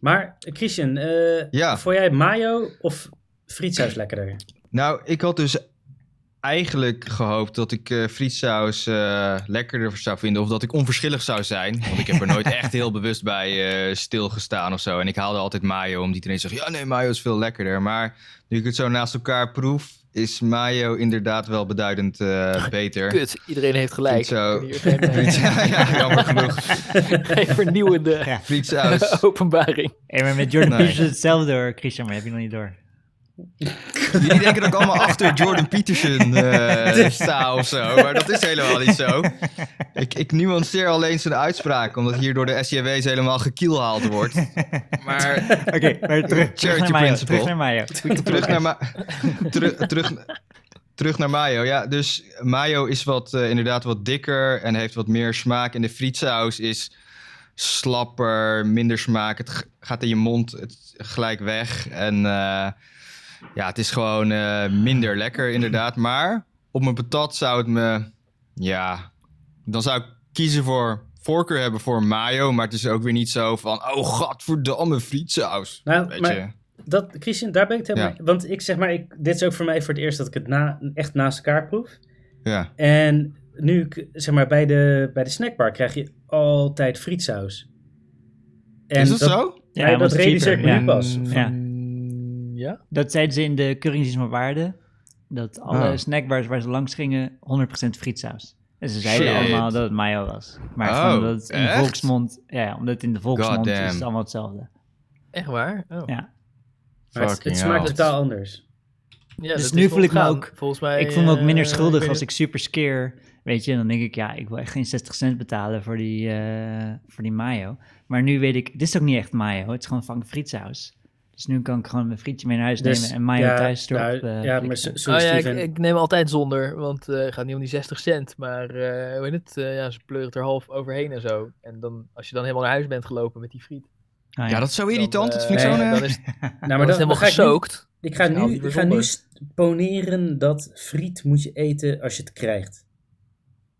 [SPEAKER 1] Maar, eh, Christian, eh
[SPEAKER 4] Ja.
[SPEAKER 1] vond jij mayo of frietsaus lekkerder?
[SPEAKER 4] Nou, ik had dus eigenlijk gehoopt dat ik eh, frietsaus eh, lekkerder zou vinden. Of dat ik onverschillig zou zijn. Want ik heb er nooit echt heel bewust bij eh stilgestaan of zo. En ik haalde altijd mayo, omdat iedereen zegt... Ja, nee, mayo is veel lekkerder. Maar nu ik het zo naast elkaar proef... is mayo inderdaad wel beduidend eh, beter.
[SPEAKER 3] Kut, iedereen heeft gelijk.
[SPEAKER 4] Goed zo.
[SPEAKER 3] We kunnen hier geen, eh,
[SPEAKER 4] ja, ja, jammer genoeg.
[SPEAKER 3] geen vernieuwende Oh,
[SPEAKER 4] Frietsaus.
[SPEAKER 3] openbaring.
[SPEAKER 2] Hey, maar met Jordan
[SPEAKER 4] Nee.
[SPEAKER 2] Peterson is hetzelfde hoor, Christian, maar heb je nog niet door.
[SPEAKER 4] Jullie denken dat ik allemaal achter Jordan Peterson eh, sta of zo, maar dat is helemaal niet zo. Ik, ik nuanceer alleen zijn uitspraak, omdat hier door de SJW's helemaal gekielhaald wordt. Maar
[SPEAKER 2] Oké, maar terug, terug naar
[SPEAKER 4] Charity
[SPEAKER 2] Mayo.
[SPEAKER 4] principle. terug
[SPEAKER 2] Terug naar Mayo.
[SPEAKER 4] naar, ma- teru- terug, terug naar mayo. Ja, dus mayo is wat, eh, inderdaad wat dikker en heeft wat meer smaak. En de frietsaus is slapper, minder smaak. Het g- gaat in je mond het, gelijk weg. En eh, ja, het is gewoon eh, minder lekker inderdaad. Maar op mijn patat zou het me... Ja, dan zou ik kiezen voor... Voorkeur hebben voor mayo, maar het is ook weer niet zo van... Oh, godverdamme, frietsaus.
[SPEAKER 1] Nou,
[SPEAKER 4] Weet
[SPEAKER 1] maar-
[SPEAKER 4] je.
[SPEAKER 1] Dat, Christian, daar ben ik het helemaal... Want ik zeg maar, ik, dit is ook voor mij voor het eerst dat ik het na, echt naast elkaar proef.
[SPEAKER 4] Ja.
[SPEAKER 1] En nu, ik, zeg maar, bij de, bij de snackbar krijg je altijd frietsaus. En
[SPEAKER 4] is dat, zo?
[SPEAKER 1] Ja, dat
[SPEAKER 2] want het is
[SPEAKER 1] realiseer ik
[SPEAKER 2] cheaper,
[SPEAKER 1] me
[SPEAKER 2] Mm, ja.
[SPEAKER 1] nu pas.
[SPEAKER 2] Ja.
[SPEAKER 3] Ja?
[SPEAKER 2] Dat zeiden ze in de Keuringsdienst van Waarde. Dat alle
[SPEAKER 4] Oh.
[SPEAKER 2] snackbars waar ze langs gingen, 100% frietsaus. En ze zeiden
[SPEAKER 4] Shit.
[SPEAKER 2] allemaal dat het mayo was. Maar
[SPEAKER 4] Oh,
[SPEAKER 2] gewoon dat het in de
[SPEAKER 4] echt?
[SPEAKER 2] volksmond... Ja, omdat het in de volksmond is het
[SPEAKER 4] Goddamn.
[SPEAKER 2] allemaal hetzelfde.
[SPEAKER 3] Echt waar? Oh.
[SPEAKER 2] Ja.
[SPEAKER 1] Maar het, het
[SPEAKER 4] Fucking
[SPEAKER 1] smaakt
[SPEAKER 4] hell.
[SPEAKER 1] totaal anders.
[SPEAKER 3] Ja,
[SPEAKER 2] Dus
[SPEAKER 3] dat
[SPEAKER 2] nu
[SPEAKER 3] is
[SPEAKER 2] voel ik me
[SPEAKER 3] ontgaan.
[SPEAKER 2] ook-
[SPEAKER 3] Volgens mij,
[SPEAKER 2] ik voel me ook minder
[SPEAKER 3] eh,
[SPEAKER 2] schuldig
[SPEAKER 3] weet
[SPEAKER 2] als
[SPEAKER 3] niet-
[SPEAKER 2] ik super skeer. Weet je, dan denk ik, ja, ik wil echt geen 60 cent betalen voor die, eh, voor die mayo. Maar nu weet ik, dit is ook niet echt mayo, het is gewoon van frietsaus. Dus nu kan ik gewoon mijn frietje mee naar huis
[SPEAKER 1] Dus,
[SPEAKER 2] nemen en mayo
[SPEAKER 1] ja,
[SPEAKER 2] thuis erop.
[SPEAKER 1] nou,
[SPEAKER 2] eh,
[SPEAKER 1] ja, maar
[SPEAKER 2] flikken.
[SPEAKER 1] so-
[SPEAKER 3] Oh
[SPEAKER 1] sorry,
[SPEAKER 3] ja, ik,
[SPEAKER 1] Steven. Nou,
[SPEAKER 3] ik neem altijd zonder, want eh, het gaat niet om die 60 cent. Maar eh, hoe heet het? Eh, ja, ze pleuren het er half overheen en zo. En dan, als je dan helemaal naar huis bent gelopen met die friet.
[SPEAKER 2] Ah,
[SPEAKER 4] Ja, dat is zo
[SPEAKER 3] dan,
[SPEAKER 4] irritant. dat
[SPEAKER 3] eh,
[SPEAKER 4] vind ik zo'n...
[SPEAKER 1] nee,
[SPEAKER 4] eh,
[SPEAKER 3] Dan is,
[SPEAKER 1] Nou,
[SPEAKER 3] maar
[SPEAKER 1] maar
[SPEAKER 3] dat is
[SPEAKER 1] dan-
[SPEAKER 3] helemaal
[SPEAKER 1] dan ga ik nu-
[SPEAKER 3] gesookt.
[SPEAKER 1] Ik ga
[SPEAKER 3] haal
[SPEAKER 1] nu,
[SPEAKER 3] die
[SPEAKER 1] ik
[SPEAKER 3] weer
[SPEAKER 1] ga nu
[SPEAKER 3] zonder.
[SPEAKER 1] st- poneren dat friet moet je eten als je het krijgt.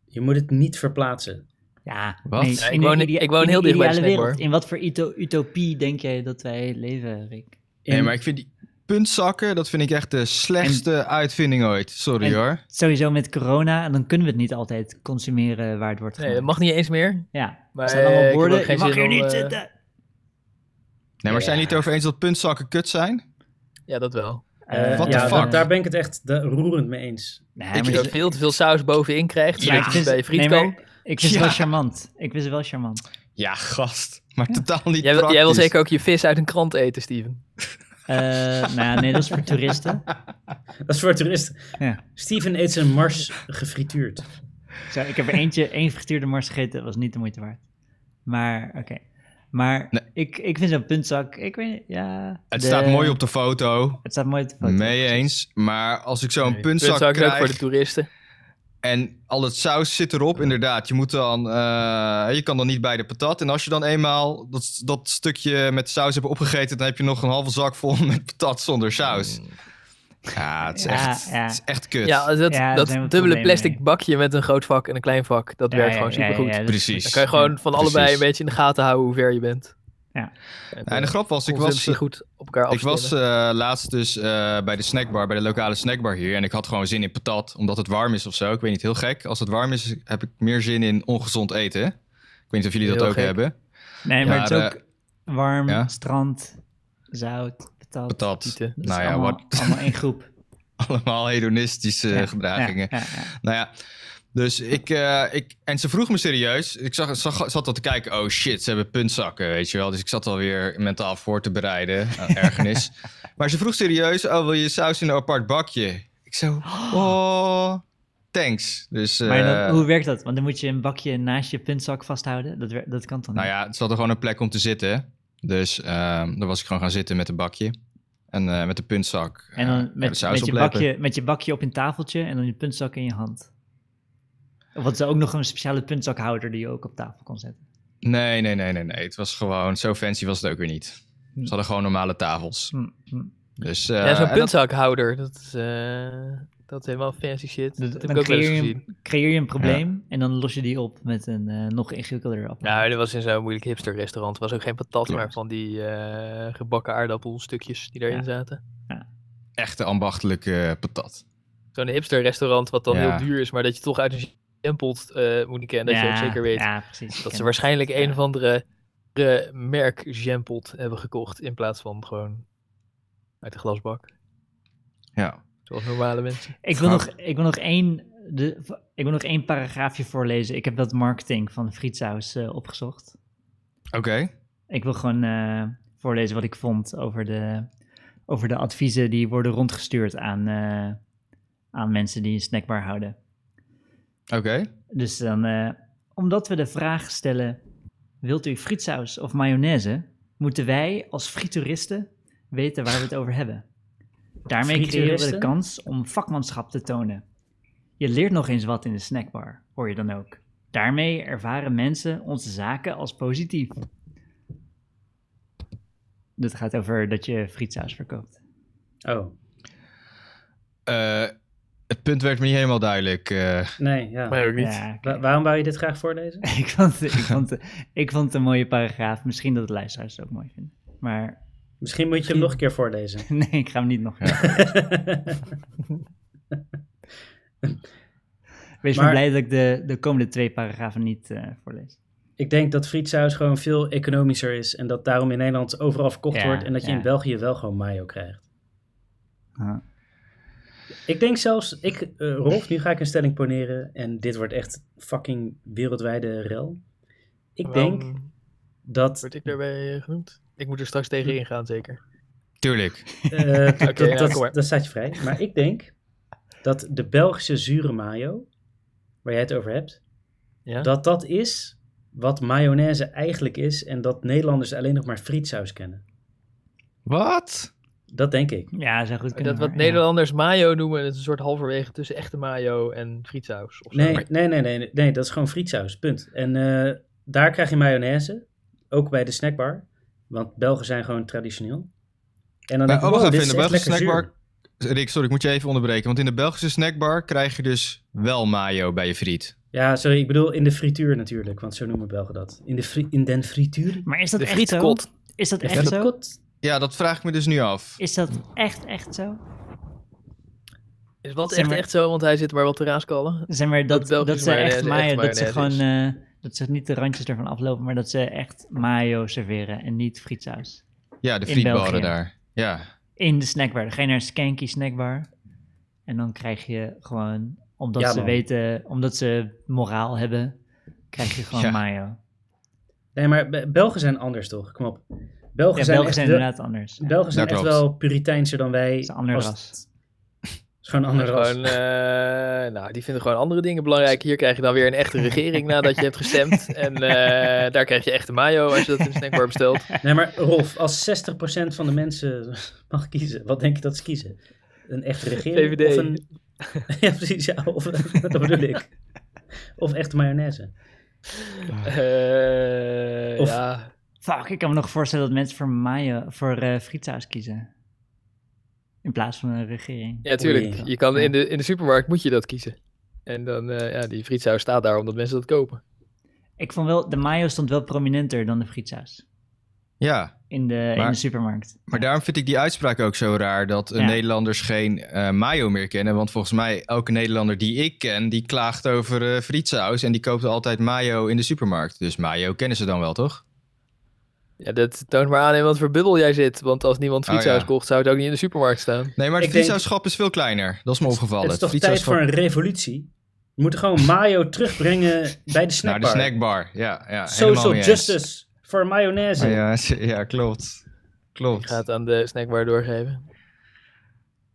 [SPEAKER 1] Je moet het niet verplaatsen.
[SPEAKER 2] ja,
[SPEAKER 4] Wat?
[SPEAKER 2] nee,
[SPEAKER 4] Ja,
[SPEAKER 3] ik
[SPEAKER 2] in de
[SPEAKER 3] woon-
[SPEAKER 2] idea-
[SPEAKER 3] ik woon
[SPEAKER 2] in de
[SPEAKER 3] heel dicht bij de
[SPEAKER 2] ideale
[SPEAKER 3] snackbar.
[SPEAKER 2] wereld. In wat voor uto- utopie denk jij dat wij leven, Rick?
[SPEAKER 1] En-
[SPEAKER 4] Nee, maar ik vind die puntzakken, dat vind ik echt de slechtste uitvinding ooit. Sorry
[SPEAKER 2] En-
[SPEAKER 4] hoor.
[SPEAKER 2] Sowieso met corona, en dan kunnen we het niet altijd consumeren waar het wordt
[SPEAKER 3] Nee,
[SPEAKER 2] gemaakt.
[SPEAKER 3] dat mag niet eens meer.
[SPEAKER 2] Ja,
[SPEAKER 3] Maar,
[SPEAKER 2] maar, staan allemaal
[SPEAKER 3] eh, ik heb ook
[SPEAKER 2] woorden,
[SPEAKER 3] geen
[SPEAKER 2] je mag
[SPEAKER 3] zin
[SPEAKER 2] hier
[SPEAKER 3] om,
[SPEAKER 2] niet
[SPEAKER 3] eh,
[SPEAKER 2] zitten.
[SPEAKER 4] Nee, maar zijn jullie het over eens dat puntzakken kut zijn?
[SPEAKER 3] Ja, dat wel.
[SPEAKER 1] Eh,
[SPEAKER 4] what the
[SPEAKER 1] ja,
[SPEAKER 4] fuck?
[SPEAKER 1] Daar, daar ben ik het echt da- roerend mee eens.
[SPEAKER 2] Nee,
[SPEAKER 3] Als
[SPEAKER 2] maar
[SPEAKER 3] je
[SPEAKER 2] ze-
[SPEAKER 3] veel te veel saus bovenin krijgt, zodat het niet bij je friet
[SPEAKER 2] dus- nee,
[SPEAKER 3] kan.
[SPEAKER 2] maar ik vind ze wel
[SPEAKER 4] Ja.
[SPEAKER 2] charmant. Ik vind ze wel charmant.
[SPEAKER 4] Ja, gast. Maar totaal niet
[SPEAKER 3] Jij, wil-
[SPEAKER 4] praktisch.
[SPEAKER 3] jij wil zeker ook je vis uit een krant eten, Steven.
[SPEAKER 2] Eh, nou ja, nee, dat is voor toeristen.
[SPEAKER 1] Dat is voor toeristen.
[SPEAKER 2] Ja.
[SPEAKER 1] Steven eet zijn mars gefrituurd.
[SPEAKER 2] Zo, ik heb er eentje, één gefrituurde mars gegeten. Dat was niet de moeite waard. Maar, oké. Maar
[SPEAKER 4] Nee.
[SPEAKER 2] ik, ik vind zo'n puntzak, ik weet niet, ja...
[SPEAKER 4] Het
[SPEAKER 2] de-
[SPEAKER 4] staat mooi op de foto.
[SPEAKER 2] Het staat mooi op de foto.
[SPEAKER 4] Mee eens. Maar als ik zo'n puntzak,
[SPEAKER 3] Puntzak is ook
[SPEAKER 4] krijg
[SPEAKER 3] voor de toeristen.
[SPEAKER 4] en al het saus zit erop, inderdaad. Je moet dan, eh, je kan dan niet bij de patat. En als je dan eenmaal dat, dat stukje met saus hebt opgegeten, dan heb je nog een halve zak vol met patat zonder saus. Ja, het is,
[SPEAKER 2] Ja,
[SPEAKER 4] echt,
[SPEAKER 2] ja.
[SPEAKER 4] het is echt kut.
[SPEAKER 3] Ja, dat,
[SPEAKER 2] Ja, daar
[SPEAKER 3] dat
[SPEAKER 2] zijn
[SPEAKER 3] dubbele
[SPEAKER 2] we problemen
[SPEAKER 3] plastic
[SPEAKER 2] mee.
[SPEAKER 3] bakje met een groot vak en een klein vak, dat
[SPEAKER 2] Ja,
[SPEAKER 3] werkt
[SPEAKER 2] ja,
[SPEAKER 3] gewoon
[SPEAKER 2] ja,
[SPEAKER 3] supergoed.
[SPEAKER 2] ja, dat-
[SPEAKER 4] Precies.
[SPEAKER 3] Dan kan je gewoon van
[SPEAKER 4] precies.
[SPEAKER 3] allebei een beetje in de gaten houden hoe ver je bent.
[SPEAKER 2] Ja.
[SPEAKER 4] Ja, en de grap was, ik was,
[SPEAKER 3] Consumptie goed op elkaar
[SPEAKER 4] Ik was
[SPEAKER 3] afstemmen.
[SPEAKER 4] eh, laatst dus eh, bij de snackbar, bij de lokale snackbar hier. En ik had gewoon zin in patat, omdat het warm is of zo. Ik weet niet, heel gek. Als het warm is, heb ik meer zin in ongezond eten. Ik weet niet of jullie dat
[SPEAKER 3] Heel
[SPEAKER 4] ook
[SPEAKER 3] gek.
[SPEAKER 4] hebben.
[SPEAKER 2] Nee, maar het is
[SPEAKER 4] Maar,
[SPEAKER 2] ook warm,
[SPEAKER 4] ja.
[SPEAKER 2] strand, zout, patat.
[SPEAKER 4] Patat.
[SPEAKER 3] Tieten.
[SPEAKER 2] Dat
[SPEAKER 4] Nou
[SPEAKER 2] is
[SPEAKER 4] ja,
[SPEAKER 2] allemaal,
[SPEAKER 4] wat
[SPEAKER 2] allemaal één groep.
[SPEAKER 4] allemaal hedonistische
[SPEAKER 2] Ja,
[SPEAKER 4] gedragingen.
[SPEAKER 2] ja, ja, ja.
[SPEAKER 4] Nou ja, dus ik, eh, ik... En ze vroeg me serieus. Ik zag, zag, zat al te kijken. Oh shit, ze hebben puntzakken, weet je wel. Dus ik zat alweer mentaal voor te bereiden. aan ergernis. maar ze vroeg serieus. Oh, wil je saus in een apart bakje? Ik zo... Oh, thanks. Dus,
[SPEAKER 2] Maar dan,
[SPEAKER 4] eh,
[SPEAKER 2] hoe werkt dat? Want dan moet je een bakje naast je puntzak vasthouden. Dat, wer- dat kan toch niet?
[SPEAKER 4] Nou ja, het zat er gewoon een plek om te zitten. Dus ehm daar was ik gewoon gaan zitten met een bakje. En eh, met de puntzak.
[SPEAKER 2] en dan
[SPEAKER 4] eh, de
[SPEAKER 2] met, met, je
[SPEAKER 4] opleppen.
[SPEAKER 2] bakje, met je bakje op een tafeltje en dan je puntzak in je hand. Want ze ook nog een speciale puntzakhouder die je ook op tafel kon zetten.
[SPEAKER 4] Nee, nee, nee, nee, nee. Het was gewoon... Zo fancy was het ook weer niet.
[SPEAKER 2] Hm.
[SPEAKER 4] Ze hadden gewoon normale tafels.
[SPEAKER 2] Hm, hm.
[SPEAKER 4] Dus, eh,
[SPEAKER 3] ja, zo'n
[SPEAKER 4] en dat-
[SPEAKER 3] puntzakhouder, dat is, eh, dat is helemaal fancy shit.
[SPEAKER 2] Dus
[SPEAKER 3] dat heb
[SPEAKER 2] dan
[SPEAKER 3] ik ook wel eens
[SPEAKER 2] creëer je-
[SPEAKER 3] gezien.
[SPEAKER 2] Creëer je een probleem en dan los je die op met een eh, nog ingewikkelder apparaat.
[SPEAKER 3] Nou, dat was in zo'n moeilijk hipster restaurant. was ook geen patat,
[SPEAKER 4] Klopt.
[SPEAKER 3] maar van die eh, gebakken aardappelstukjes die daarin
[SPEAKER 2] Ja.
[SPEAKER 3] zaten.
[SPEAKER 4] Echte ambachtelijke eh, patat.
[SPEAKER 3] Zo'n hipster restaurant wat dan
[SPEAKER 4] Ja.
[SPEAKER 3] heel duur is, maar dat je toch uit een jampot moet niet kennen. Dat je ook zeker weet
[SPEAKER 2] Ja, precies.
[SPEAKER 3] dat
[SPEAKER 2] Ja.
[SPEAKER 3] ze waarschijnlijk een
[SPEAKER 2] Ja.
[SPEAKER 3] of andere eh, merk jampot hebben gekocht in plaats van gewoon uit de glasbak.
[SPEAKER 4] Ja.
[SPEAKER 3] Zoals normale mensen.
[SPEAKER 2] Ik wil, nog,
[SPEAKER 4] Goud.
[SPEAKER 2] ik wil nog één. De, ik wil nog één paragraafje voorlezen. Ik heb dat marketing van Frietsaus eh, opgezocht.
[SPEAKER 4] Oké.
[SPEAKER 2] Ik wil gewoon eh, voorlezen wat ik vond over de, over de adviezen die worden rondgestuurd aan, eh, aan mensen die een snackbar houden.
[SPEAKER 4] Oké.
[SPEAKER 2] Dus dan, eh, omdat we de vraag stellen: wilt u frietsaus of mayonaise? Moeten wij als frituuristen weten waar we het over hebben. Daarmee creëren we de
[SPEAKER 1] Frituuristen?
[SPEAKER 2] kans om vakmanschap te tonen. Je leert nog eens wat in de snackbar, hoor je dan ook. Daarmee ervaren mensen onze zaken als positief. Dat gaat over dat je frietsaus verkoopt.
[SPEAKER 1] Oh,
[SPEAKER 4] Eh, het punt werd me niet helemaal duidelijk. eh.
[SPEAKER 1] nee, ja.
[SPEAKER 3] Maar ook niet.
[SPEAKER 2] Ja, oké.
[SPEAKER 1] Wa- waarom wou je dit graag voorlezen?
[SPEAKER 2] Ik vond, ik, vond, ik vond het een mooie paragraaf. Misschien dat de luisteraars het ook mooi vinden. Maar
[SPEAKER 1] Misschien moet je hem nog een keer voorlezen.
[SPEAKER 2] nee, ik ga hem niet nog. Wees maar,
[SPEAKER 1] Maar-
[SPEAKER 2] blij dat ik de, de komende twee paragrafen niet eh, voorlees.
[SPEAKER 1] Ik denk dat frietsaus gewoon veel economischer is en dat daarom in Nederland overal verkocht
[SPEAKER 2] Ja,
[SPEAKER 1] wordt en dat je
[SPEAKER 2] ja.
[SPEAKER 1] in België wel gewoon mayo krijgt.
[SPEAKER 2] Ah.
[SPEAKER 1] Ik denk zelfs, ik, eh, Rolf, nu ga ik een stelling poneren en dit wordt echt fucking wereldwijde rel. Ik
[SPEAKER 3] Waarom
[SPEAKER 1] denk dat,
[SPEAKER 3] Word ik daarbij eh, genoemd? Ik moet er straks tegen ingaan, zeker.
[SPEAKER 4] Tuurlijk.
[SPEAKER 1] eh, dat,
[SPEAKER 3] Oké, ja,
[SPEAKER 1] dat,
[SPEAKER 3] kom maar.
[SPEAKER 1] dat staat je vrij, maar ik denk dat de Belgische zure mayo, waar jij het over hebt,
[SPEAKER 3] Ja?
[SPEAKER 1] dat dat is wat mayonaise eigenlijk is en dat Nederlanders alleen nog maar frietsaus kennen.
[SPEAKER 4] Wat?
[SPEAKER 1] Dat denk ik.
[SPEAKER 2] Ja, zou goed kunnen.
[SPEAKER 3] dat wat
[SPEAKER 2] hoor.
[SPEAKER 3] Nederlanders mayo noemen, dat is een soort halverwege tussen echte mayo en frietsaus. Of zo.
[SPEAKER 1] Nee, nee, nee, nee, nee, nee, dat is gewoon frietsaus, punt. En eh, daar krijg je mayonaise, ook bij de snackbar, want Belgen zijn gewoon traditioneel. En dan
[SPEAKER 4] Maar,
[SPEAKER 1] denk je,
[SPEAKER 4] oh, wacht
[SPEAKER 1] wow,
[SPEAKER 4] even,
[SPEAKER 1] dit
[SPEAKER 4] in
[SPEAKER 1] is
[SPEAKER 4] de
[SPEAKER 1] echt
[SPEAKER 4] Belgische
[SPEAKER 1] lekker
[SPEAKER 4] snackbar...
[SPEAKER 1] zuur.
[SPEAKER 4] Rick, sorry, ik moet je even onderbreken. Want in de Belgische snackbar krijg je dus wel mayo bij je friet.
[SPEAKER 1] Ja, sorry, ik bedoel in de frituur natuurlijk, want zo noemen Belgen dat. In, de fri- in den frituur.
[SPEAKER 2] Maar is dat
[SPEAKER 3] De
[SPEAKER 2] echt zo?
[SPEAKER 3] frietkot.
[SPEAKER 2] Is dat
[SPEAKER 1] De
[SPEAKER 2] echt zo?
[SPEAKER 1] frietkot.
[SPEAKER 4] Ja, dat vraag ik me dus nu af.
[SPEAKER 2] Is dat echt, echt zo?
[SPEAKER 3] Is wat
[SPEAKER 2] Zeg
[SPEAKER 3] echt,
[SPEAKER 2] maar-
[SPEAKER 3] echt zo, want hij zit maar wat te raaskallen.
[SPEAKER 2] Zeg maar, dat,
[SPEAKER 3] Dat
[SPEAKER 2] dat,
[SPEAKER 3] Belgische
[SPEAKER 2] ze echt
[SPEAKER 3] mayonaise echt
[SPEAKER 2] mayo, dat ze gewoon,
[SPEAKER 3] mayonaise
[SPEAKER 2] eh, dat ze niet de randjes ervan aflopen, maar dat ze echt mayo serveren en niet frietsaus.
[SPEAKER 4] Ja, de
[SPEAKER 2] In
[SPEAKER 4] frietballen
[SPEAKER 2] België.
[SPEAKER 4] daar. Ja.
[SPEAKER 2] In de snackbar. Dan ga je naar een skanky snackbar en dan krijg je gewoon, omdat
[SPEAKER 1] Ja,
[SPEAKER 2] ze
[SPEAKER 1] man.
[SPEAKER 2] weten, omdat ze moraal hebben, krijg je gewoon
[SPEAKER 4] Ja.
[SPEAKER 2] mayo.
[SPEAKER 1] Nee, maar Be- Belgen zijn anders toch? Kom op. Belgen
[SPEAKER 2] Ja,
[SPEAKER 1] zijn,
[SPEAKER 2] Belgen
[SPEAKER 1] echt,
[SPEAKER 2] zijn
[SPEAKER 1] wel-
[SPEAKER 2] inderdaad anders. Ja.
[SPEAKER 1] Belgen zijn
[SPEAKER 4] Dat
[SPEAKER 1] echt
[SPEAKER 4] klopt.
[SPEAKER 1] wel puriteinser dan wij.
[SPEAKER 2] is een ander
[SPEAKER 1] als-
[SPEAKER 2] ras.
[SPEAKER 1] Het is gewoon een ander ras.
[SPEAKER 3] Gewoon, eh, nou, die vinden gewoon andere dingen belangrijk. Hier krijg je dan weer een echte regering nadat je hebt gestemd. En eh, daar krijg je echte mayo als je dat in de snackbar bestelt.
[SPEAKER 1] Nee, maar Rolf, als 60% van de mensen mag kiezen, wat denk je dat ze kiezen? Een echte regering?
[SPEAKER 3] VVD.
[SPEAKER 1] Of een... Ja, precies, ja. Of, dat bedoel ik. Of echte mayonaise.
[SPEAKER 3] Eh,
[SPEAKER 1] Of-
[SPEAKER 3] ja.
[SPEAKER 2] Fuck, ik kan me nog voorstellen dat mensen voor mayo, voor eh frietsaus kiezen. in plaats van een regering.
[SPEAKER 3] Ja, tuurlijk.
[SPEAKER 1] Oei.
[SPEAKER 3] Je kan in, de, in de supermarkt moet je dat kiezen. En dan, eh, ja, die frietsaus staat daar omdat mensen dat kopen.
[SPEAKER 2] Ik vond wel, de mayo stond wel prominenter dan de frietsaus
[SPEAKER 4] Ja,
[SPEAKER 2] in de, in
[SPEAKER 4] Maar-
[SPEAKER 2] de supermarkt.
[SPEAKER 4] maar daarom vind ik die uitspraak ook zo raar dat eh,
[SPEAKER 2] Ja.
[SPEAKER 4] Nederlanders geen eh, mayo meer kennen. Want volgens mij, elke Nederlander die ik ken, die klaagt over eh, frietsaus en die koopt altijd mayo in de supermarkt. Dus mayo kennen ze dan wel, toch?
[SPEAKER 3] Ja, dat toont maar aan in wat voor bubbel jij zit. Want als niemand
[SPEAKER 4] Oh,
[SPEAKER 3] frietsaus
[SPEAKER 4] ja.
[SPEAKER 3] kocht, zou het ook niet in de supermarkt staan.
[SPEAKER 4] Nee, maar het
[SPEAKER 1] Ik denk-
[SPEAKER 4] frietsausschap is veel kleiner. Dat is me opgevallen.
[SPEAKER 1] Het is toch tijd
[SPEAKER 4] frietsausschap-
[SPEAKER 1] voor een revolutie? We moeten gewoon mayo terugbrengen bij de
[SPEAKER 4] Naar
[SPEAKER 1] snackbar.
[SPEAKER 4] de snackbar, ja. ja helemaal
[SPEAKER 1] Social
[SPEAKER 4] mee eens.
[SPEAKER 1] justice voor mayonaise.
[SPEAKER 4] Ah, ja, ja, klopt.
[SPEAKER 3] Ik
[SPEAKER 4] Klopt.
[SPEAKER 3] ga het aan de snackbar doorgeven.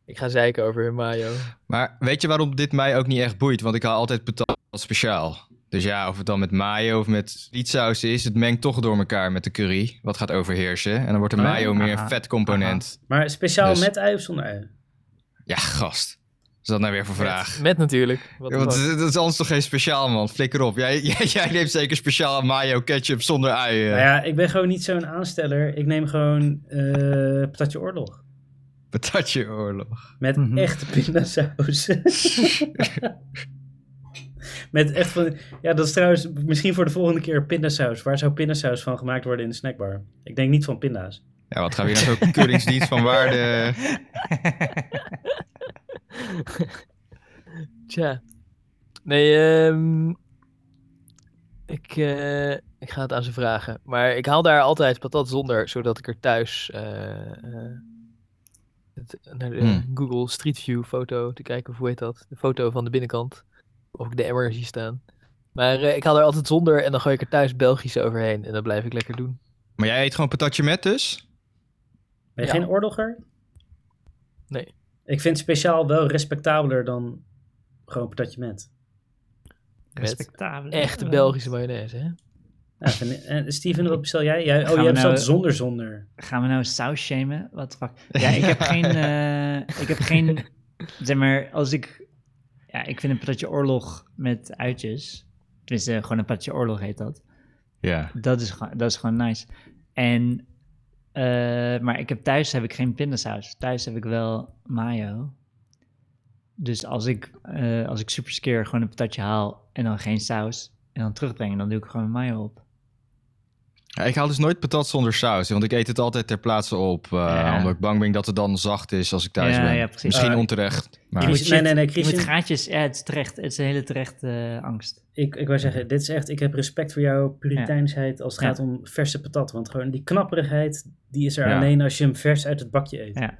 [SPEAKER 3] Ik ga zeiken over hun mayo.
[SPEAKER 4] Maar weet je waarom dit mij ook niet echt boeit? Want ik haal altijd patat speciaal. Dus ja, of het dan met mayo of met frietsaus is, het mengt toch door elkaar met de curry. Wat gaat overheersen. En dan wordt de
[SPEAKER 1] Ah,
[SPEAKER 4] mayo meer
[SPEAKER 2] aha,
[SPEAKER 4] een vetcomponent.
[SPEAKER 1] Maar speciaal
[SPEAKER 4] Dus-
[SPEAKER 1] met ui of zonder ui?
[SPEAKER 4] Ja, gast. Is dat nou weer voor vraag?
[SPEAKER 3] Met, met natuurlijk. Wat
[SPEAKER 4] Ja,
[SPEAKER 3] dan
[SPEAKER 4] want
[SPEAKER 3] ook.
[SPEAKER 4] het dat is anders toch geen speciaal, man. Flikker op. Jij, jij, jij neemt zeker speciaal mayo ketchup zonder ui. eh,
[SPEAKER 1] Nou ja, ik ben gewoon niet zo'n aansteller. Ik neem gewoon eh patatje oorlog.
[SPEAKER 4] Patatje oorlog.
[SPEAKER 1] Met
[SPEAKER 2] Mhm.
[SPEAKER 1] echte pindasaus. Met echt van... Ja, dat is trouwens misschien voor de volgende keer pindasaus. Waar zou pindasaus van gemaakt worden in de snackbar? Ik denk niet van pinda's.
[SPEAKER 4] Ja, wat gaan we hier nou zo'n keuringsdienst van waarde...
[SPEAKER 3] Tja. Nee, ehm, ik, eh, ik ga het aan ze vragen. Maar ik haal daar altijd patat zonder, zodat ik er thuis eh, eh, het, naar de
[SPEAKER 4] Hmm.
[SPEAKER 3] Google Street View foto te kijken, of hoe heet dat? De foto van de binnenkant. Of ik de emmer zie staan. Maar eh, ik haal er altijd zonder en dan gooi ik er thuis Belgisch overheen. En dat blijf ik lekker doen.
[SPEAKER 4] Maar jij eet gewoon patatje met dus?
[SPEAKER 1] Ben je
[SPEAKER 3] Ja.
[SPEAKER 1] geen oorloger?
[SPEAKER 3] Nee.
[SPEAKER 1] Ik vind speciaal wel respectabeler dan gewoon patatje met.
[SPEAKER 2] Respectabel.
[SPEAKER 3] Echte Belgische mayonaise, hè?
[SPEAKER 1] Ja, vind- en Steven, wat bestel jij? jij
[SPEAKER 2] Gaan
[SPEAKER 1] oh,
[SPEAKER 2] we
[SPEAKER 1] jij
[SPEAKER 2] nou-
[SPEAKER 1] bestelt zonder zonder.
[SPEAKER 2] Gaan we nou saus shamen? Wat fuck? Ja, ik heb geen. eh, ik heb geen. Zeg maar, als ik. Ja, ik vind een patatje oorlog met uitjes. Tenminste, gewoon een patatje oorlog heet dat.
[SPEAKER 4] Ja.
[SPEAKER 2] Dat is, gewoon- dat is gewoon nice. En. eh, maar ik heb thuis heb ik geen pindasaus. Thuis heb ik wel mayo. Dus als ik, eh als ik superskeer gewoon een patatje haal en dan geen saus en dan terugbrengen, dan doe ik er gewoon mayo op.
[SPEAKER 4] Ja, ik haal dus nooit patat zonder saus, want ik eet het altijd ter plaatse op. eh,
[SPEAKER 2] Ja.
[SPEAKER 4] Omdat ik bang ben dat het dan zacht is als ik thuis
[SPEAKER 2] Ja,
[SPEAKER 4] ben.
[SPEAKER 2] ja, precies.
[SPEAKER 4] Misschien
[SPEAKER 1] Ah.
[SPEAKER 4] onterecht. Maar...
[SPEAKER 1] Je moet- nee, nee, nee,
[SPEAKER 2] Je moet
[SPEAKER 1] Christian.
[SPEAKER 2] gaatjes, ja, het is terecht. Het is een hele terechte eh, angst.
[SPEAKER 1] Ik, ik wou zeggen, dit is echt, ik heb respect voor jouw puriteinsheid als het
[SPEAKER 2] Ja.
[SPEAKER 1] gaat om verse patat. Want gewoon die knapperigheid, die is er
[SPEAKER 4] Ja.
[SPEAKER 1] alleen als je hem vers uit het bakje eet.
[SPEAKER 2] Ja.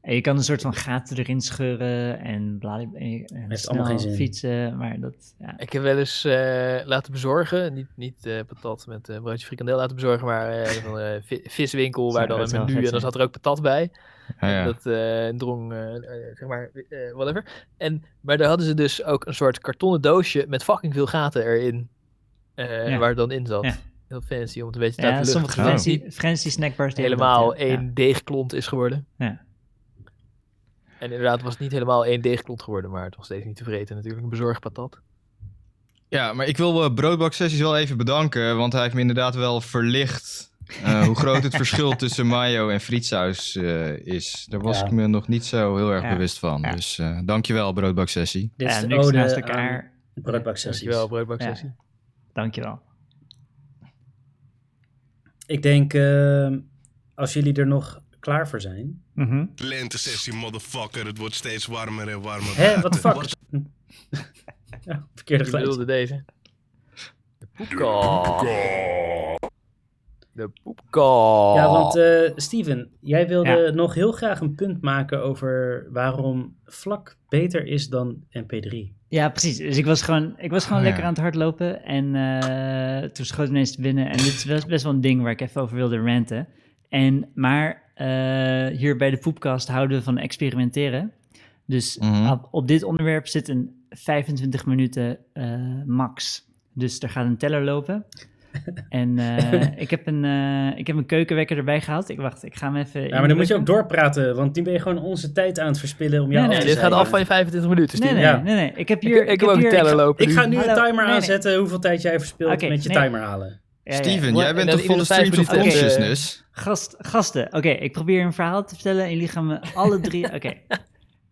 [SPEAKER 2] En je kan een soort van gaten erin scheuren en bladibla. En
[SPEAKER 1] Heeft
[SPEAKER 2] snel
[SPEAKER 1] allemaal geen zin.
[SPEAKER 2] fietsen, maar dat... Ja.
[SPEAKER 3] Ik heb wel eens eh, laten bezorgen, niet, niet eh, patat met eh, broodje frikandel laten bezorgen, maar eh, van een vi- viswinkel waar
[SPEAKER 2] Zou-
[SPEAKER 3] dan
[SPEAKER 2] dat
[SPEAKER 3] een
[SPEAKER 2] zou
[SPEAKER 3] menu
[SPEAKER 2] vet
[SPEAKER 3] en dan
[SPEAKER 2] zijn.
[SPEAKER 3] zat er ook patat bij.
[SPEAKER 4] Ja, ja.
[SPEAKER 3] Dat eh, drong, eh, eh, zeg maar, eh, whatever. En, maar daar hadden ze dus ook een soort kartonnen doosje met fucking veel gaten erin, eh,
[SPEAKER 2] Ja.
[SPEAKER 3] waar het dan in zat.
[SPEAKER 2] Ja.
[SPEAKER 3] Heel fancy om het een beetje te
[SPEAKER 2] Ja,
[SPEAKER 3] laten
[SPEAKER 2] sommige
[SPEAKER 3] luchten.
[SPEAKER 4] Oh.
[SPEAKER 3] zodat het
[SPEAKER 2] fancy,
[SPEAKER 3] niet
[SPEAKER 2] fancy snackbars... die hebben
[SPEAKER 3] helemaal
[SPEAKER 2] dat, ja.
[SPEAKER 3] één deegklont is geworden.
[SPEAKER 2] Ja.
[SPEAKER 3] En inderdaad was het niet helemaal één deegklont geworden, maar het was steeds niet tevreden natuurlijk. Een bezorgpatat.
[SPEAKER 4] Ja, maar ik wil eh Broodbak Sessies wel even bedanken, want hij heeft me inderdaad wel verlicht eh, hoe groot het verschil tussen mayo en frietsaus eh, is. Daar was
[SPEAKER 1] Ja.
[SPEAKER 4] ik me nog niet zo heel erg
[SPEAKER 2] Ja.
[SPEAKER 4] bewust van.
[SPEAKER 2] Ja.
[SPEAKER 4] Dus eh dankjewel, Broodbak Sessie.
[SPEAKER 1] Dit
[SPEAKER 2] Ja,
[SPEAKER 1] is de
[SPEAKER 2] niks
[SPEAKER 1] ode
[SPEAKER 2] naast
[SPEAKER 1] aan
[SPEAKER 2] elkaar.
[SPEAKER 1] broodbaksessies.
[SPEAKER 3] Dankjewel, broodbaksessie.
[SPEAKER 2] Dankjewel.
[SPEAKER 1] Ik denk, ehm, als jullie er nog klaar voor zijn.
[SPEAKER 2] Mhm.
[SPEAKER 8] Lente sessie, motherfucker. Het wordt steeds warmer en warmer.
[SPEAKER 1] Hé, wat
[SPEAKER 8] buiten.
[SPEAKER 1] fuck? ja, verkeerde
[SPEAKER 3] Ik
[SPEAKER 1] geluid.
[SPEAKER 3] bedoelde deze. De poepka. De poepka.
[SPEAKER 1] Ja, want eh, Steven, jij wilde
[SPEAKER 2] Ja.
[SPEAKER 1] nog heel graag een punt maken over waarom vlak beter is dan MP3.
[SPEAKER 2] Ja, precies. Dus ik was gewoon, ik was gewoon
[SPEAKER 4] Oh,
[SPEAKER 2] lekker
[SPEAKER 4] ja.
[SPEAKER 2] aan het hardlopen. En eh, toen schoot ineens te binnen. En dit is best, best wel een ding waar ik even over wilde ranten. En, maar eh, hier bij de Poepkast houden we van experimenteren. Dus
[SPEAKER 4] Mhm.
[SPEAKER 2] op, op dit onderwerp zit een 25 minuten eh, max. Dus er gaat een teller lopen. en eh, ik, heb een, eh, ik heb een keukenwekker erbij gehaald. Ik wacht, ik ga hem even...
[SPEAKER 1] Ja, Nou, maar dan moet je ook doorpraten, want nu ben je gewoon onze tijd aan het verspillen om jou
[SPEAKER 2] Nee,
[SPEAKER 1] af
[SPEAKER 3] nee,
[SPEAKER 1] te
[SPEAKER 3] dit gaat
[SPEAKER 1] zeiken.
[SPEAKER 3] af van je 25 minuten.
[SPEAKER 2] Nee,
[SPEAKER 3] Steven.
[SPEAKER 2] nee,
[SPEAKER 1] Ja.
[SPEAKER 2] nee, nee. Ik heb
[SPEAKER 3] Ik-
[SPEAKER 2] hier...
[SPEAKER 3] ik, heb ook
[SPEAKER 2] hier-
[SPEAKER 3] een teller lopen.
[SPEAKER 1] Ik ga nu
[SPEAKER 2] Hallo,
[SPEAKER 1] een timer
[SPEAKER 2] nee, nee.
[SPEAKER 1] aanzetten hoeveel tijd jij verspilt
[SPEAKER 2] Oké,
[SPEAKER 1] met je
[SPEAKER 2] nee.
[SPEAKER 1] timer halen.
[SPEAKER 2] Ja, ja.
[SPEAKER 4] Steven,
[SPEAKER 7] Ja,
[SPEAKER 4] jij bent
[SPEAKER 7] en
[SPEAKER 4] de
[SPEAKER 7] dan
[SPEAKER 4] volle
[SPEAKER 7] iedere vijf
[SPEAKER 4] stream of
[SPEAKER 7] minuten, eh,
[SPEAKER 4] consciousness.
[SPEAKER 2] Gast, gasten, oké, ik probeer een verhaal te vertellen en jullie gaan me alle drie... Oké.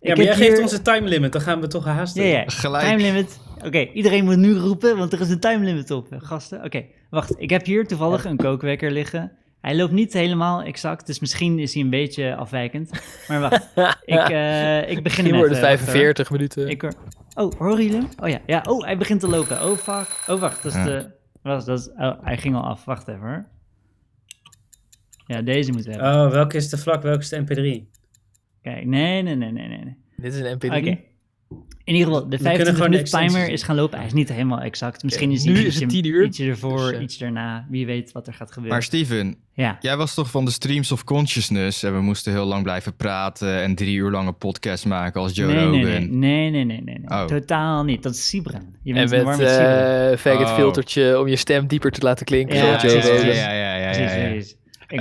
[SPEAKER 1] Ja, maar jij geeft ons een time limit, dan gaan we toch haasten.
[SPEAKER 2] Ja, ja.
[SPEAKER 4] Gelijk.
[SPEAKER 2] Time limit. Oké, iedereen moet nu roepen, want er is een time limit op, hè, gasten. Oké, wacht. Ik heb hier toevallig een kookwekker liggen. Hij loopt niet helemaal exact, dus misschien is hij een beetje afwijkend. Maar wacht, ik, eh, ik begin
[SPEAKER 7] Die
[SPEAKER 2] hem
[SPEAKER 7] worden
[SPEAKER 2] even. Wacht, hoor.
[SPEAKER 7] 45 minuten.
[SPEAKER 2] Ik hoor... Oh, horen jullie hem? Oh ja. ja, oh, hij begint te lopen. Oh, fuck. Oh, wacht, dat is
[SPEAKER 4] Ja.
[SPEAKER 2] de... Was, dat is... Oh, hij ging al af. Wacht even, hoor. Ja, deze moeten we hebben.
[SPEAKER 1] Oh, welke is de vlak, welke is de mp3?
[SPEAKER 2] Kijk, nee, nee, nee, nee, nee. nee.
[SPEAKER 7] Dit is een MP3.
[SPEAKER 2] Oké. In ieder geval, de
[SPEAKER 1] kunnen
[SPEAKER 2] 25
[SPEAKER 1] gewoon
[SPEAKER 2] minuut
[SPEAKER 1] de extensies
[SPEAKER 2] timer
[SPEAKER 1] doen.
[SPEAKER 2] is gaan lopen. Hij is niet helemaal exact. Misschien
[SPEAKER 7] Ja,
[SPEAKER 2] is
[SPEAKER 7] nu
[SPEAKER 2] hij
[SPEAKER 7] is het
[SPEAKER 2] ietsje,
[SPEAKER 7] 10 uur.
[SPEAKER 2] ietsje ervoor,
[SPEAKER 7] Dus, eh.
[SPEAKER 2] iets daarna. Wie weet wat er gaat gebeuren.
[SPEAKER 4] Maar Steven,
[SPEAKER 2] ja.
[SPEAKER 4] jij was toch van de streams of consciousness en we moesten heel lang blijven praten en drie uur lange podcast maken als Joe
[SPEAKER 2] Nee, nee,
[SPEAKER 4] Rogan.
[SPEAKER 2] nee, nee, nee, nee, nee. nee.
[SPEAKER 4] Oh.
[SPEAKER 2] Totaal niet. Dat is Sibran. Je
[SPEAKER 7] En
[SPEAKER 2] bent
[SPEAKER 7] met
[SPEAKER 2] warm met Sibran.
[SPEAKER 7] eh faggot
[SPEAKER 4] Oh.
[SPEAKER 7] filtertje om je stem dieper te laten klinken.
[SPEAKER 2] Ja,
[SPEAKER 4] Ja,
[SPEAKER 7] zoals Joe
[SPEAKER 2] precies,
[SPEAKER 4] ja,
[SPEAKER 7] Rogan.
[SPEAKER 2] precies.
[SPEAKER 4] ja, ja, ja,
[SPEAKER 2] Precies,
[SPEAKER 4] ja, ja.
[SPEAKER 2] precies. Ik,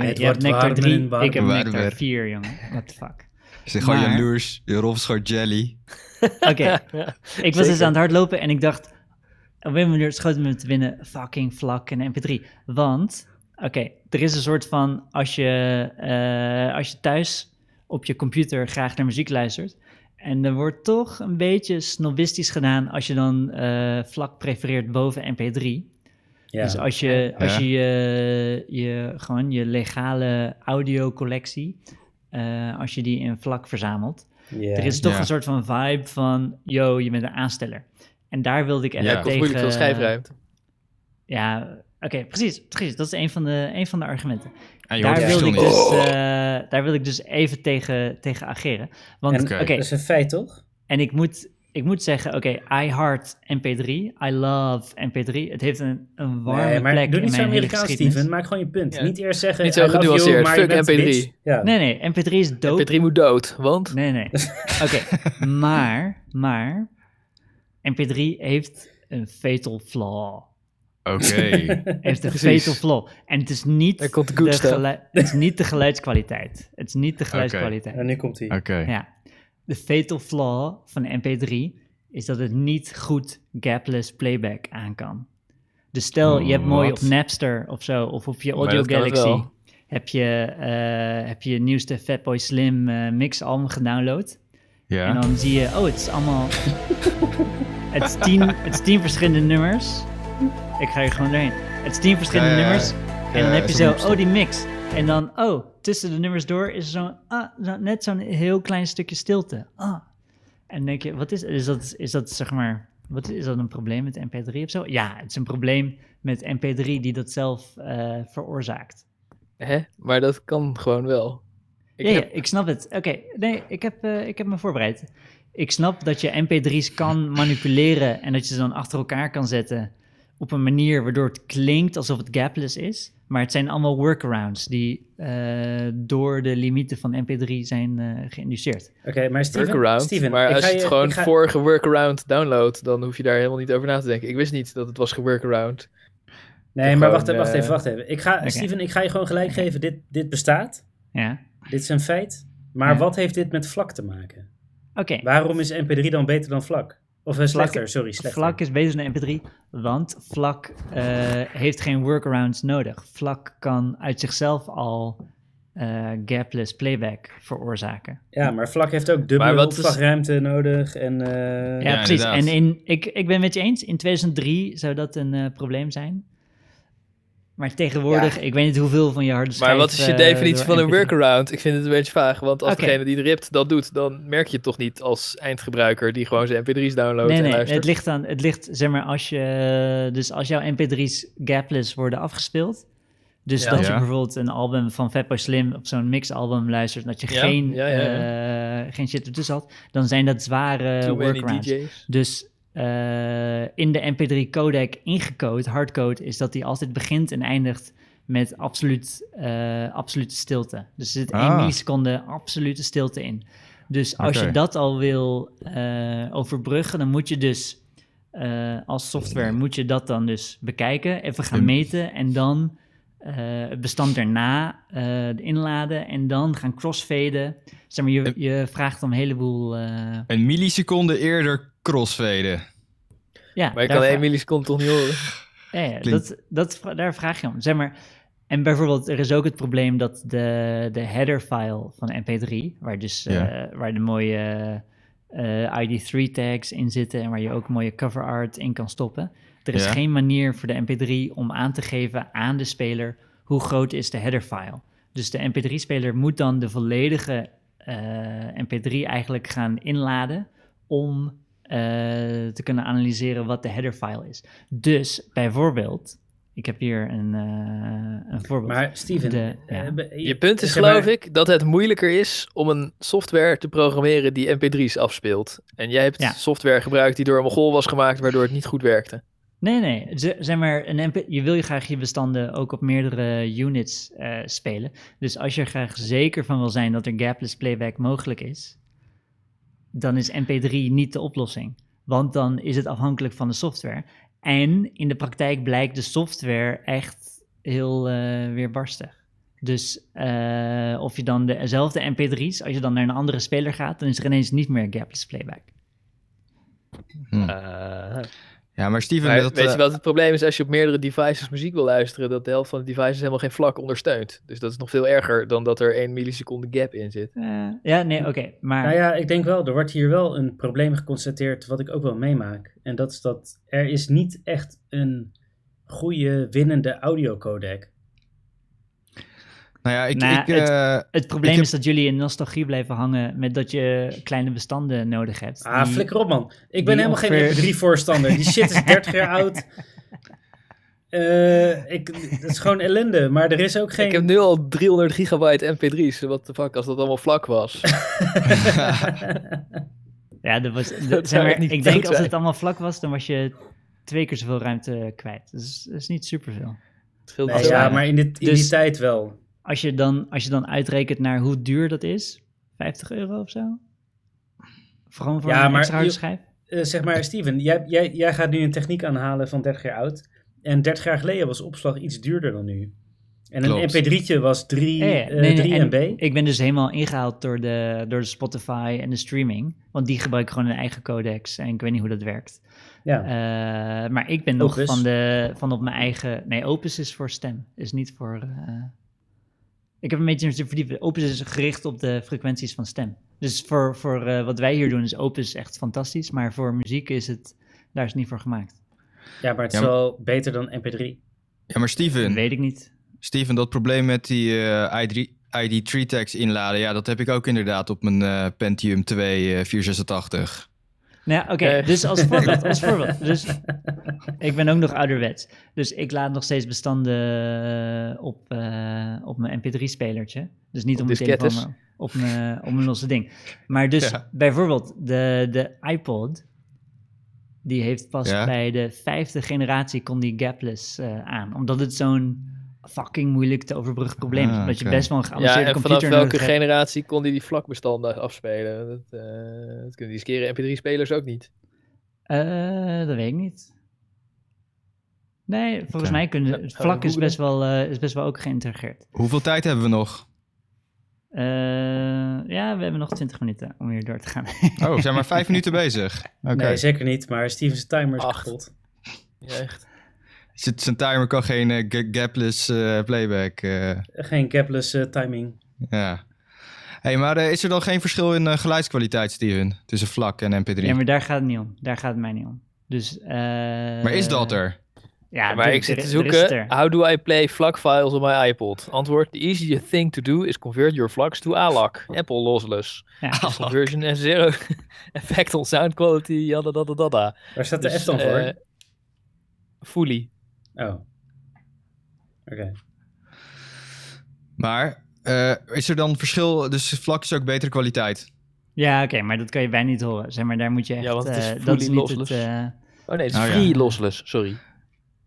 [SPEAKER 1] Het
[SPEAKER 2] je hebt
[SPEAKER 1] wordt
[SPEAKER 2] Nectar
[SPEAKER 1] warmer
[SPEAKER 2] 3,
[SPEAKER 1] en warmer.
[SPEAKER 2] ik heb
[SPEAKER 4] Warmer.
[SPEAKER 2] Nectar 4, jongen. What the fuck.
[SPEAKER 4] Ze zijn gewoon
[SPEAKER 2] Maar-
[SPEAKER 4] jaloers, je rof is gewoon jelly.
[SPEAKER 2] Oké, ik was dus aan het hardlopen en ik dacht... Op een manier schoot het me te binnen fucking vlak en mp3. Want, oké, er is een soort van... Als je, eh, als je thuis op je computer graag naar muziek luistert... en er wordt toch een beetje snobistisch gedaan... als je dan eh, vlak prefereert boven mp3...
[SPEAKER 1] Ja.
[SPEAKER 2] Dus als je, als je, je, je gewoon je legale audiocollectie, eh, als je die in vlak verzamelt,
[SPEAKER 1] Ja.
[SPEAKER 2] er is toch
[SPEAKER 4] Ja.
[SPEAKER 2] een soort van vibe van, yo, je bent een aansteller. En daar wilde ik even
[SPEAKER 4] Ja,
[SPEAKER 7] Dat kost
[SPEAKER 2] tegen...
[SPEAKER 7] moeilijk veel schijfruimte.
[SPEAKER 2] Ja, oké, precies, precies. Dat is een van de, een van de argumenten.
[SPEAKER 4] En je hoort
[SPEAKER 2] Daar
[SPEAKER 4] het
[SPEAKER 2] wilde,
[SPEAKER 4] verschil
[SPEAKER 2] ik
[SPEAKER 4] niet.
[SPEAKER 2] dus, eh, daar wilde ik dus even tegen, tegen ageren. Want,
[SPEAKER 1] En-
[SPEAKER 2] oké,
[SPEAKER 4] Oké.
[SPEAKER 1] Dat is een feit, toch?
[SPEAKER 2] en ik moet, ik moet zeggen, oké, I heart MP3, I love MP3. Het heeft een, een warme
[SPEAKER 1] Nee, maar
[SPEAKER 2] plek
[SPEAKER 1] doe
[SPEAKER 2] in
[SPEAKER 1] niet zo
[SPEAKER 2] mijn hele
[SPEAKER 1] Amerikaans,
[SPEAKER 2] geschiedenis.
[SPEAKER 1] Steven. Maak gewoon je punt.
[SPEAKER 7] Ja.
[SPEAKER 1] Niet eerst zeggen,
[SPEAKER 7] Niet zo
[SPEAKER 1] I love you,
[SPEAKER 7] genuanceerd.
[SPEAKER 1] maar je
[SPEAKER 7] Fuck
[SPEAKER 1] bent een
[SPEAKER 7] MP3.
[SPEAKER 1] bitch. Ja.
[SPEAKER 2] Nee, nee, MP3 is dope.
[SPEAKER 7] MP3 moet dood, want...
[SPEAKER 2] Nee, nee. Oké, maar, maar, MP3 heeft een fatal flaw. dus-
[SPEAKER 4] Oké.
[SPEAKER 2] Heeft een
[SPEAKER 7] Precies.
[SPEAKER 2] fatal flaw. En het is niet,
[SPEAKER 7] Daar komt de good stuff.
[SPEAKER 2] gelui- het is niet de geluidskwaliteit. Het is niet de geluidskwaliteit.
[SPEAKER 1] En nu komt hij.
[SPEAKER 4] Oké.
[SPEAKER 2] Ja. De fatal flaw van MP3 is dat het niet goed gapless playback aan kan. Dus stel, je hebt mooi op
[SPEAKER 4] Wat?
[SPEAKER 2] Napster of zo, of op je
[SPEAKER 7] Maar
[SPEAKER 2] Audio
[SPEAKER 7] dat kan het
[SPEAKER 2] Galaxy,
[SPEAKER 7] wel.
[SPEAKER 2] heb je, eh, heb je nieuwste Fatboy Slim eh, mix album gedownload. En
[SPEAKER 4] Ja.
[SPEAKER 2] dan zie je, oh, het is allemaal... het, is tien, het is tien verschillende nummers. Ik ga hier gewoon doorheen. Het is tien verschillende
[SPEAKER 4] Ja, ja, ja.
[SPEAKER 2] nummers. En dan
[SPEAKER 4] Ja,
[SPEAKER 2] heb je
[SPEAKER 4] zo'n
[SPEAKER 2] zo,
[SPEAKER 4] opstel.
[SPEAKER 2] oh, die mix. En dan, oh, tussen de nummers door is er zo'n, ah, zo- net zo'n heel klein stukje stilte. Ah. En dan denk je, wat is, is dat, is dat zeg maar, wat is dat een probleem met MP3 of zo? Ja, het is een probleem met MP3 die dat zelf eh, veroorzaakt.
[SPEAKER 7] Hè? Maar dat kan gewoon wel. Ik
[SPEAKER 2] ja, ja,
[SPEAKER 7] heb-
[SPEAKER 2] ik snap het. Oké, nee, ik heb, eh, ik heb me voorbereid. Ik snap dat je mp3's kan manipuleren en dat je ze dan achter elkaar kan zetten op een manier waardoor het klinkt alsof het gapless is. Maar het zijn allemaal workarounds die eh, door de limieten van mp3 zijn eh, geïnduceerd.
[SPEAKER 1] Oké, maar Steven,
[SPEAKER 7] workaround.
[SPEAKER 1] Steven,
[SPEAKER 7] maar
[SPEAKER 1] ik
[SPEAKER 7] als
[SPEAKER 1] ga
[SPEAKER 7] je
[SPEAKER 1] je
[SPEAKER 7] het gewoon
[SPEAKER 1] ik ga-
[SPEAKER 7] vorige workaround downloadt, dan hoef je daar helemaal niet over na te denken. Ik wist niet dat het was geworkaround.
[SPEAKER 1] Nee, maar wacht,
[SPEAKER 7] gewoon,
[SPEAKER 1] wacht
[SPEAKER 7] eh,
[SPEAKER 1] even, wacht even. Ik ga,
[SPEAKER 2] Oké.
[SPEAKER 1] Steven, ik ga je gewoon gelijk geven, dit, dit bestaat.
[SPEAKER 2] Ja,
[SPEAKER 1] Dit is een feit. Maar
[SPEAKER 2] Ja.
[SPEAKER 1] wat heeft dit met vlak te maken?
[SPEAKER 2] oké.
[SPEAKER 1] Waarom is MP3 dan beter dan vlak? Of eh, slechter, sorry, slechter.
[SPEAKER 2] Vlak is beter dan mp3, want vlak eh, heeft geen workarounds nodig. Vlak kan uit zichzelf al eh, gapless playback veroorzaken.
[SPEAKER 1] Ja, maar vlak heeft ook dubbele
[SPEAKER 7] Maar wat is-
[SPEAKER 1] opslagruimte nodig. En, eh,
[SPEAKER 2] Ja,
[SPEAKER 4] Ja,
[SPEAKER 2] precies.
[SPEAKER 4] inderdaad.
[SPEAKER 2] En in, ik, ik ben met je eens, in 2003 zou dat een eh, probleem zijn. Maar tegenwoordig, ik weet niet hoeveel van je harde schijf...
[SPEAKER 7] Maar wat is je
[SPEAKER 2] eh,
[SPEAKER 7] definitie
[SPEAKER 2] door
[SPEAKER 7] van een
[SPEAKER 2] MP3
[SPEAKER 7] workaround? Ik vind het een beetje vaag, want als
[SPEAKER 2] Oké.
[SPEAKER 7] degene die het ript dat doet, dan merk je het toch niet als eindgebruiker die gewoon zijn mp3's downloadt
[SPEAKER 2] Nee,
[SPEAKER 7] en
[SPEAKER 2] nee,
[SPEAKER 7] luistert.
[SPEAKER 2] het ligt aan, het ligt, zeg maar, als je, dus als jouw mp3's gapless worden afgespeeld, dus
[SPEAKER 7] Ja.
[SPEAKER 2] dat je
[SPEAKER 4] Ja.
[SPEAKER 2] bijvoorbeeld een album van Fatboy Slim op zo'n mixalbum luistert, dat je
[SPEAKER 7] Ja,
[SPEAKER 2] geen,
[SPEAKER 7] ja, ja,
[SPEAKER 2] eh, geen shit ertussen had, dan zijn dat zware
[SPEAKER 7] Too many
[SPEAKER 2] workarounds.
[SPEAKER 7] DJ's.
[SPEAKER 2] Dus eh, in de MP3 codec ingecode, hardcode, is dat die altijd begint en eindigt met absoluut, eh, absolute stilte. Dus er zit één
[SPEAKER 4] Ah.
[SPEAKER 2] milliseconde absolute stilte in. Dus als je
[SPEAKER 4] Oké.
[SPEAKER 2] dat al wil eh, overbruggen, dan moet je dus eh, als software moet je dat dan dus bekijken, even gaan
[SPEAKER 4] Slim.
[SPEAKER 2] meten en dan eh, het bestand daarna eh, inladen en dan gaan crossfaden. Zeg maar, je,
[SPEAKER 4] En-
[SPEAKER 2] je vraagt om een heleboel. eh,
[SPEAKER 4] Een milliseconde eerder crossfaden.
[SPEAKER 2] ja,
[SPEAKER 7] Maar ik
[SPEAKER 2] daar
[SPEAKER 7] kan
[SPEAKER 2] vra-
[SPEAKER 7] één milliseconde toch niet horen.
[SPEAKER 2] Ja, ja,
[SPEAKER 4] Klinkt-
[SPEAKER 2] dat, dat, vra- daar vraag je om. Zeg maar, en bijvoorbeeld, er is ook het probleem dat de, de header-file van MP3, waar, dus, eh,
[SPEAKER 4] Ja.
[SPEAKER 2] waar de mooie eh, ID3 tags in zitten en waar je ook mooie cover art in kan stoppen. Er is
[SPEAKER 4] Ja.
[SPEAKER 2] geen manier voor de MP3 om aan te geven aan de speler hoe groot is de header-file. Dus de MP3-speler moet dan de volledige eh, MP3 eigenlijk gaan inladen om eh, te kunnen analyseren wat de header-file is. Dus bijvoorbeeld, ik heb hier een, eh, een voorbeeld.
[SPEAKER 1] Maar Steven,
[SPEAKER 2] De-
[SPEAKER 1] eh,
[SPEAKER 2] ja.
[SPEAKER 1] be-
[SPEAKER 7] Je punt is,
[SPEAKER 1] zeg maar-
[SPEAKER 7] geloof ik, dat het moeilijker is om een software te programmeren die MP3's afspeelt. En jij hebt
[SPEAKER 2] Ja.
[SPEAKER 7] software gebruikt die door een Mogol was gemaakt, waardoor het niet goed werkte.
[SPEAKER 2] Nee, nee. Z- zeg maar, een MP je wil je graag je bestanden ook op meerdere units eh, spelen. Dus als je er graag zeker van wil zijn dat er gapless playback mogelijk is, dan is MP3 niet de oplossing. Want dan is het afhankelijk van de software. En in de praktijk blijkt de software echt heel eh, weerbarstig. Dus eh, of je dan dezelfde MP3's, als je dan naar een andere speler gaat, dan is er ineens niet meer gapless playback.
[SPEAKER 4] Ja, maar Steven,
[SPEAKER 7] Maar
[SPEAKER 4] dat,
[SPEAKER 7] weet
[SPEAKER 4] eh,
[SPEAKER 7] je wat het probleem is als je op meerdere devices muziek wil luisteren, dat de helft van de devices helemaal geen vlak ondersteunt. Dus dat is nog veel erger dan dat er 1 milliseconde gap in zit.
[SPEAKER 2] Eh, ja, nee, oké. maar...
[SPEAKER 1] Nou ja, ik denk wel, er wordt hier wel een probleem geconstateerd wat ik ook wel meemaak. En dat is dat er is niet echt een goede winnende audiocodec.
[SPEAKER 4] nou ja, ik,
[SPEAKER 2] Nou,
[SPEAKER 4] ik,
[SPEAKER 2] het-
[SPEAKER 4] eh,
[SPEAKER 2] Het probleem
[SPEAKER 4] Ik heb-
[SPEAKER 2] is dat jullie in nostalgie blijven hangen met dat je kleine bestanden nodig hebt.
[SPEAKER 1] Ah,
[SPEAKER 2] die-
[SPEAKER 1] flikker op man. Ik ben helemaal
[SPEAKER 2] ongeveer-
[SPEAKER 1] geen MP3-voorstander. Die shit is 30 jaar oud. Eh, ik, het is gewoon ellende, maar er is ook geen...
[SPEAKER 7] Ik heb nu al 300 gigabyte MP3's. Wat de fuck als dat allemaal vlak was?
[SPEAKER 4] eh,
[SPEAKER 2] Ja, dat was, dat,
[SPEAKER 7] zou
[SPEAKER 2] zeg maar,
[SPEAKER 7] echt niet
[SPEAKER 2] ik
[SPEAKER 7] veel
[SPEAKER 2] denk als
[SPEAKER 7] zijn.
[SPEAKER 2] het allemaal vlak was, dan was je twee keer zoveel ruimte kwijt. Dat is, dat is niet superveel.
[SPEAKER 7] Het scheelt
[SPEAKER 1] Nee,
[SPEAKER 7] zo
[SPEAKER 1] ja,
[SPEAKER 7] weinig.
[SPEAKER 1] maar in, dit, in die
[SPEAKER 2] Dus-
[SPEAKER 1] tijd wel.
[SPEAKER 2] Als je, dan, als je dan uitrekent naar hoe duur dat is, 50 euro of zo? Vooral voor
[SPEAKER 1] Ja,
[SPEAKER 2] een
[SPEAKER 1] maar
[SPEAKER 2] extra harde
[SPEAKER 1] je-
[SPEAKER 2] schijf?
[SPEAKER 1] Eh, zeg maar, Steven, jij, jij, jij gaat nu een techniek aanhalen van 30 jaar oud. En 30 jaar geleden was opslag iets duurder dan nu. En een
[SPEAKER 4] Klopt.
[SPEAKER 1] mp3'tje was eh, 3
[SPEAKER 2] Ja, ja. Nee, nee, en
[SPEAKER 1] MB.
[SPEAKER 2] Ik ben dus helemaal ingehaald door de, door de Spotify en de streaming. Want die gebruiken gewoon hun eigen codecs en ik weet niet hoe dat werkt.
[SPEAKER 1] Ja.
[SPEAKER 2] Eh, maar ik ben nog
[SPEAKER 1] Opus.
[SPEAKER 2] van, de, van op mijn eigen... Nee, Opus is voor stem. Is niet voor... eh, ik heb een beetje een verdiept. Opus is gericht op de frequenties van stem. Dus voor, voor eh, wat wij hier doen is Opus echt fantastisch. Maar voor muziek is het... Daar is het niet voor gemaakt.
[SPEAKER 1] ja, maar het is
[SPEAKER 4] Ja, maar-
[SPEAKER 1] wel beter dan mp3.
[SPEAKER 4] ja, maar
[SPEAKER 2] Dat
[SPEAKER 4] Steven,
[SPEAKER 2] weet ik niet.
[SPEAKER 4] Steven, dat probleem met die eh, ID3 ID3 tags inladen, ja, dat heb ik ook inderdaad op mijn eh, Pentium 2 eh, 486.
[SPEAKER 2] Nou, oké.
[SPEAKER 7] Eh.
[SPEAKER 2] Dus als voorbeeld, als voorbeeld. Dus ik ben ook nog ouderwets. Dus ik laat nog steeds bestanden eh, op, eh, op mijn mp3-spelertje. Dus niet op, mijn telefoon,
[SPEAKER 7] diskettes.
[SPEAKER 2] maar op mijn, op mijn losse ding. Maar dus
[SPEAKER 4] Ja.
[SPEAKER 2] bijvoorbeeld de, de iPod, die heeft pas
[SPEAKER 4] Ja.
[SPEAKER 2] bij de vijfde generatie kon die gapless eh, aan. Omdat het zo'n fucking moeilijk te overbruggen probleem is.
[SPEAKER 4] Ah,
[SPEAKER 2] Omdat
[SPEAKER 4] oké.
[SPEAKER 2] je best wel een
[SPEAKER 7] Ja,
[SPEAKER 2] geavanceerde
[SPEAKER 7] en vanaf
[SPEAKER 2] computer
[SPEAKER 7] welke
[SPEAKER 2] nodig hebt.
[SPEAKER 7] generatie kon hij die vlakbestanden afspelen? Dat, eh, dat kunnen die skeren MP3-spelers ook niet.
[SPEAKER 2] Eh, dat weet ik niet. Nee, volgens
[SPEAKER 4] Oké.
[SPEAKER 2] mij kunnen
[SPEAKER 7] Nou, gaan we
[SPEAKER 2] vlak is
[SPEAKER 7] googlen.
[SPEAKER 2] best, wel, eh, is best wel ook geïntegreerd.
[SPEAKER 4] Hoeveel tijd hebben we nog?
[SPEAKER 2] Eh, ja, we hebben nog 20 minuten om hier door te gaan.
[SPEAKER 4] Oh, we zijn maar vijf minuten bezig. Oké.
[SPEAKER 1] Nee, zeker niet, maar Steven's timer is
[SPEAKER 7] Acht.
[SPEAKER 1] kapot.
[SPEAKER 7] Ja, echt.
[SPEAKER 4] Zit- Zijn timer kan geen eh, ga- gapless eh, playback. eh,
[SPEAKER 1] Geen gapless eh, timing.
[SPEAKER 4] ja. hey, maar eh, is er dan geen verschil in eh, geluidskwaliteit, Steven? Tussen vlak en MP3?
[SPEAKER 2] ja,
[SPEAKER 4] maar,
[SPEAKER 2] maar daar gaat het niet om. Daar gaat het mij niet om. Dus, eh,
[SPEAKER 4] is dat er?
[SPEAKER 2] Ja,
[SPEAKER 7] maar
[SPEAKER 2] tuurlijk,
[SPEAKER 7] ik zit
[SPEAKER 2] er-
[SPEAKER 7] te
[SPEAKER 2] er is het er.
[SPEAKER 7] zoeken, how do I play FLAC files on my iPod? Antwoord, the easiest thing to do is convert your FLACs to ALAC, Apple lossless.
[SPEAKER 2] Ja.
[SPEAKER 7] This Conversion has zero effect on sound quality, jadadadadada.
[SPEAKER 1] Waar staat de
[SPEAKER 7] Dus,
[SPEAKER 1] F dan voor?
[SPEAKER 7] eh, Fully.
[SPEAKER 1] Oh. Oké.
[SPEAKER 4] Maar eh, is er dan verschil? Dus vlak is ook betere kwaliteit.
[SPEAKER 2] Ja, oké, maar dat kan je bijna niet horen. Zeg maar, daar moet je echt...
[SPEAKER 7] Ja, want het is
[SPEAKER 2] eh, dat is
[SPEAKER 7] fully
[SPEAKER 2] niet het...
[SPEAKER 7] lossless.
[SPEAKER 2] eh,
[SPEAKER 7] Oh nee, het is
[SPEAKER 4] Oh ja.
[SPEAKER 7] free lossless, sorry.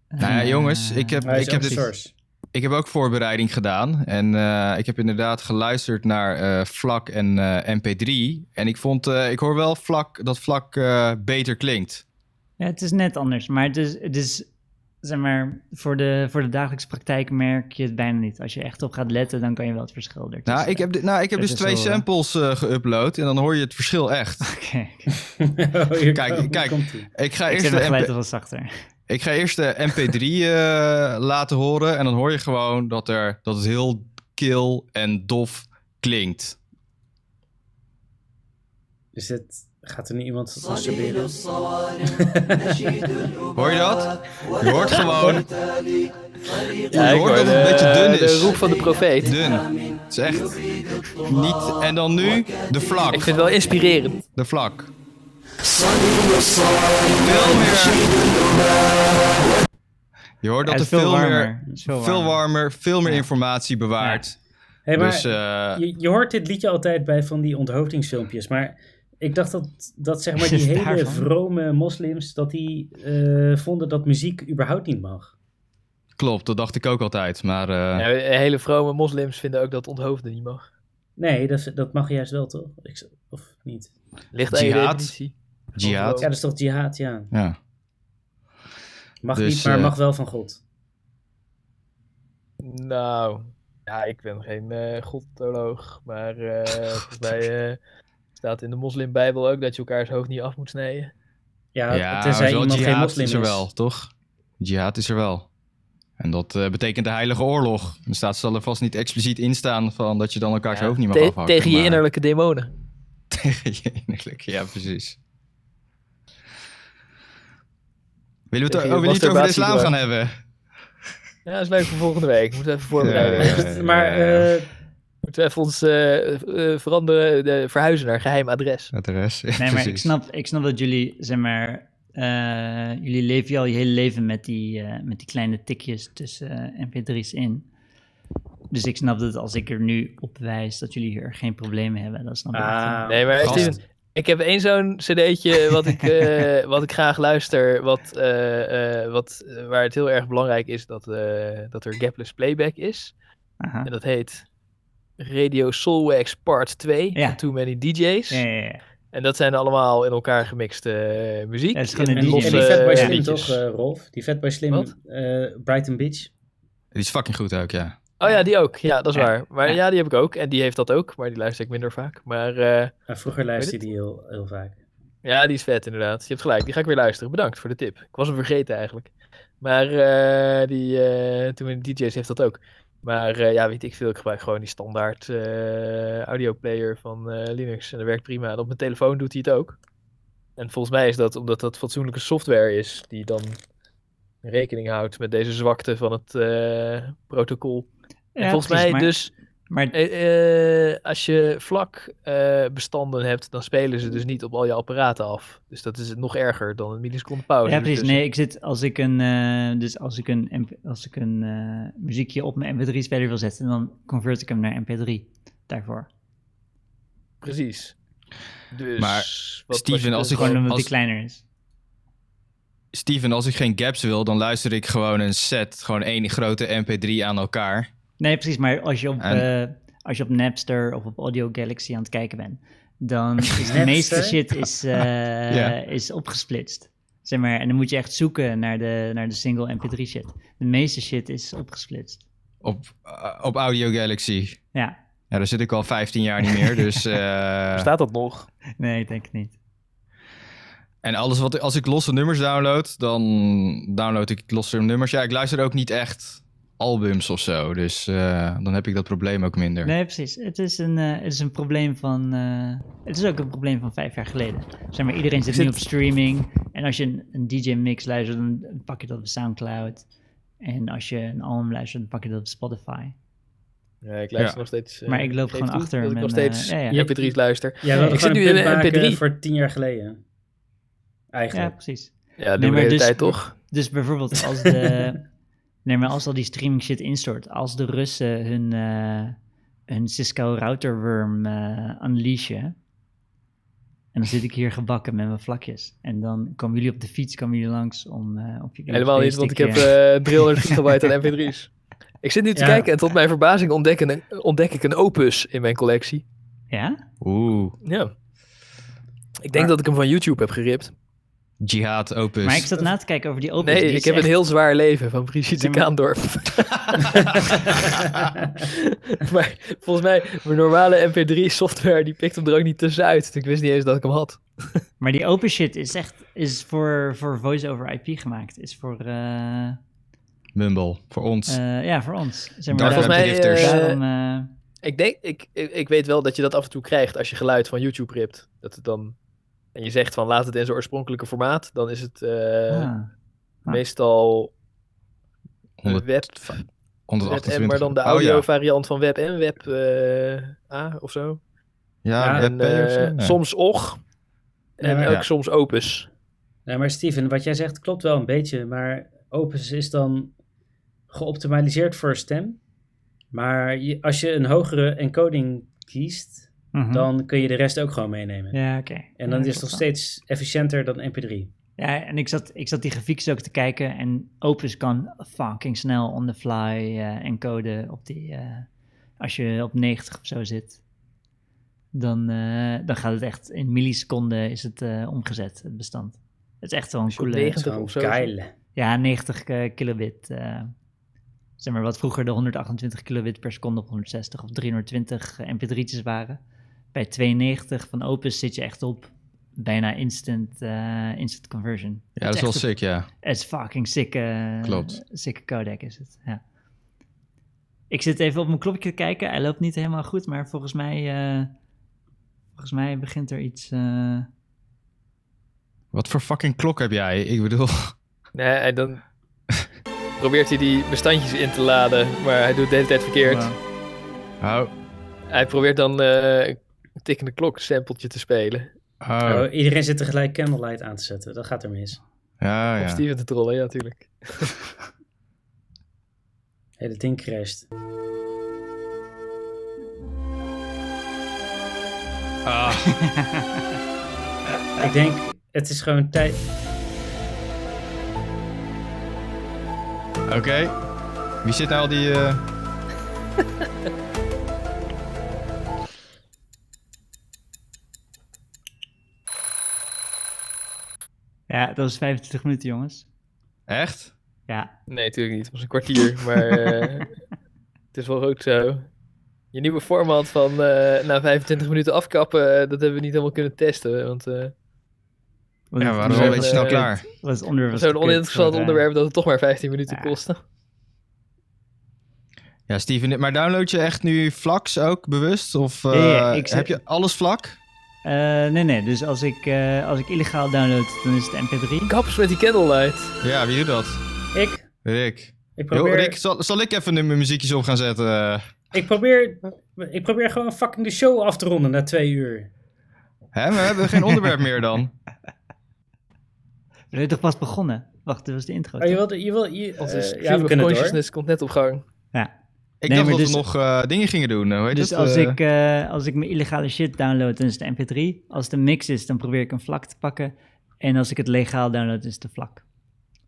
[SPEAKER 4] Nou ja,
[SPEAKER 2] eh,
[SPEAKER 4] jongens, ik heb,
[SPEAKER 1] Maar
[SPEAKER 4] ik, heb
[SPEAKER 1] de
[SPEAKER 4] dit,
[SPEAKER 1] source.
[SPEAKER 4] ik heb ook voorbereiding gedaan. En eh, ik heb inderdaad geluisterd naar eh, vlak en eh, MP3. En ik vond, eh, ik hoor wel vlak, dat vlak eh, beter klinkt.
[SPEAKER 2] Ja, het is net anders, maar het is, het is zeg maar, voor de, voor de dagelijkse praktijk merk je het bijna niet. Als je echt op gaat letten, dan kan je wel het verschil ertussen.
[SPEAKER 4] Nou, ik heb, dit- nou, ik heb
[SPEAKER 2] Het
[SPEAKER 4] dus
[SPEAKER 2] is
[SPEAKER 4] twee
[SPEAKER 2] wel, eh,
[SPEAKER 4] samples eh geüpload en dan hoor je het verschil echt.
[SPEAKER 2] Oké,
[SPEAKER 1] Oh, hier
[SPEAKER 4] Kijk,
[SPEAKER 1] kom-
[SPEAKER 4] kijk.
[SPEAKER 1] komt-ie.
[SPEAKER 4] Ik ga
[SPEAKER 2] ik
[SPEAKER 4] Nou, eerst
[SPEAKER 2] zet
[SPEAKER 4] de
[SPEAKER 2] mijn geluid
[SPEAKER 4] MP
[SPEAKER 2] toch wel zachter.
[SPEAKER 4] Ik ga eerst de MP3 eh, laten horen. En dan hoor je gewoon dat, er, dat het heel kil en dof klinkt.
[SPEAKER 1] Dus dit gaat er nu iemand masturberen.
[SPEAKER 4] Hoor je dat? Je hoort gewoon
[SPEAKER 9] Ja,
[SPEAKER 4] je
[SPEAKER 9] ik
[SPEAKER 4] hoort dat
[SPEAKER 9] hoor
[SPEAKER 4] het een beetje
[SPEAKER 9] de-
[SPEAKER 4] dun is.
[SPEAKER 9] De roep van de profeet.
[SPEAKER 4] Dun. Het is echt niet... En dan nu de vlak.
[SPEAKER 9] Ik vind het wel inspirerend.
[SPEAKER 4] De vlak. Veel meer... Je hoort dat er
[SPEAKER 2] het is veel
[SPEAKER 4] veel
[SPEAKER 2] warmer.
[SPEAKER 4] meer...
[SPEAKER 2] Het is veel
[SPEAKER 4] Veel
[SPEAKER 2] warmer.
[SPEAKER 4] warmer, veel meer informatie bewaard.
[SPEAKER 1] Hey, maar
[SPEAKER 4] Dus eh,
[SPEAKER 1] je, je hoort dit liedje altijd bij van die onthoofdingsfilmpjes. Maar ik dacht dat, dat zeg maar
[SPEAKER 2] Is het
[SPEAKER 1] die hele
[SPEAKER 2] daarvan?
[SPEAKER 1] vrome moslims... dat die eh, vonden dat muziek überhaupt niet mag.
[SPEAKER 4] klopt, dat dacht ik ook altijd. Maar eh,
[SPEAKER 3] Ja, hele vrome moslims vinden ook dat onthoofden niet mag.
[SPEAKER 1] Nee, dat, is- dat mag juist wel, toch? Ik, z- of niet?
[SPEAKER 3] Ligt aan je
[SPEAKER 4] Jihad.
[SPEAKER 3] definitie.
[SPEAKER 4] jihad.
[SPEAKER 1] Ja, dat is toch jihad, ja.
[SPEAKER 4] Ja.
[SPEAKER 1] Mag
[SPEAKER 4] Dus,
[SPEAKER 1] niet, maar
[SPEAKER 4] eh,
[SPEAKER 1] mag wel van God.
[SPEAKER 3] Nou, ja, ik ben geen eh godoloog, maar eh, volgens mij eh, staat in de moslimbijbel ook dat je elkaars hoofd niet af moet snijden.
[SPEAKER 1] Ja,
[SPEAKER 4] Ja,
[SPEAKER 1] tenzij
[SPEAKER 4] wel,
[SPEAKER 1] iemand geen
[SPEAKER 4] jihad
[SPEAKER 1] moslim is.
[SPEAKER 4] is er wel, toch? Jihad is er wel. En dat eh, betekent de heilige oorlog. Er staat, zal er vast niet expliciet in staan van dat je dan elkaars hoofd niet mag
[SPEAKER 3] Te-
[SPEAKER 4] afhakken.
[SPEAKER 3] tegen je
[SPEAKER 4] maar-
[SPEAKER 3] innerlijke demonen.
[SPEAKER 4] tegen je innerlijke, ja precies. Willen we het
[SPEAKER 3] Tegen
[SPEAKER 4] over,
[SPEAKER 3] je
[SPEAKER 4] niet over de islam
[SPEAKER 3] masturbatiedwang.
[SPEAKER 4] gaan hebben?
[SPEAKER 3] Ja, dat is leuk voor volgende week. Moeten we even voorbereiden.
[SPEAKER 4] Ja.
[SPEAKER 1] maar
[SPEAKER 4] Ja.
[SPEAKER 1] eh,
[SPEAKER 3] Moeten we even ons eh, eh, veranderen, de, verhuizen naar een geheim adres.
[SPEAKER 4] Met de rest. ja,
[SPEAKER 2] Nee, maar ik
[SPEAKER 4] precies.
[SPEAKER 2] snap, ik snap dat jullie, zeg maar, eh, jullie leven je al je hele leven met die, eh, met die kleine tikjes tussen eh, mp3's in. Dus ik snap dat als ik er nu op wijs dat jullie hier geen problemen hebben, dat snap ik. echt wel.
[SPEAKER 1] ah,
[SPEAKER 3] Nee, maar
[SPEAKER 4] Gast.
[SPEAKER 3] Steven, ik heb één zo'n cd'tje wat ik, eh, wat ik graag luister, wat, eh, eh, wat, eh, waar het heel erg belangrijk is dat, eh, dat er gapless playback is.
[SPEAKER 2] Aha.
[SPEAKER 3] En dat heet Radio Soulwax Part 2
[SPEAKER 2] Ja.
[SPEAKER 3] van Too Many DJs.
[SPEAKER 2] Ja, ja, ja.
[SPEAKER 3] En dat zijn allemaal in elkaar gemixte eh, muziek.
[SPEAKER 2] Ja, het is gewoon een
[SPEAKER 1] en, die-
[SPEAKER 2] DJ.
[SPEAKER 1] en
[SPEAKER 2] Losse,
[SPEAKER 1] die Fatboy
[SPEAKER 2] eh,
[SPEAKER 1] Slim
[SPEAKER 3] liedjes.
[SPEAKER 1] toch, eh, Rolf? Die Fatboy Slim,
[SPEAKER 3] Wat?
[SPEAKER 1] eh, Brighton Beach.
[SPEAKER 4] Die is fucking goed ook, ja.
[SPEAKER 3] Oh ja, die ook. Ja, dat is
[SPEAKER 2] Ja.
[SPEAKER 3] waar. Maar
[SPEAKER 2] Ja.
[SPEAKER 3] ja. die heb ik ook. En die heeft dat ook. Maar die luister ik minder vaak. Maar eh,
[SPEAKER 1] Maar vroeger luisterde die heel, heel vaak.
[SPEAKER 3] ja, die is vet inderdaad. Je hebt gelijk. Die ga ik weer luisteren. Bedankt voor de tip. Ik was hem vergeten eigenlijk. Maar eh, die eh Too Many DJs heeft dat ook. Maar eh, ja, weet ik veel. Ik gebruik gewoon die standaard eh audioplayer van eh, Linux. En dat werkt prima. En op mijn telefoon doet hij het ook. En volgens mij is dat omdat dat fatsoenlijke software is. Die dan rekening houdt met deze zwakte van het eh, protocol.
[SPEAKER 2] Ja,
[SPEAKER 3] en volgens
[SPEAKER 2] precies,
[SPEAKER 3] mij
[SPEAKER 2] maar-
[SPEAKER 3] dus...
[SPEAKER 2] Maar
[SPEAKER 3] Eh, eh, als je vlak eh, bestanden hebt, dan spelen ze dus niet op al je apparaten af. Dus dat is nog erger dan een milliseconde pauze.
[SPEAKER 2] Ja, precies.
[SPEAKER 3] ertussen.
[SPEAKER 2] Nee, ik zit als ik een, eh, dus als ik een, MP als ik een eh, muziekje op mijn MP3-speler wil zetten, dan convert ik hem naar MP3 daarvoor.
[SPEAKER 3] Precies. Dus,
[SPEAKER 4] Maar,
[SPEAKER 3] was
[SPEAKER 4] Steven,
[SPEAKER 3] je punt?
[SPEAKER 4] als ik-
[SPEAKER 2] Dus Gewoon omdat
[SPEAKER 4] als-
[SPEAKER 2] die kleiner is.
[SPEAKER 4] Steven, als ik geen gaps wil, dan luister ik gewoon een set. Gewoon één grote mp3 aan elkaar.
[SPEAKER 2] Nee, precies. Maar als je op,
[SPEAKER 4] En-
[SPEAKER 2] eh, als je op Napster of op Audio Galaxy aan het kijken bent, dan is de meeste
[SPEAKER 1] Napster?
[SPEAKER 2] shit is, eh,
[SPEAKER 4] Ja.
[SPEAKER 2] is opgesplitst. Zeg maar, en dan moet je echt zoeken naar de, naar de single MP3 shit. De meeste shit is opgesplitst.
[SPEAKER 4] Op, eh, op Audio Galaxy.
[SPEAKER 2] Ja,
[SPEAKER 4] Ja, daar zit ik al 15 jaar niet meer. Dus, eh,
[SPEAKER 3] Staat dat nog?
[SPEAKER 2] nee, ik denk het niet.
[SPEAKER 4] en alles wat als ik losse nummers download, dan download ik losse nummers. Ja, ik luister ook niet echt albums of zo. Dus eh, dan heb ik dat probleem ook minder.
[SPEAKER 2] Nee, precies. Het is een, eh, het is een probleem van. eh, het is ook een probleem van vijf jaar geleden. Zeg maar, iedereen zit nu op streaming. En als je een, een DJ-mix luistert, dan pak je dat op Soundcloud. En als je een album luistert, dan pak je dat op Spotify.
[SPEAKER 3] Ja, ik luister
[SPEAKER 4] Ja.
[SPEAKER 3] nog steeds. eh,
[SPEAKER 2] Maar ik loop
[SPEAKER 3] geef
[SPEAKER 2] gewoon
[SPEAKER 3] toe
[SPEAKER 2] achter
[SPEAKER 3] Dat ik
[SPEAKER 2] met
[SPEAKER 3] nog
[SPEAKER 2] mijn-
[SPEAKER 3] steeds eh,
[SPEAKER 2] ja, ja.
[SPEAKER 3] MP3's luister.
[SPEAKER 1] Ja, dat
[SPEAKER 3] ik zit
[SPEAKER 1] gewoon
[SPEAKER 3] nu
[SPEAKER 1] een
[SPEAKER 3] in
[SPEAKER 1] punt
[SPEAKER 3] een
[SPEAKER 1] maken
[SPEAKER 3] MP3.
[SPEAKER 1] voor tien jaar geleden.
[SPEAKER 2] Ja,
[SPEAKER 1] Eigenlijk.
[SPEAKER 2] precies.
[SPEAKER 3] Ja, dat
[SPEAKER 2] Nee,
[SPEAKER 3] doen we
[SPEAKER 2] maar
[SPEAKER 3] de hele
[SPEAKER 2] dus-
[SPEAKER 3] tijd toch?
[SPEAKER 2] Dus bijvoorbeeld als de. nee, maar als al die streaming shit instort. Als de Russen hun. eh, hun Cisco routerworm eh unleashen. En dan zit ik hier gebakken met mijn vlakjes. En dan komen jullie op de fiets, komen jullie langs om eh, op je
[SPEAKER 3] Helemaal niet, want ik heb
[SPEAKER 2] USB-stickje-
[SPEAKER 3] eh 300 gigabyte aan MP3's. Ik zit nu te
[SPEAKER 1] Ja.
[SPEAKER 3] kijken en tot mijn verbazing ontdek, een, ontdek ik een opus in mijn collectie.
[SPEAKER 2] Ja?
[SPEAKER 4] Oeh,
[SPEAKER 3] Ja. Ik denk
[SPEAKER 1] Maar-
[SPEAKER 3] dat ik hem van YouTube heb geript.
[SPEAKER 4] Jihad
[SPEAKER 1] Dus-
[SPEAKER 4] Opus.
[SPEAKER 2] Maar ik zat na te kijken over die opus.
[SPEAKER 3] Nee,
[SPEAKER 2] die
[SPEAKER 3] ik
[SPEAKER 2] is
[SPEAKER 3] heb
[SPEAKER 2] echt-
[SPEAKER 3] een heel zwaar leven van Brigitte
[SPEAKER 2] Nee, maar-
[SPEAKER 3] Kaandorp. maar volgens mij, mijn normale MP3-software, die pikt hem er ook niet tussenuit. Ik Dus wist niet eens dat ik hem had.
[SPEAKER 2] Maar die open shit is echt is voor, voor voice-over IP gemaakt. Is voor, eh,
[SPEAKER 4] Mumble, voor ons.
[SPEAKER 2] eh, ja, voor ons. Zeg
[SPEAKER 4] Daarom
[SPEAKER 2] daarom-
[SPEAKER 4] hebben
[SPEAKER 3] volgens mij,
[SPEAKER 4] drifters.
[SPEAKER 3] eh,
[SPEAKER 2] daarom, eh,
[SPEAKER 3] Ik denk, ik, ik, ik weet wel dat je dat af en toe krijgt als je geluid van YouTube ript. Dat het dan, en je zegt van laat het in zijn oorspronkelijke formaat, dan is het eh,
[SPEAKER 2] ah.
[SPEAKER 3] meestal
[SPEAKER 4] 100
[SPEAKER 3] web, web M,
[SPEAKER 4] 128.
[SPEAKER 3] maar dan de
[SPEAKER 4] Oh, ja.
[SPEAKER 3] audio variant van web en web eh, A of zo.
[SPEAKER 4] Ja,
[SPEAKER 1] Ja,
[SPEAKER 4] web
[SPEAKER 3] en,
[SPEAKER 4] pay of zo?
[SPEAKER 3] eh,
[SPEAKER 4] Nee.
[SPEAKER 3] Soms och en
[SPEAKER 1] maar-
[SPEAKER 3] ook
[SPEAKER 4] Ja.
[SPEAKER 3] soms opus.
[SPEAKER 1] Nee, maar Steven, wat jij zegt klopt wel een beetje. Maar Opus is dan geoptimaliseerd voor stem. Maar je- als je een hogere encoding kiest,
[SPEAKER 3] Hm.
[SPEAKER 2] Mhm.
[SPEAKER 1] dan kun je de rest ook gewoon meenemen.
[SPEAKER 2] Ja, oké.
[SPEAKER 1] En dan is
[SPEAKER 2] Ja,
[SPEAKER 1] het
[SPEAKER 2] klopt
[SPEAKER 1] nog
[SPEAKER 2] wel.
[SPEAKER 1] steeds efficiënter dan MP3.
[SPEAKER 2] Ja, en ik zat, ik zat die grafiekjes ook te kijken en Opus kan fucking snel on the fly eh, encoden op die, eh, als je op 90 of zo zit. Dan, eh, dan gaat het echt in milliseconden is het eh, omgezet, het bestand. Het is echt wel een
[SPEAKER 3] je op
[SPEAKER 2] coole...
[SPEAKER 3] 90
[SPEAKER 1] Gewoon
[SPEAKER 3] of zo is het.
[SPEAKER 1] geil.
[SPEAKER 2] Ja, 90 eh, kilobit. eh, zeg maar wat vroeger de 128 kilobit per seconde op 160 of eh, 320 mp3'tjes waren. Bij 92 van Opus zit je echt op bijna instant, eh, instant conversion.
[SPEAKER 4] Ja, dat is wel
[SPEAKER 2] echt een-
[SPEAKER 4] sick, ja.
[SPEAKER 2] Het is fucking sick. eh
[SPEAKER 4] Klopt.
[SPEAKER 2] Sick codec is het, ja. Ik zit even op mijn klokje te kijken. Hij loopt niet helemaal goed, maar volgens mij... eh, volgens mij begint er iets... eh,
[SPEAKER 4] Wat voor fucking klok heb jij? Ik bedoel,
[SPEAKER 3] Nee, en dan probeert hij die bestandjes in te laden, maar hij doet de hele tijd verkeerd.
[SPEAKER 2] wow.
[SPEAKER 4] oh,
[SPEAKER 3] Hij probeert dan eh, een tikkende klok sampletje te spelen.
[SPEAKER 4] oh,
[SPEAKER 1] Oh, iedereen zit tegelijk candlelight aan te zetten. Dat gaat er mis.
[SPEAKER 4] ja,
[SPEAKER 3] Om
[SPEAKER 4] ja.
[SPEAKER 3] Steven te trollen, ja, natuurlijk.
[SPEAKER 1] Hele ding crasht. Ik denk, het is gewoon tijd.
[SPEAKER 4] Oké. Wie zit nou al die... eh,
[SPEAKER 2] Ja, dat was 25 minuten, jongens.
[SPEAKER 4] Echt?
[SPEAKER 2] Ja,
[SPEAKER 3] Nee, natuurlijk niet. Het was een kwartier, maar eh, het is wel ook zo. Je nieuwe format van eh, na 25 minuten afkappen, eh, dat hebben we niet helemaal kunnen testen. Want eh,
[SPEAKER 4] Ja,
[SPEAKER 2] Want het
[SPEAKER 4] we waren
[SPEAKER 2] onderwerp
[SPEAKER 4] wel een
[SPEAKER 3] eh,
[SPEAKER 4] beetje snel klaar.
[SPEAKER 2] was- het onderwerp was
[SPEAKER 3] zo'n
[SPEAKER 2] kut,
[SPEAKER 3] oninteressant
[SPEAKER 2] maar, eh,
[SPEAKER 3] onderwerp dat het toch maar 15 minuten
[SPEAKER 2] ja.
[SPEAKER 3] kostte.
[SPEAKER 4] Ja, Steven, maar download je echt nu Vlax ook bewust? Of eh,
[SPEAKER 2] Ja, ja, ik zet-
[SPEAKER 4] heb je alles vlak?
[SPEAKER 2] eh, nee, nee. Dus als ik, eh, als ik illegaal download, dan is het mp3.
[SPEAKER 3] Kaps met die candlelight.
[SPEAKER 4] Ja, wie doet dat?
[SPEAKER 1] Ik,
[SPEAKER 4] Rick.
[SPEAKER 1] ik
[SPEAKER 4] Yo,
[SPEAKER 1] probeer.
[SPEAKER 4] Rick, zal, zal ik even de muziekjes op gaan zetten? eh?
[SPEAKER 1] Ik probeer, ik probeer gewoon fucking de show af te ronden na twee uur.
[SPEAKER 4] Hè, we hebben geen onderwerp meer dan.
[SPEAKER 2] We zijn toch pas begonnen? Wacht, dit was de intro.
[SPEAKER 4] Ah,
[SPEAKER 1] Oh, je
[SPEAKER 2] toch?
[SPEAKER 1] wilt, je wilt, je,
[SPEAKER 3] Of
[SPEAKER 1] eh,
[SPEAKER 3] is
[SPEAKER 1] ja, we kunnen door.
[SPEAKER 3] consciousness komt net op gang.
[SPEAKER 2] Ja.
[SPEAKER 4] Ik
[SPEAKER 2] Nee,
[SPEAKER 4] dacht
[SPEAKER 2] maar
[SPEAKER 4] dat
[SPEAKER 2] dus-
[SPEAKER 4] we nog eh, dingen gingen doen. eh, Hoe heet
[SPEAKER 2] Dus
[SPEAKER 4] dat?
[SPEAKER 2] als,
[SPEAKER 4] Eh,
[SPEAKER 2] ik, eh, als ik mijn illegale shit download, dan is het mp3. Als het een mix is, dan probeer ik een vlak te pakken. En als ik het legaal download, is het een vlak.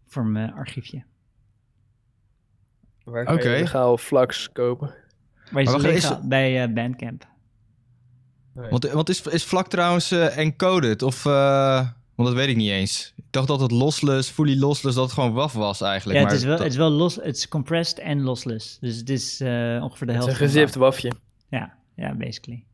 [SPEAKER 2] Voor mijn archiefje.
[SPEAKER 3] Waar kan
[SPEAKER 4] Oké.
[SPEAKER 3] je legaal flax kopen?
[SPEAKER 2] Waar is
[SPEAKER 4] Maar
[SPEAKER 2] het
[SPEAKER 4] wacht, is
[SPEAKER 2] legaal? Bij eh, Bandcamp.
[SPEAKER 4] Want, want is, is vlak trouwens eh, encoded? Of, eh, want dat weet ik niet eens. Ik dacht dat het lossless, fully lossless, dat het gewoon WAF was eigenlijk.
[SPEAKER 2] Ja,
[SPEAKER 4] maar
[SPEAKER 2] het is wel,
[SPEAKER 4] dat-
[SPEAKER 2] het is wel los, het is compressed en lossless. Dus het is eh, ongeveer de
[SPEAKER 3] Het is
[SPEAKER 2] helft.
[SPEAKER 3] een
[SPEAKER 2] van
[SPEAKER 3] gezipt
[SPEAKER 2] wat.
[SPEAKER 3] wafje.
[SPEAKER 2] Ja, ja, basically.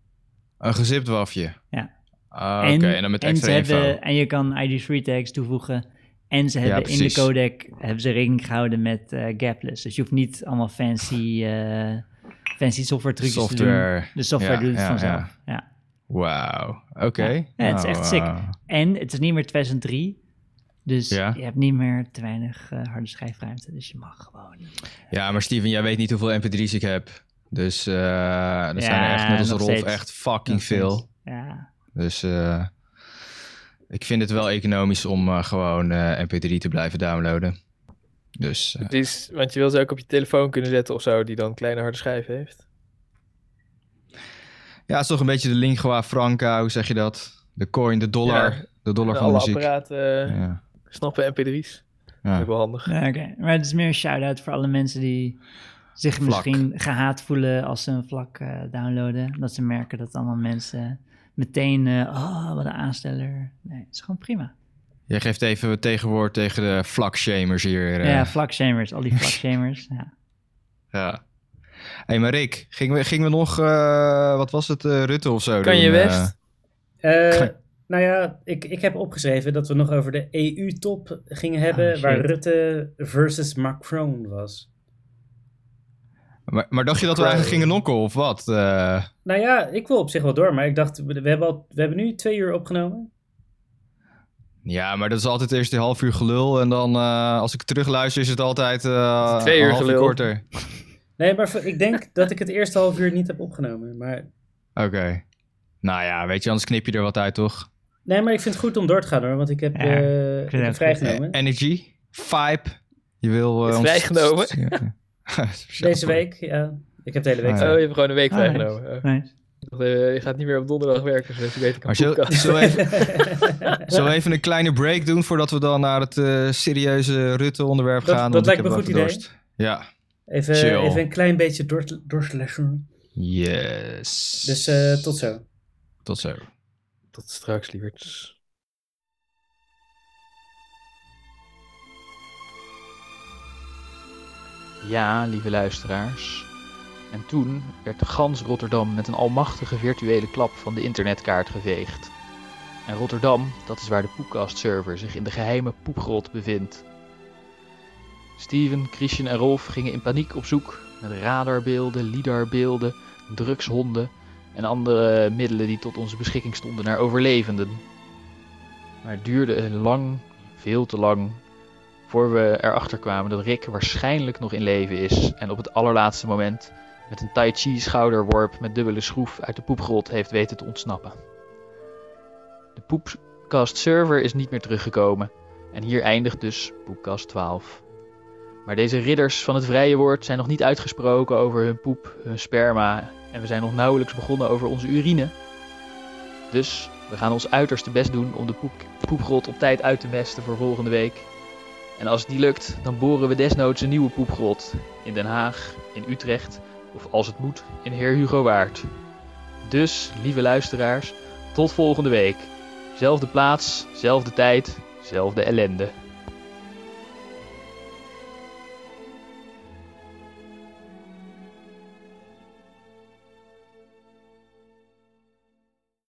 [SPEAKER 4] Een gezipt WAFje.
[SPEAKER 2] Ja.
[SPEAKER 4] Ah, Oké, en dan met
[SPEAKER 2] en
[SPEAKER 4] extra
[SPEAKER 2] ze
[SPEAKER 4] info.
[SPEAKER 2] hebben- En je kan ID3 tags toevoegen. En ze hebben in de
[SPEAKER 4] precies.
[SPEAKER 2] codec hebben ze rekening gehouden met eh, gapless. Dus je hoeft niet allemaal fancy, eh, fancy software trucjes te
[SPEAKER 4] Software.
[SPEAKER 2] doen. De software
[SPEAKER 4] Ja,
[SPEAKER 2] doet het
[SPEAKER 4] ja,
[SPEAKER 2] vanzelf. Ja.
[SPEAKER 4] Wauw, oké.
[SPEAKER 2] Ja, het is echt sick.
[SPEAKER 4] eh,
[SPEAKER 2] En het is niet meer 2003. Dus
[SPEAKER 4] Ja.
[SPEAKER 2] je hebt niet meer te weinig eh, harde schijfruimte. Dus je mag gewoon.
[SPEAKER 4] Ja, maar Steven, jij weet niet hoeveel mp3's ik heb. Dus eh er zijn er echt, net als
[SPEAKER 2] nog
[SPEAKER 4] Rolf,
[SPEAKER 2] steeds.
[SPEAKER 4] echt fucking veel.
[SPEAKER 2] Ja.
[SPEAKER 4] Dus eh, ik vind het wel economisch om eh, gewoon eh, mp3 te blijven downloaden. Dus eh,
[SPEAKER 3] Precies, want je wil ze ook op je telefoon kunnen zetten of zo, die dan een kleine harde schijf heeft.
[SPEAKER 4] ja, het is toch een beetje de lingua franca, hoe zeg je dat? De coin, de dollar,
[SPEAKER 3] Ja,
[SPEAKER 4] de dollar
[SPEAKER 3] En
[SPEAKER 4] van
[SPEAKER 3] alle
[SPEAKER 4] muziek.
[SPEAKER 3] apparaten eh,
[SPEAKER 4] Ja,
[SPEAKER 3] snappen mp3's.
[SPEAKER 4] ja.
[SPEAKER 3] Ook wel handig.
[SPEAKER 2] Ja, Oké, maar het is meer een shout-out voor alle mensen die zich misschien gehaat voelen als ze een vlak eh, downloaden. Dat ze merken dat allemaal mensen meteen, eh, oh, wat een aansteller. Nee, het is gewoon prima.
[SPEAKER 4] Jij geeft even tegenwoord tegen de vlakshamers hier. eh.
[SPEAKER 2] Ja, vlakshamers, al die vlakshamers. ja.
[SPEAKER 4] Ja. hey, maar Rick, gingen we, gingen we nog, eh, wat was het, eh, Rutte of zo
[SPEAKER 3] Kan
[SPEAKER 4] doen,
[SPEAKER 3] je
[SPEAKER 4] eh?
[SPEAKER 3] West?
[SPEAKER 1] Eh, Nou ja, ik, ik heb opgeschreven dat we nog over de EU-top gingen hebben,
[SPEAKER 2] Ah,
[SPEAKER 1] waar
[SPEAKER 2] shit.
[SPEAKER 1] Rutte versus Macron was.
[SPEAKER 4] Maar, maar dacht je dat we eigenlijk gingen nokken of wat? Eh,
[SPEAKER 1] Nou ja, ik wil op zich wel door, maar ik dacht, we we hebben, al, we hebben nu twee uur opgenomen.
[SPEAKER 4] ja, maar dat is altijd eerst een half uur gelul. En dan eh, als ik terugluister is het altijd eh,
[SPEAKER 3] Twee uur
[SPEAKER 4] een half
[SPEAKER 3] gelul.
[SPEAKER 4] korter.
[SPEAKER 1] Nee, maar voor- ik denk dat ik het eerste half uur niet heb opgenomen. Maar...
[SPEAKER 4] Oké. Nou ja, weet je, anders knip je er wat uit, toch?
[SPEAKER 1] Nee, maar ik vind het goed om door te gaan hoor, want ik heb,
[SPEAKER 2] Ja,
[SPEAKER 1] eh,
[SPEAKER 2] vind
[SPEAKER 1] ik
[SPEAKER 2] het
[SPEAKER 1] heb
[SPEAKER 2] goed.
[SPEAKER 1] vrijgenomen.
[SPEAKER 4] Eh, energy, vibe. Je wil...
[SPEAKER 3] Is
[SPEAKER 4] eh,
[SPEAKER 3] vrijgenomen?
[SPEAKER 4] Ja.
[SPEAKER 1] Deze week, ja. Ik heb de hele week.
[SPEAKER 4] Ah,
[SPEAKER 1] vrij.
[SPEAKER 4] ja.
[SPEAKER 7] Oh, je hebt gewoon een week
[SPEAKER 2] Ah,
[SPEAKER 7] vrijgenomen. Oh.
[SPEAKER 2] Nice.
[SPEAKER 7] Ik dacht, eh, je gaat niet meer op donderdag werken, zodat je beter kan
[SPEAKER 4] Maar zullen,
[SPEAKER 7] podcasten.
[SPEAKER 4] zullen, we even, zullen we even een kleine break doen voordat we dan naar het eh, serieuze Rutte-onderwerp
[SPEAKER 1] Dat-
[SPEAKER 4] gaan?
[SPEAKER 1] dat
[SPEAKER 4] Want
[SPEAKER 1] lijkt
[SPEAKER 4] ik
[SPEAKER 1] me
[SPEAKER 4] heb
[SPEAKER 1] een goed
[SPEAKER 4] wel
[SPEAKER 1] idee.
[SPEAKER 4] dorst. Ja.
[SPEAKER 1] Even,
[SPEAKER 4] Chill.
[SPEAKER 1] even een klein beetje door, doorslessen.
[SPEAKER 4] Yes.
[SPEAKER 1] Dus eh, tot zo.
[SPEAKER 4] Tot zo.
[SPEAKER 7] Tot straks, lieverds. Ja, lieve luisteraars. En toen werd de gans Rotterdam met een almachtige virtuele klap van de internetkaart geveegd. En Rotterdam, dat is waar de Poepcast-server zich in de geheime poeprot bevindt. Steven, Christian en Rolf gingen in paniek op zoek met radarbeelden, lidarbeelden, drugshonden en andere middelen die tot onze beschikking stonden naar overlevenden. Maar het duurde lang, veel te lang, voor we erachter kwamen dat Rick waarschijnlijk nog in leven is en op het allerlaatste moment met een Tai Chi schouderworp met dubbele schroef uit de poepgrot heeft weten te ontsnappen. De Poepcast server is niet meer teruggekomen en hier eindigt dus Poepcast 12. Maar deze ridders van het vrije woord zijn nog niet uitgesproken over hun poep, hun sperma en we zijn nog nauwelijks begonnen over onze urine. Dus we gaan ons uiterste best doen om de poep, poepgrot op tijd uit te mesten voor volgende week. En als het niet lukt, dan boren we desnoods een nieuwe poepgrot. In Den Haag, in Utrecht of als het moet, in Heer Hugo Waard. Dus, lieve luisteraars, tot volgende week. Zelfde plaats, zelfde tijd, zelfde ellende.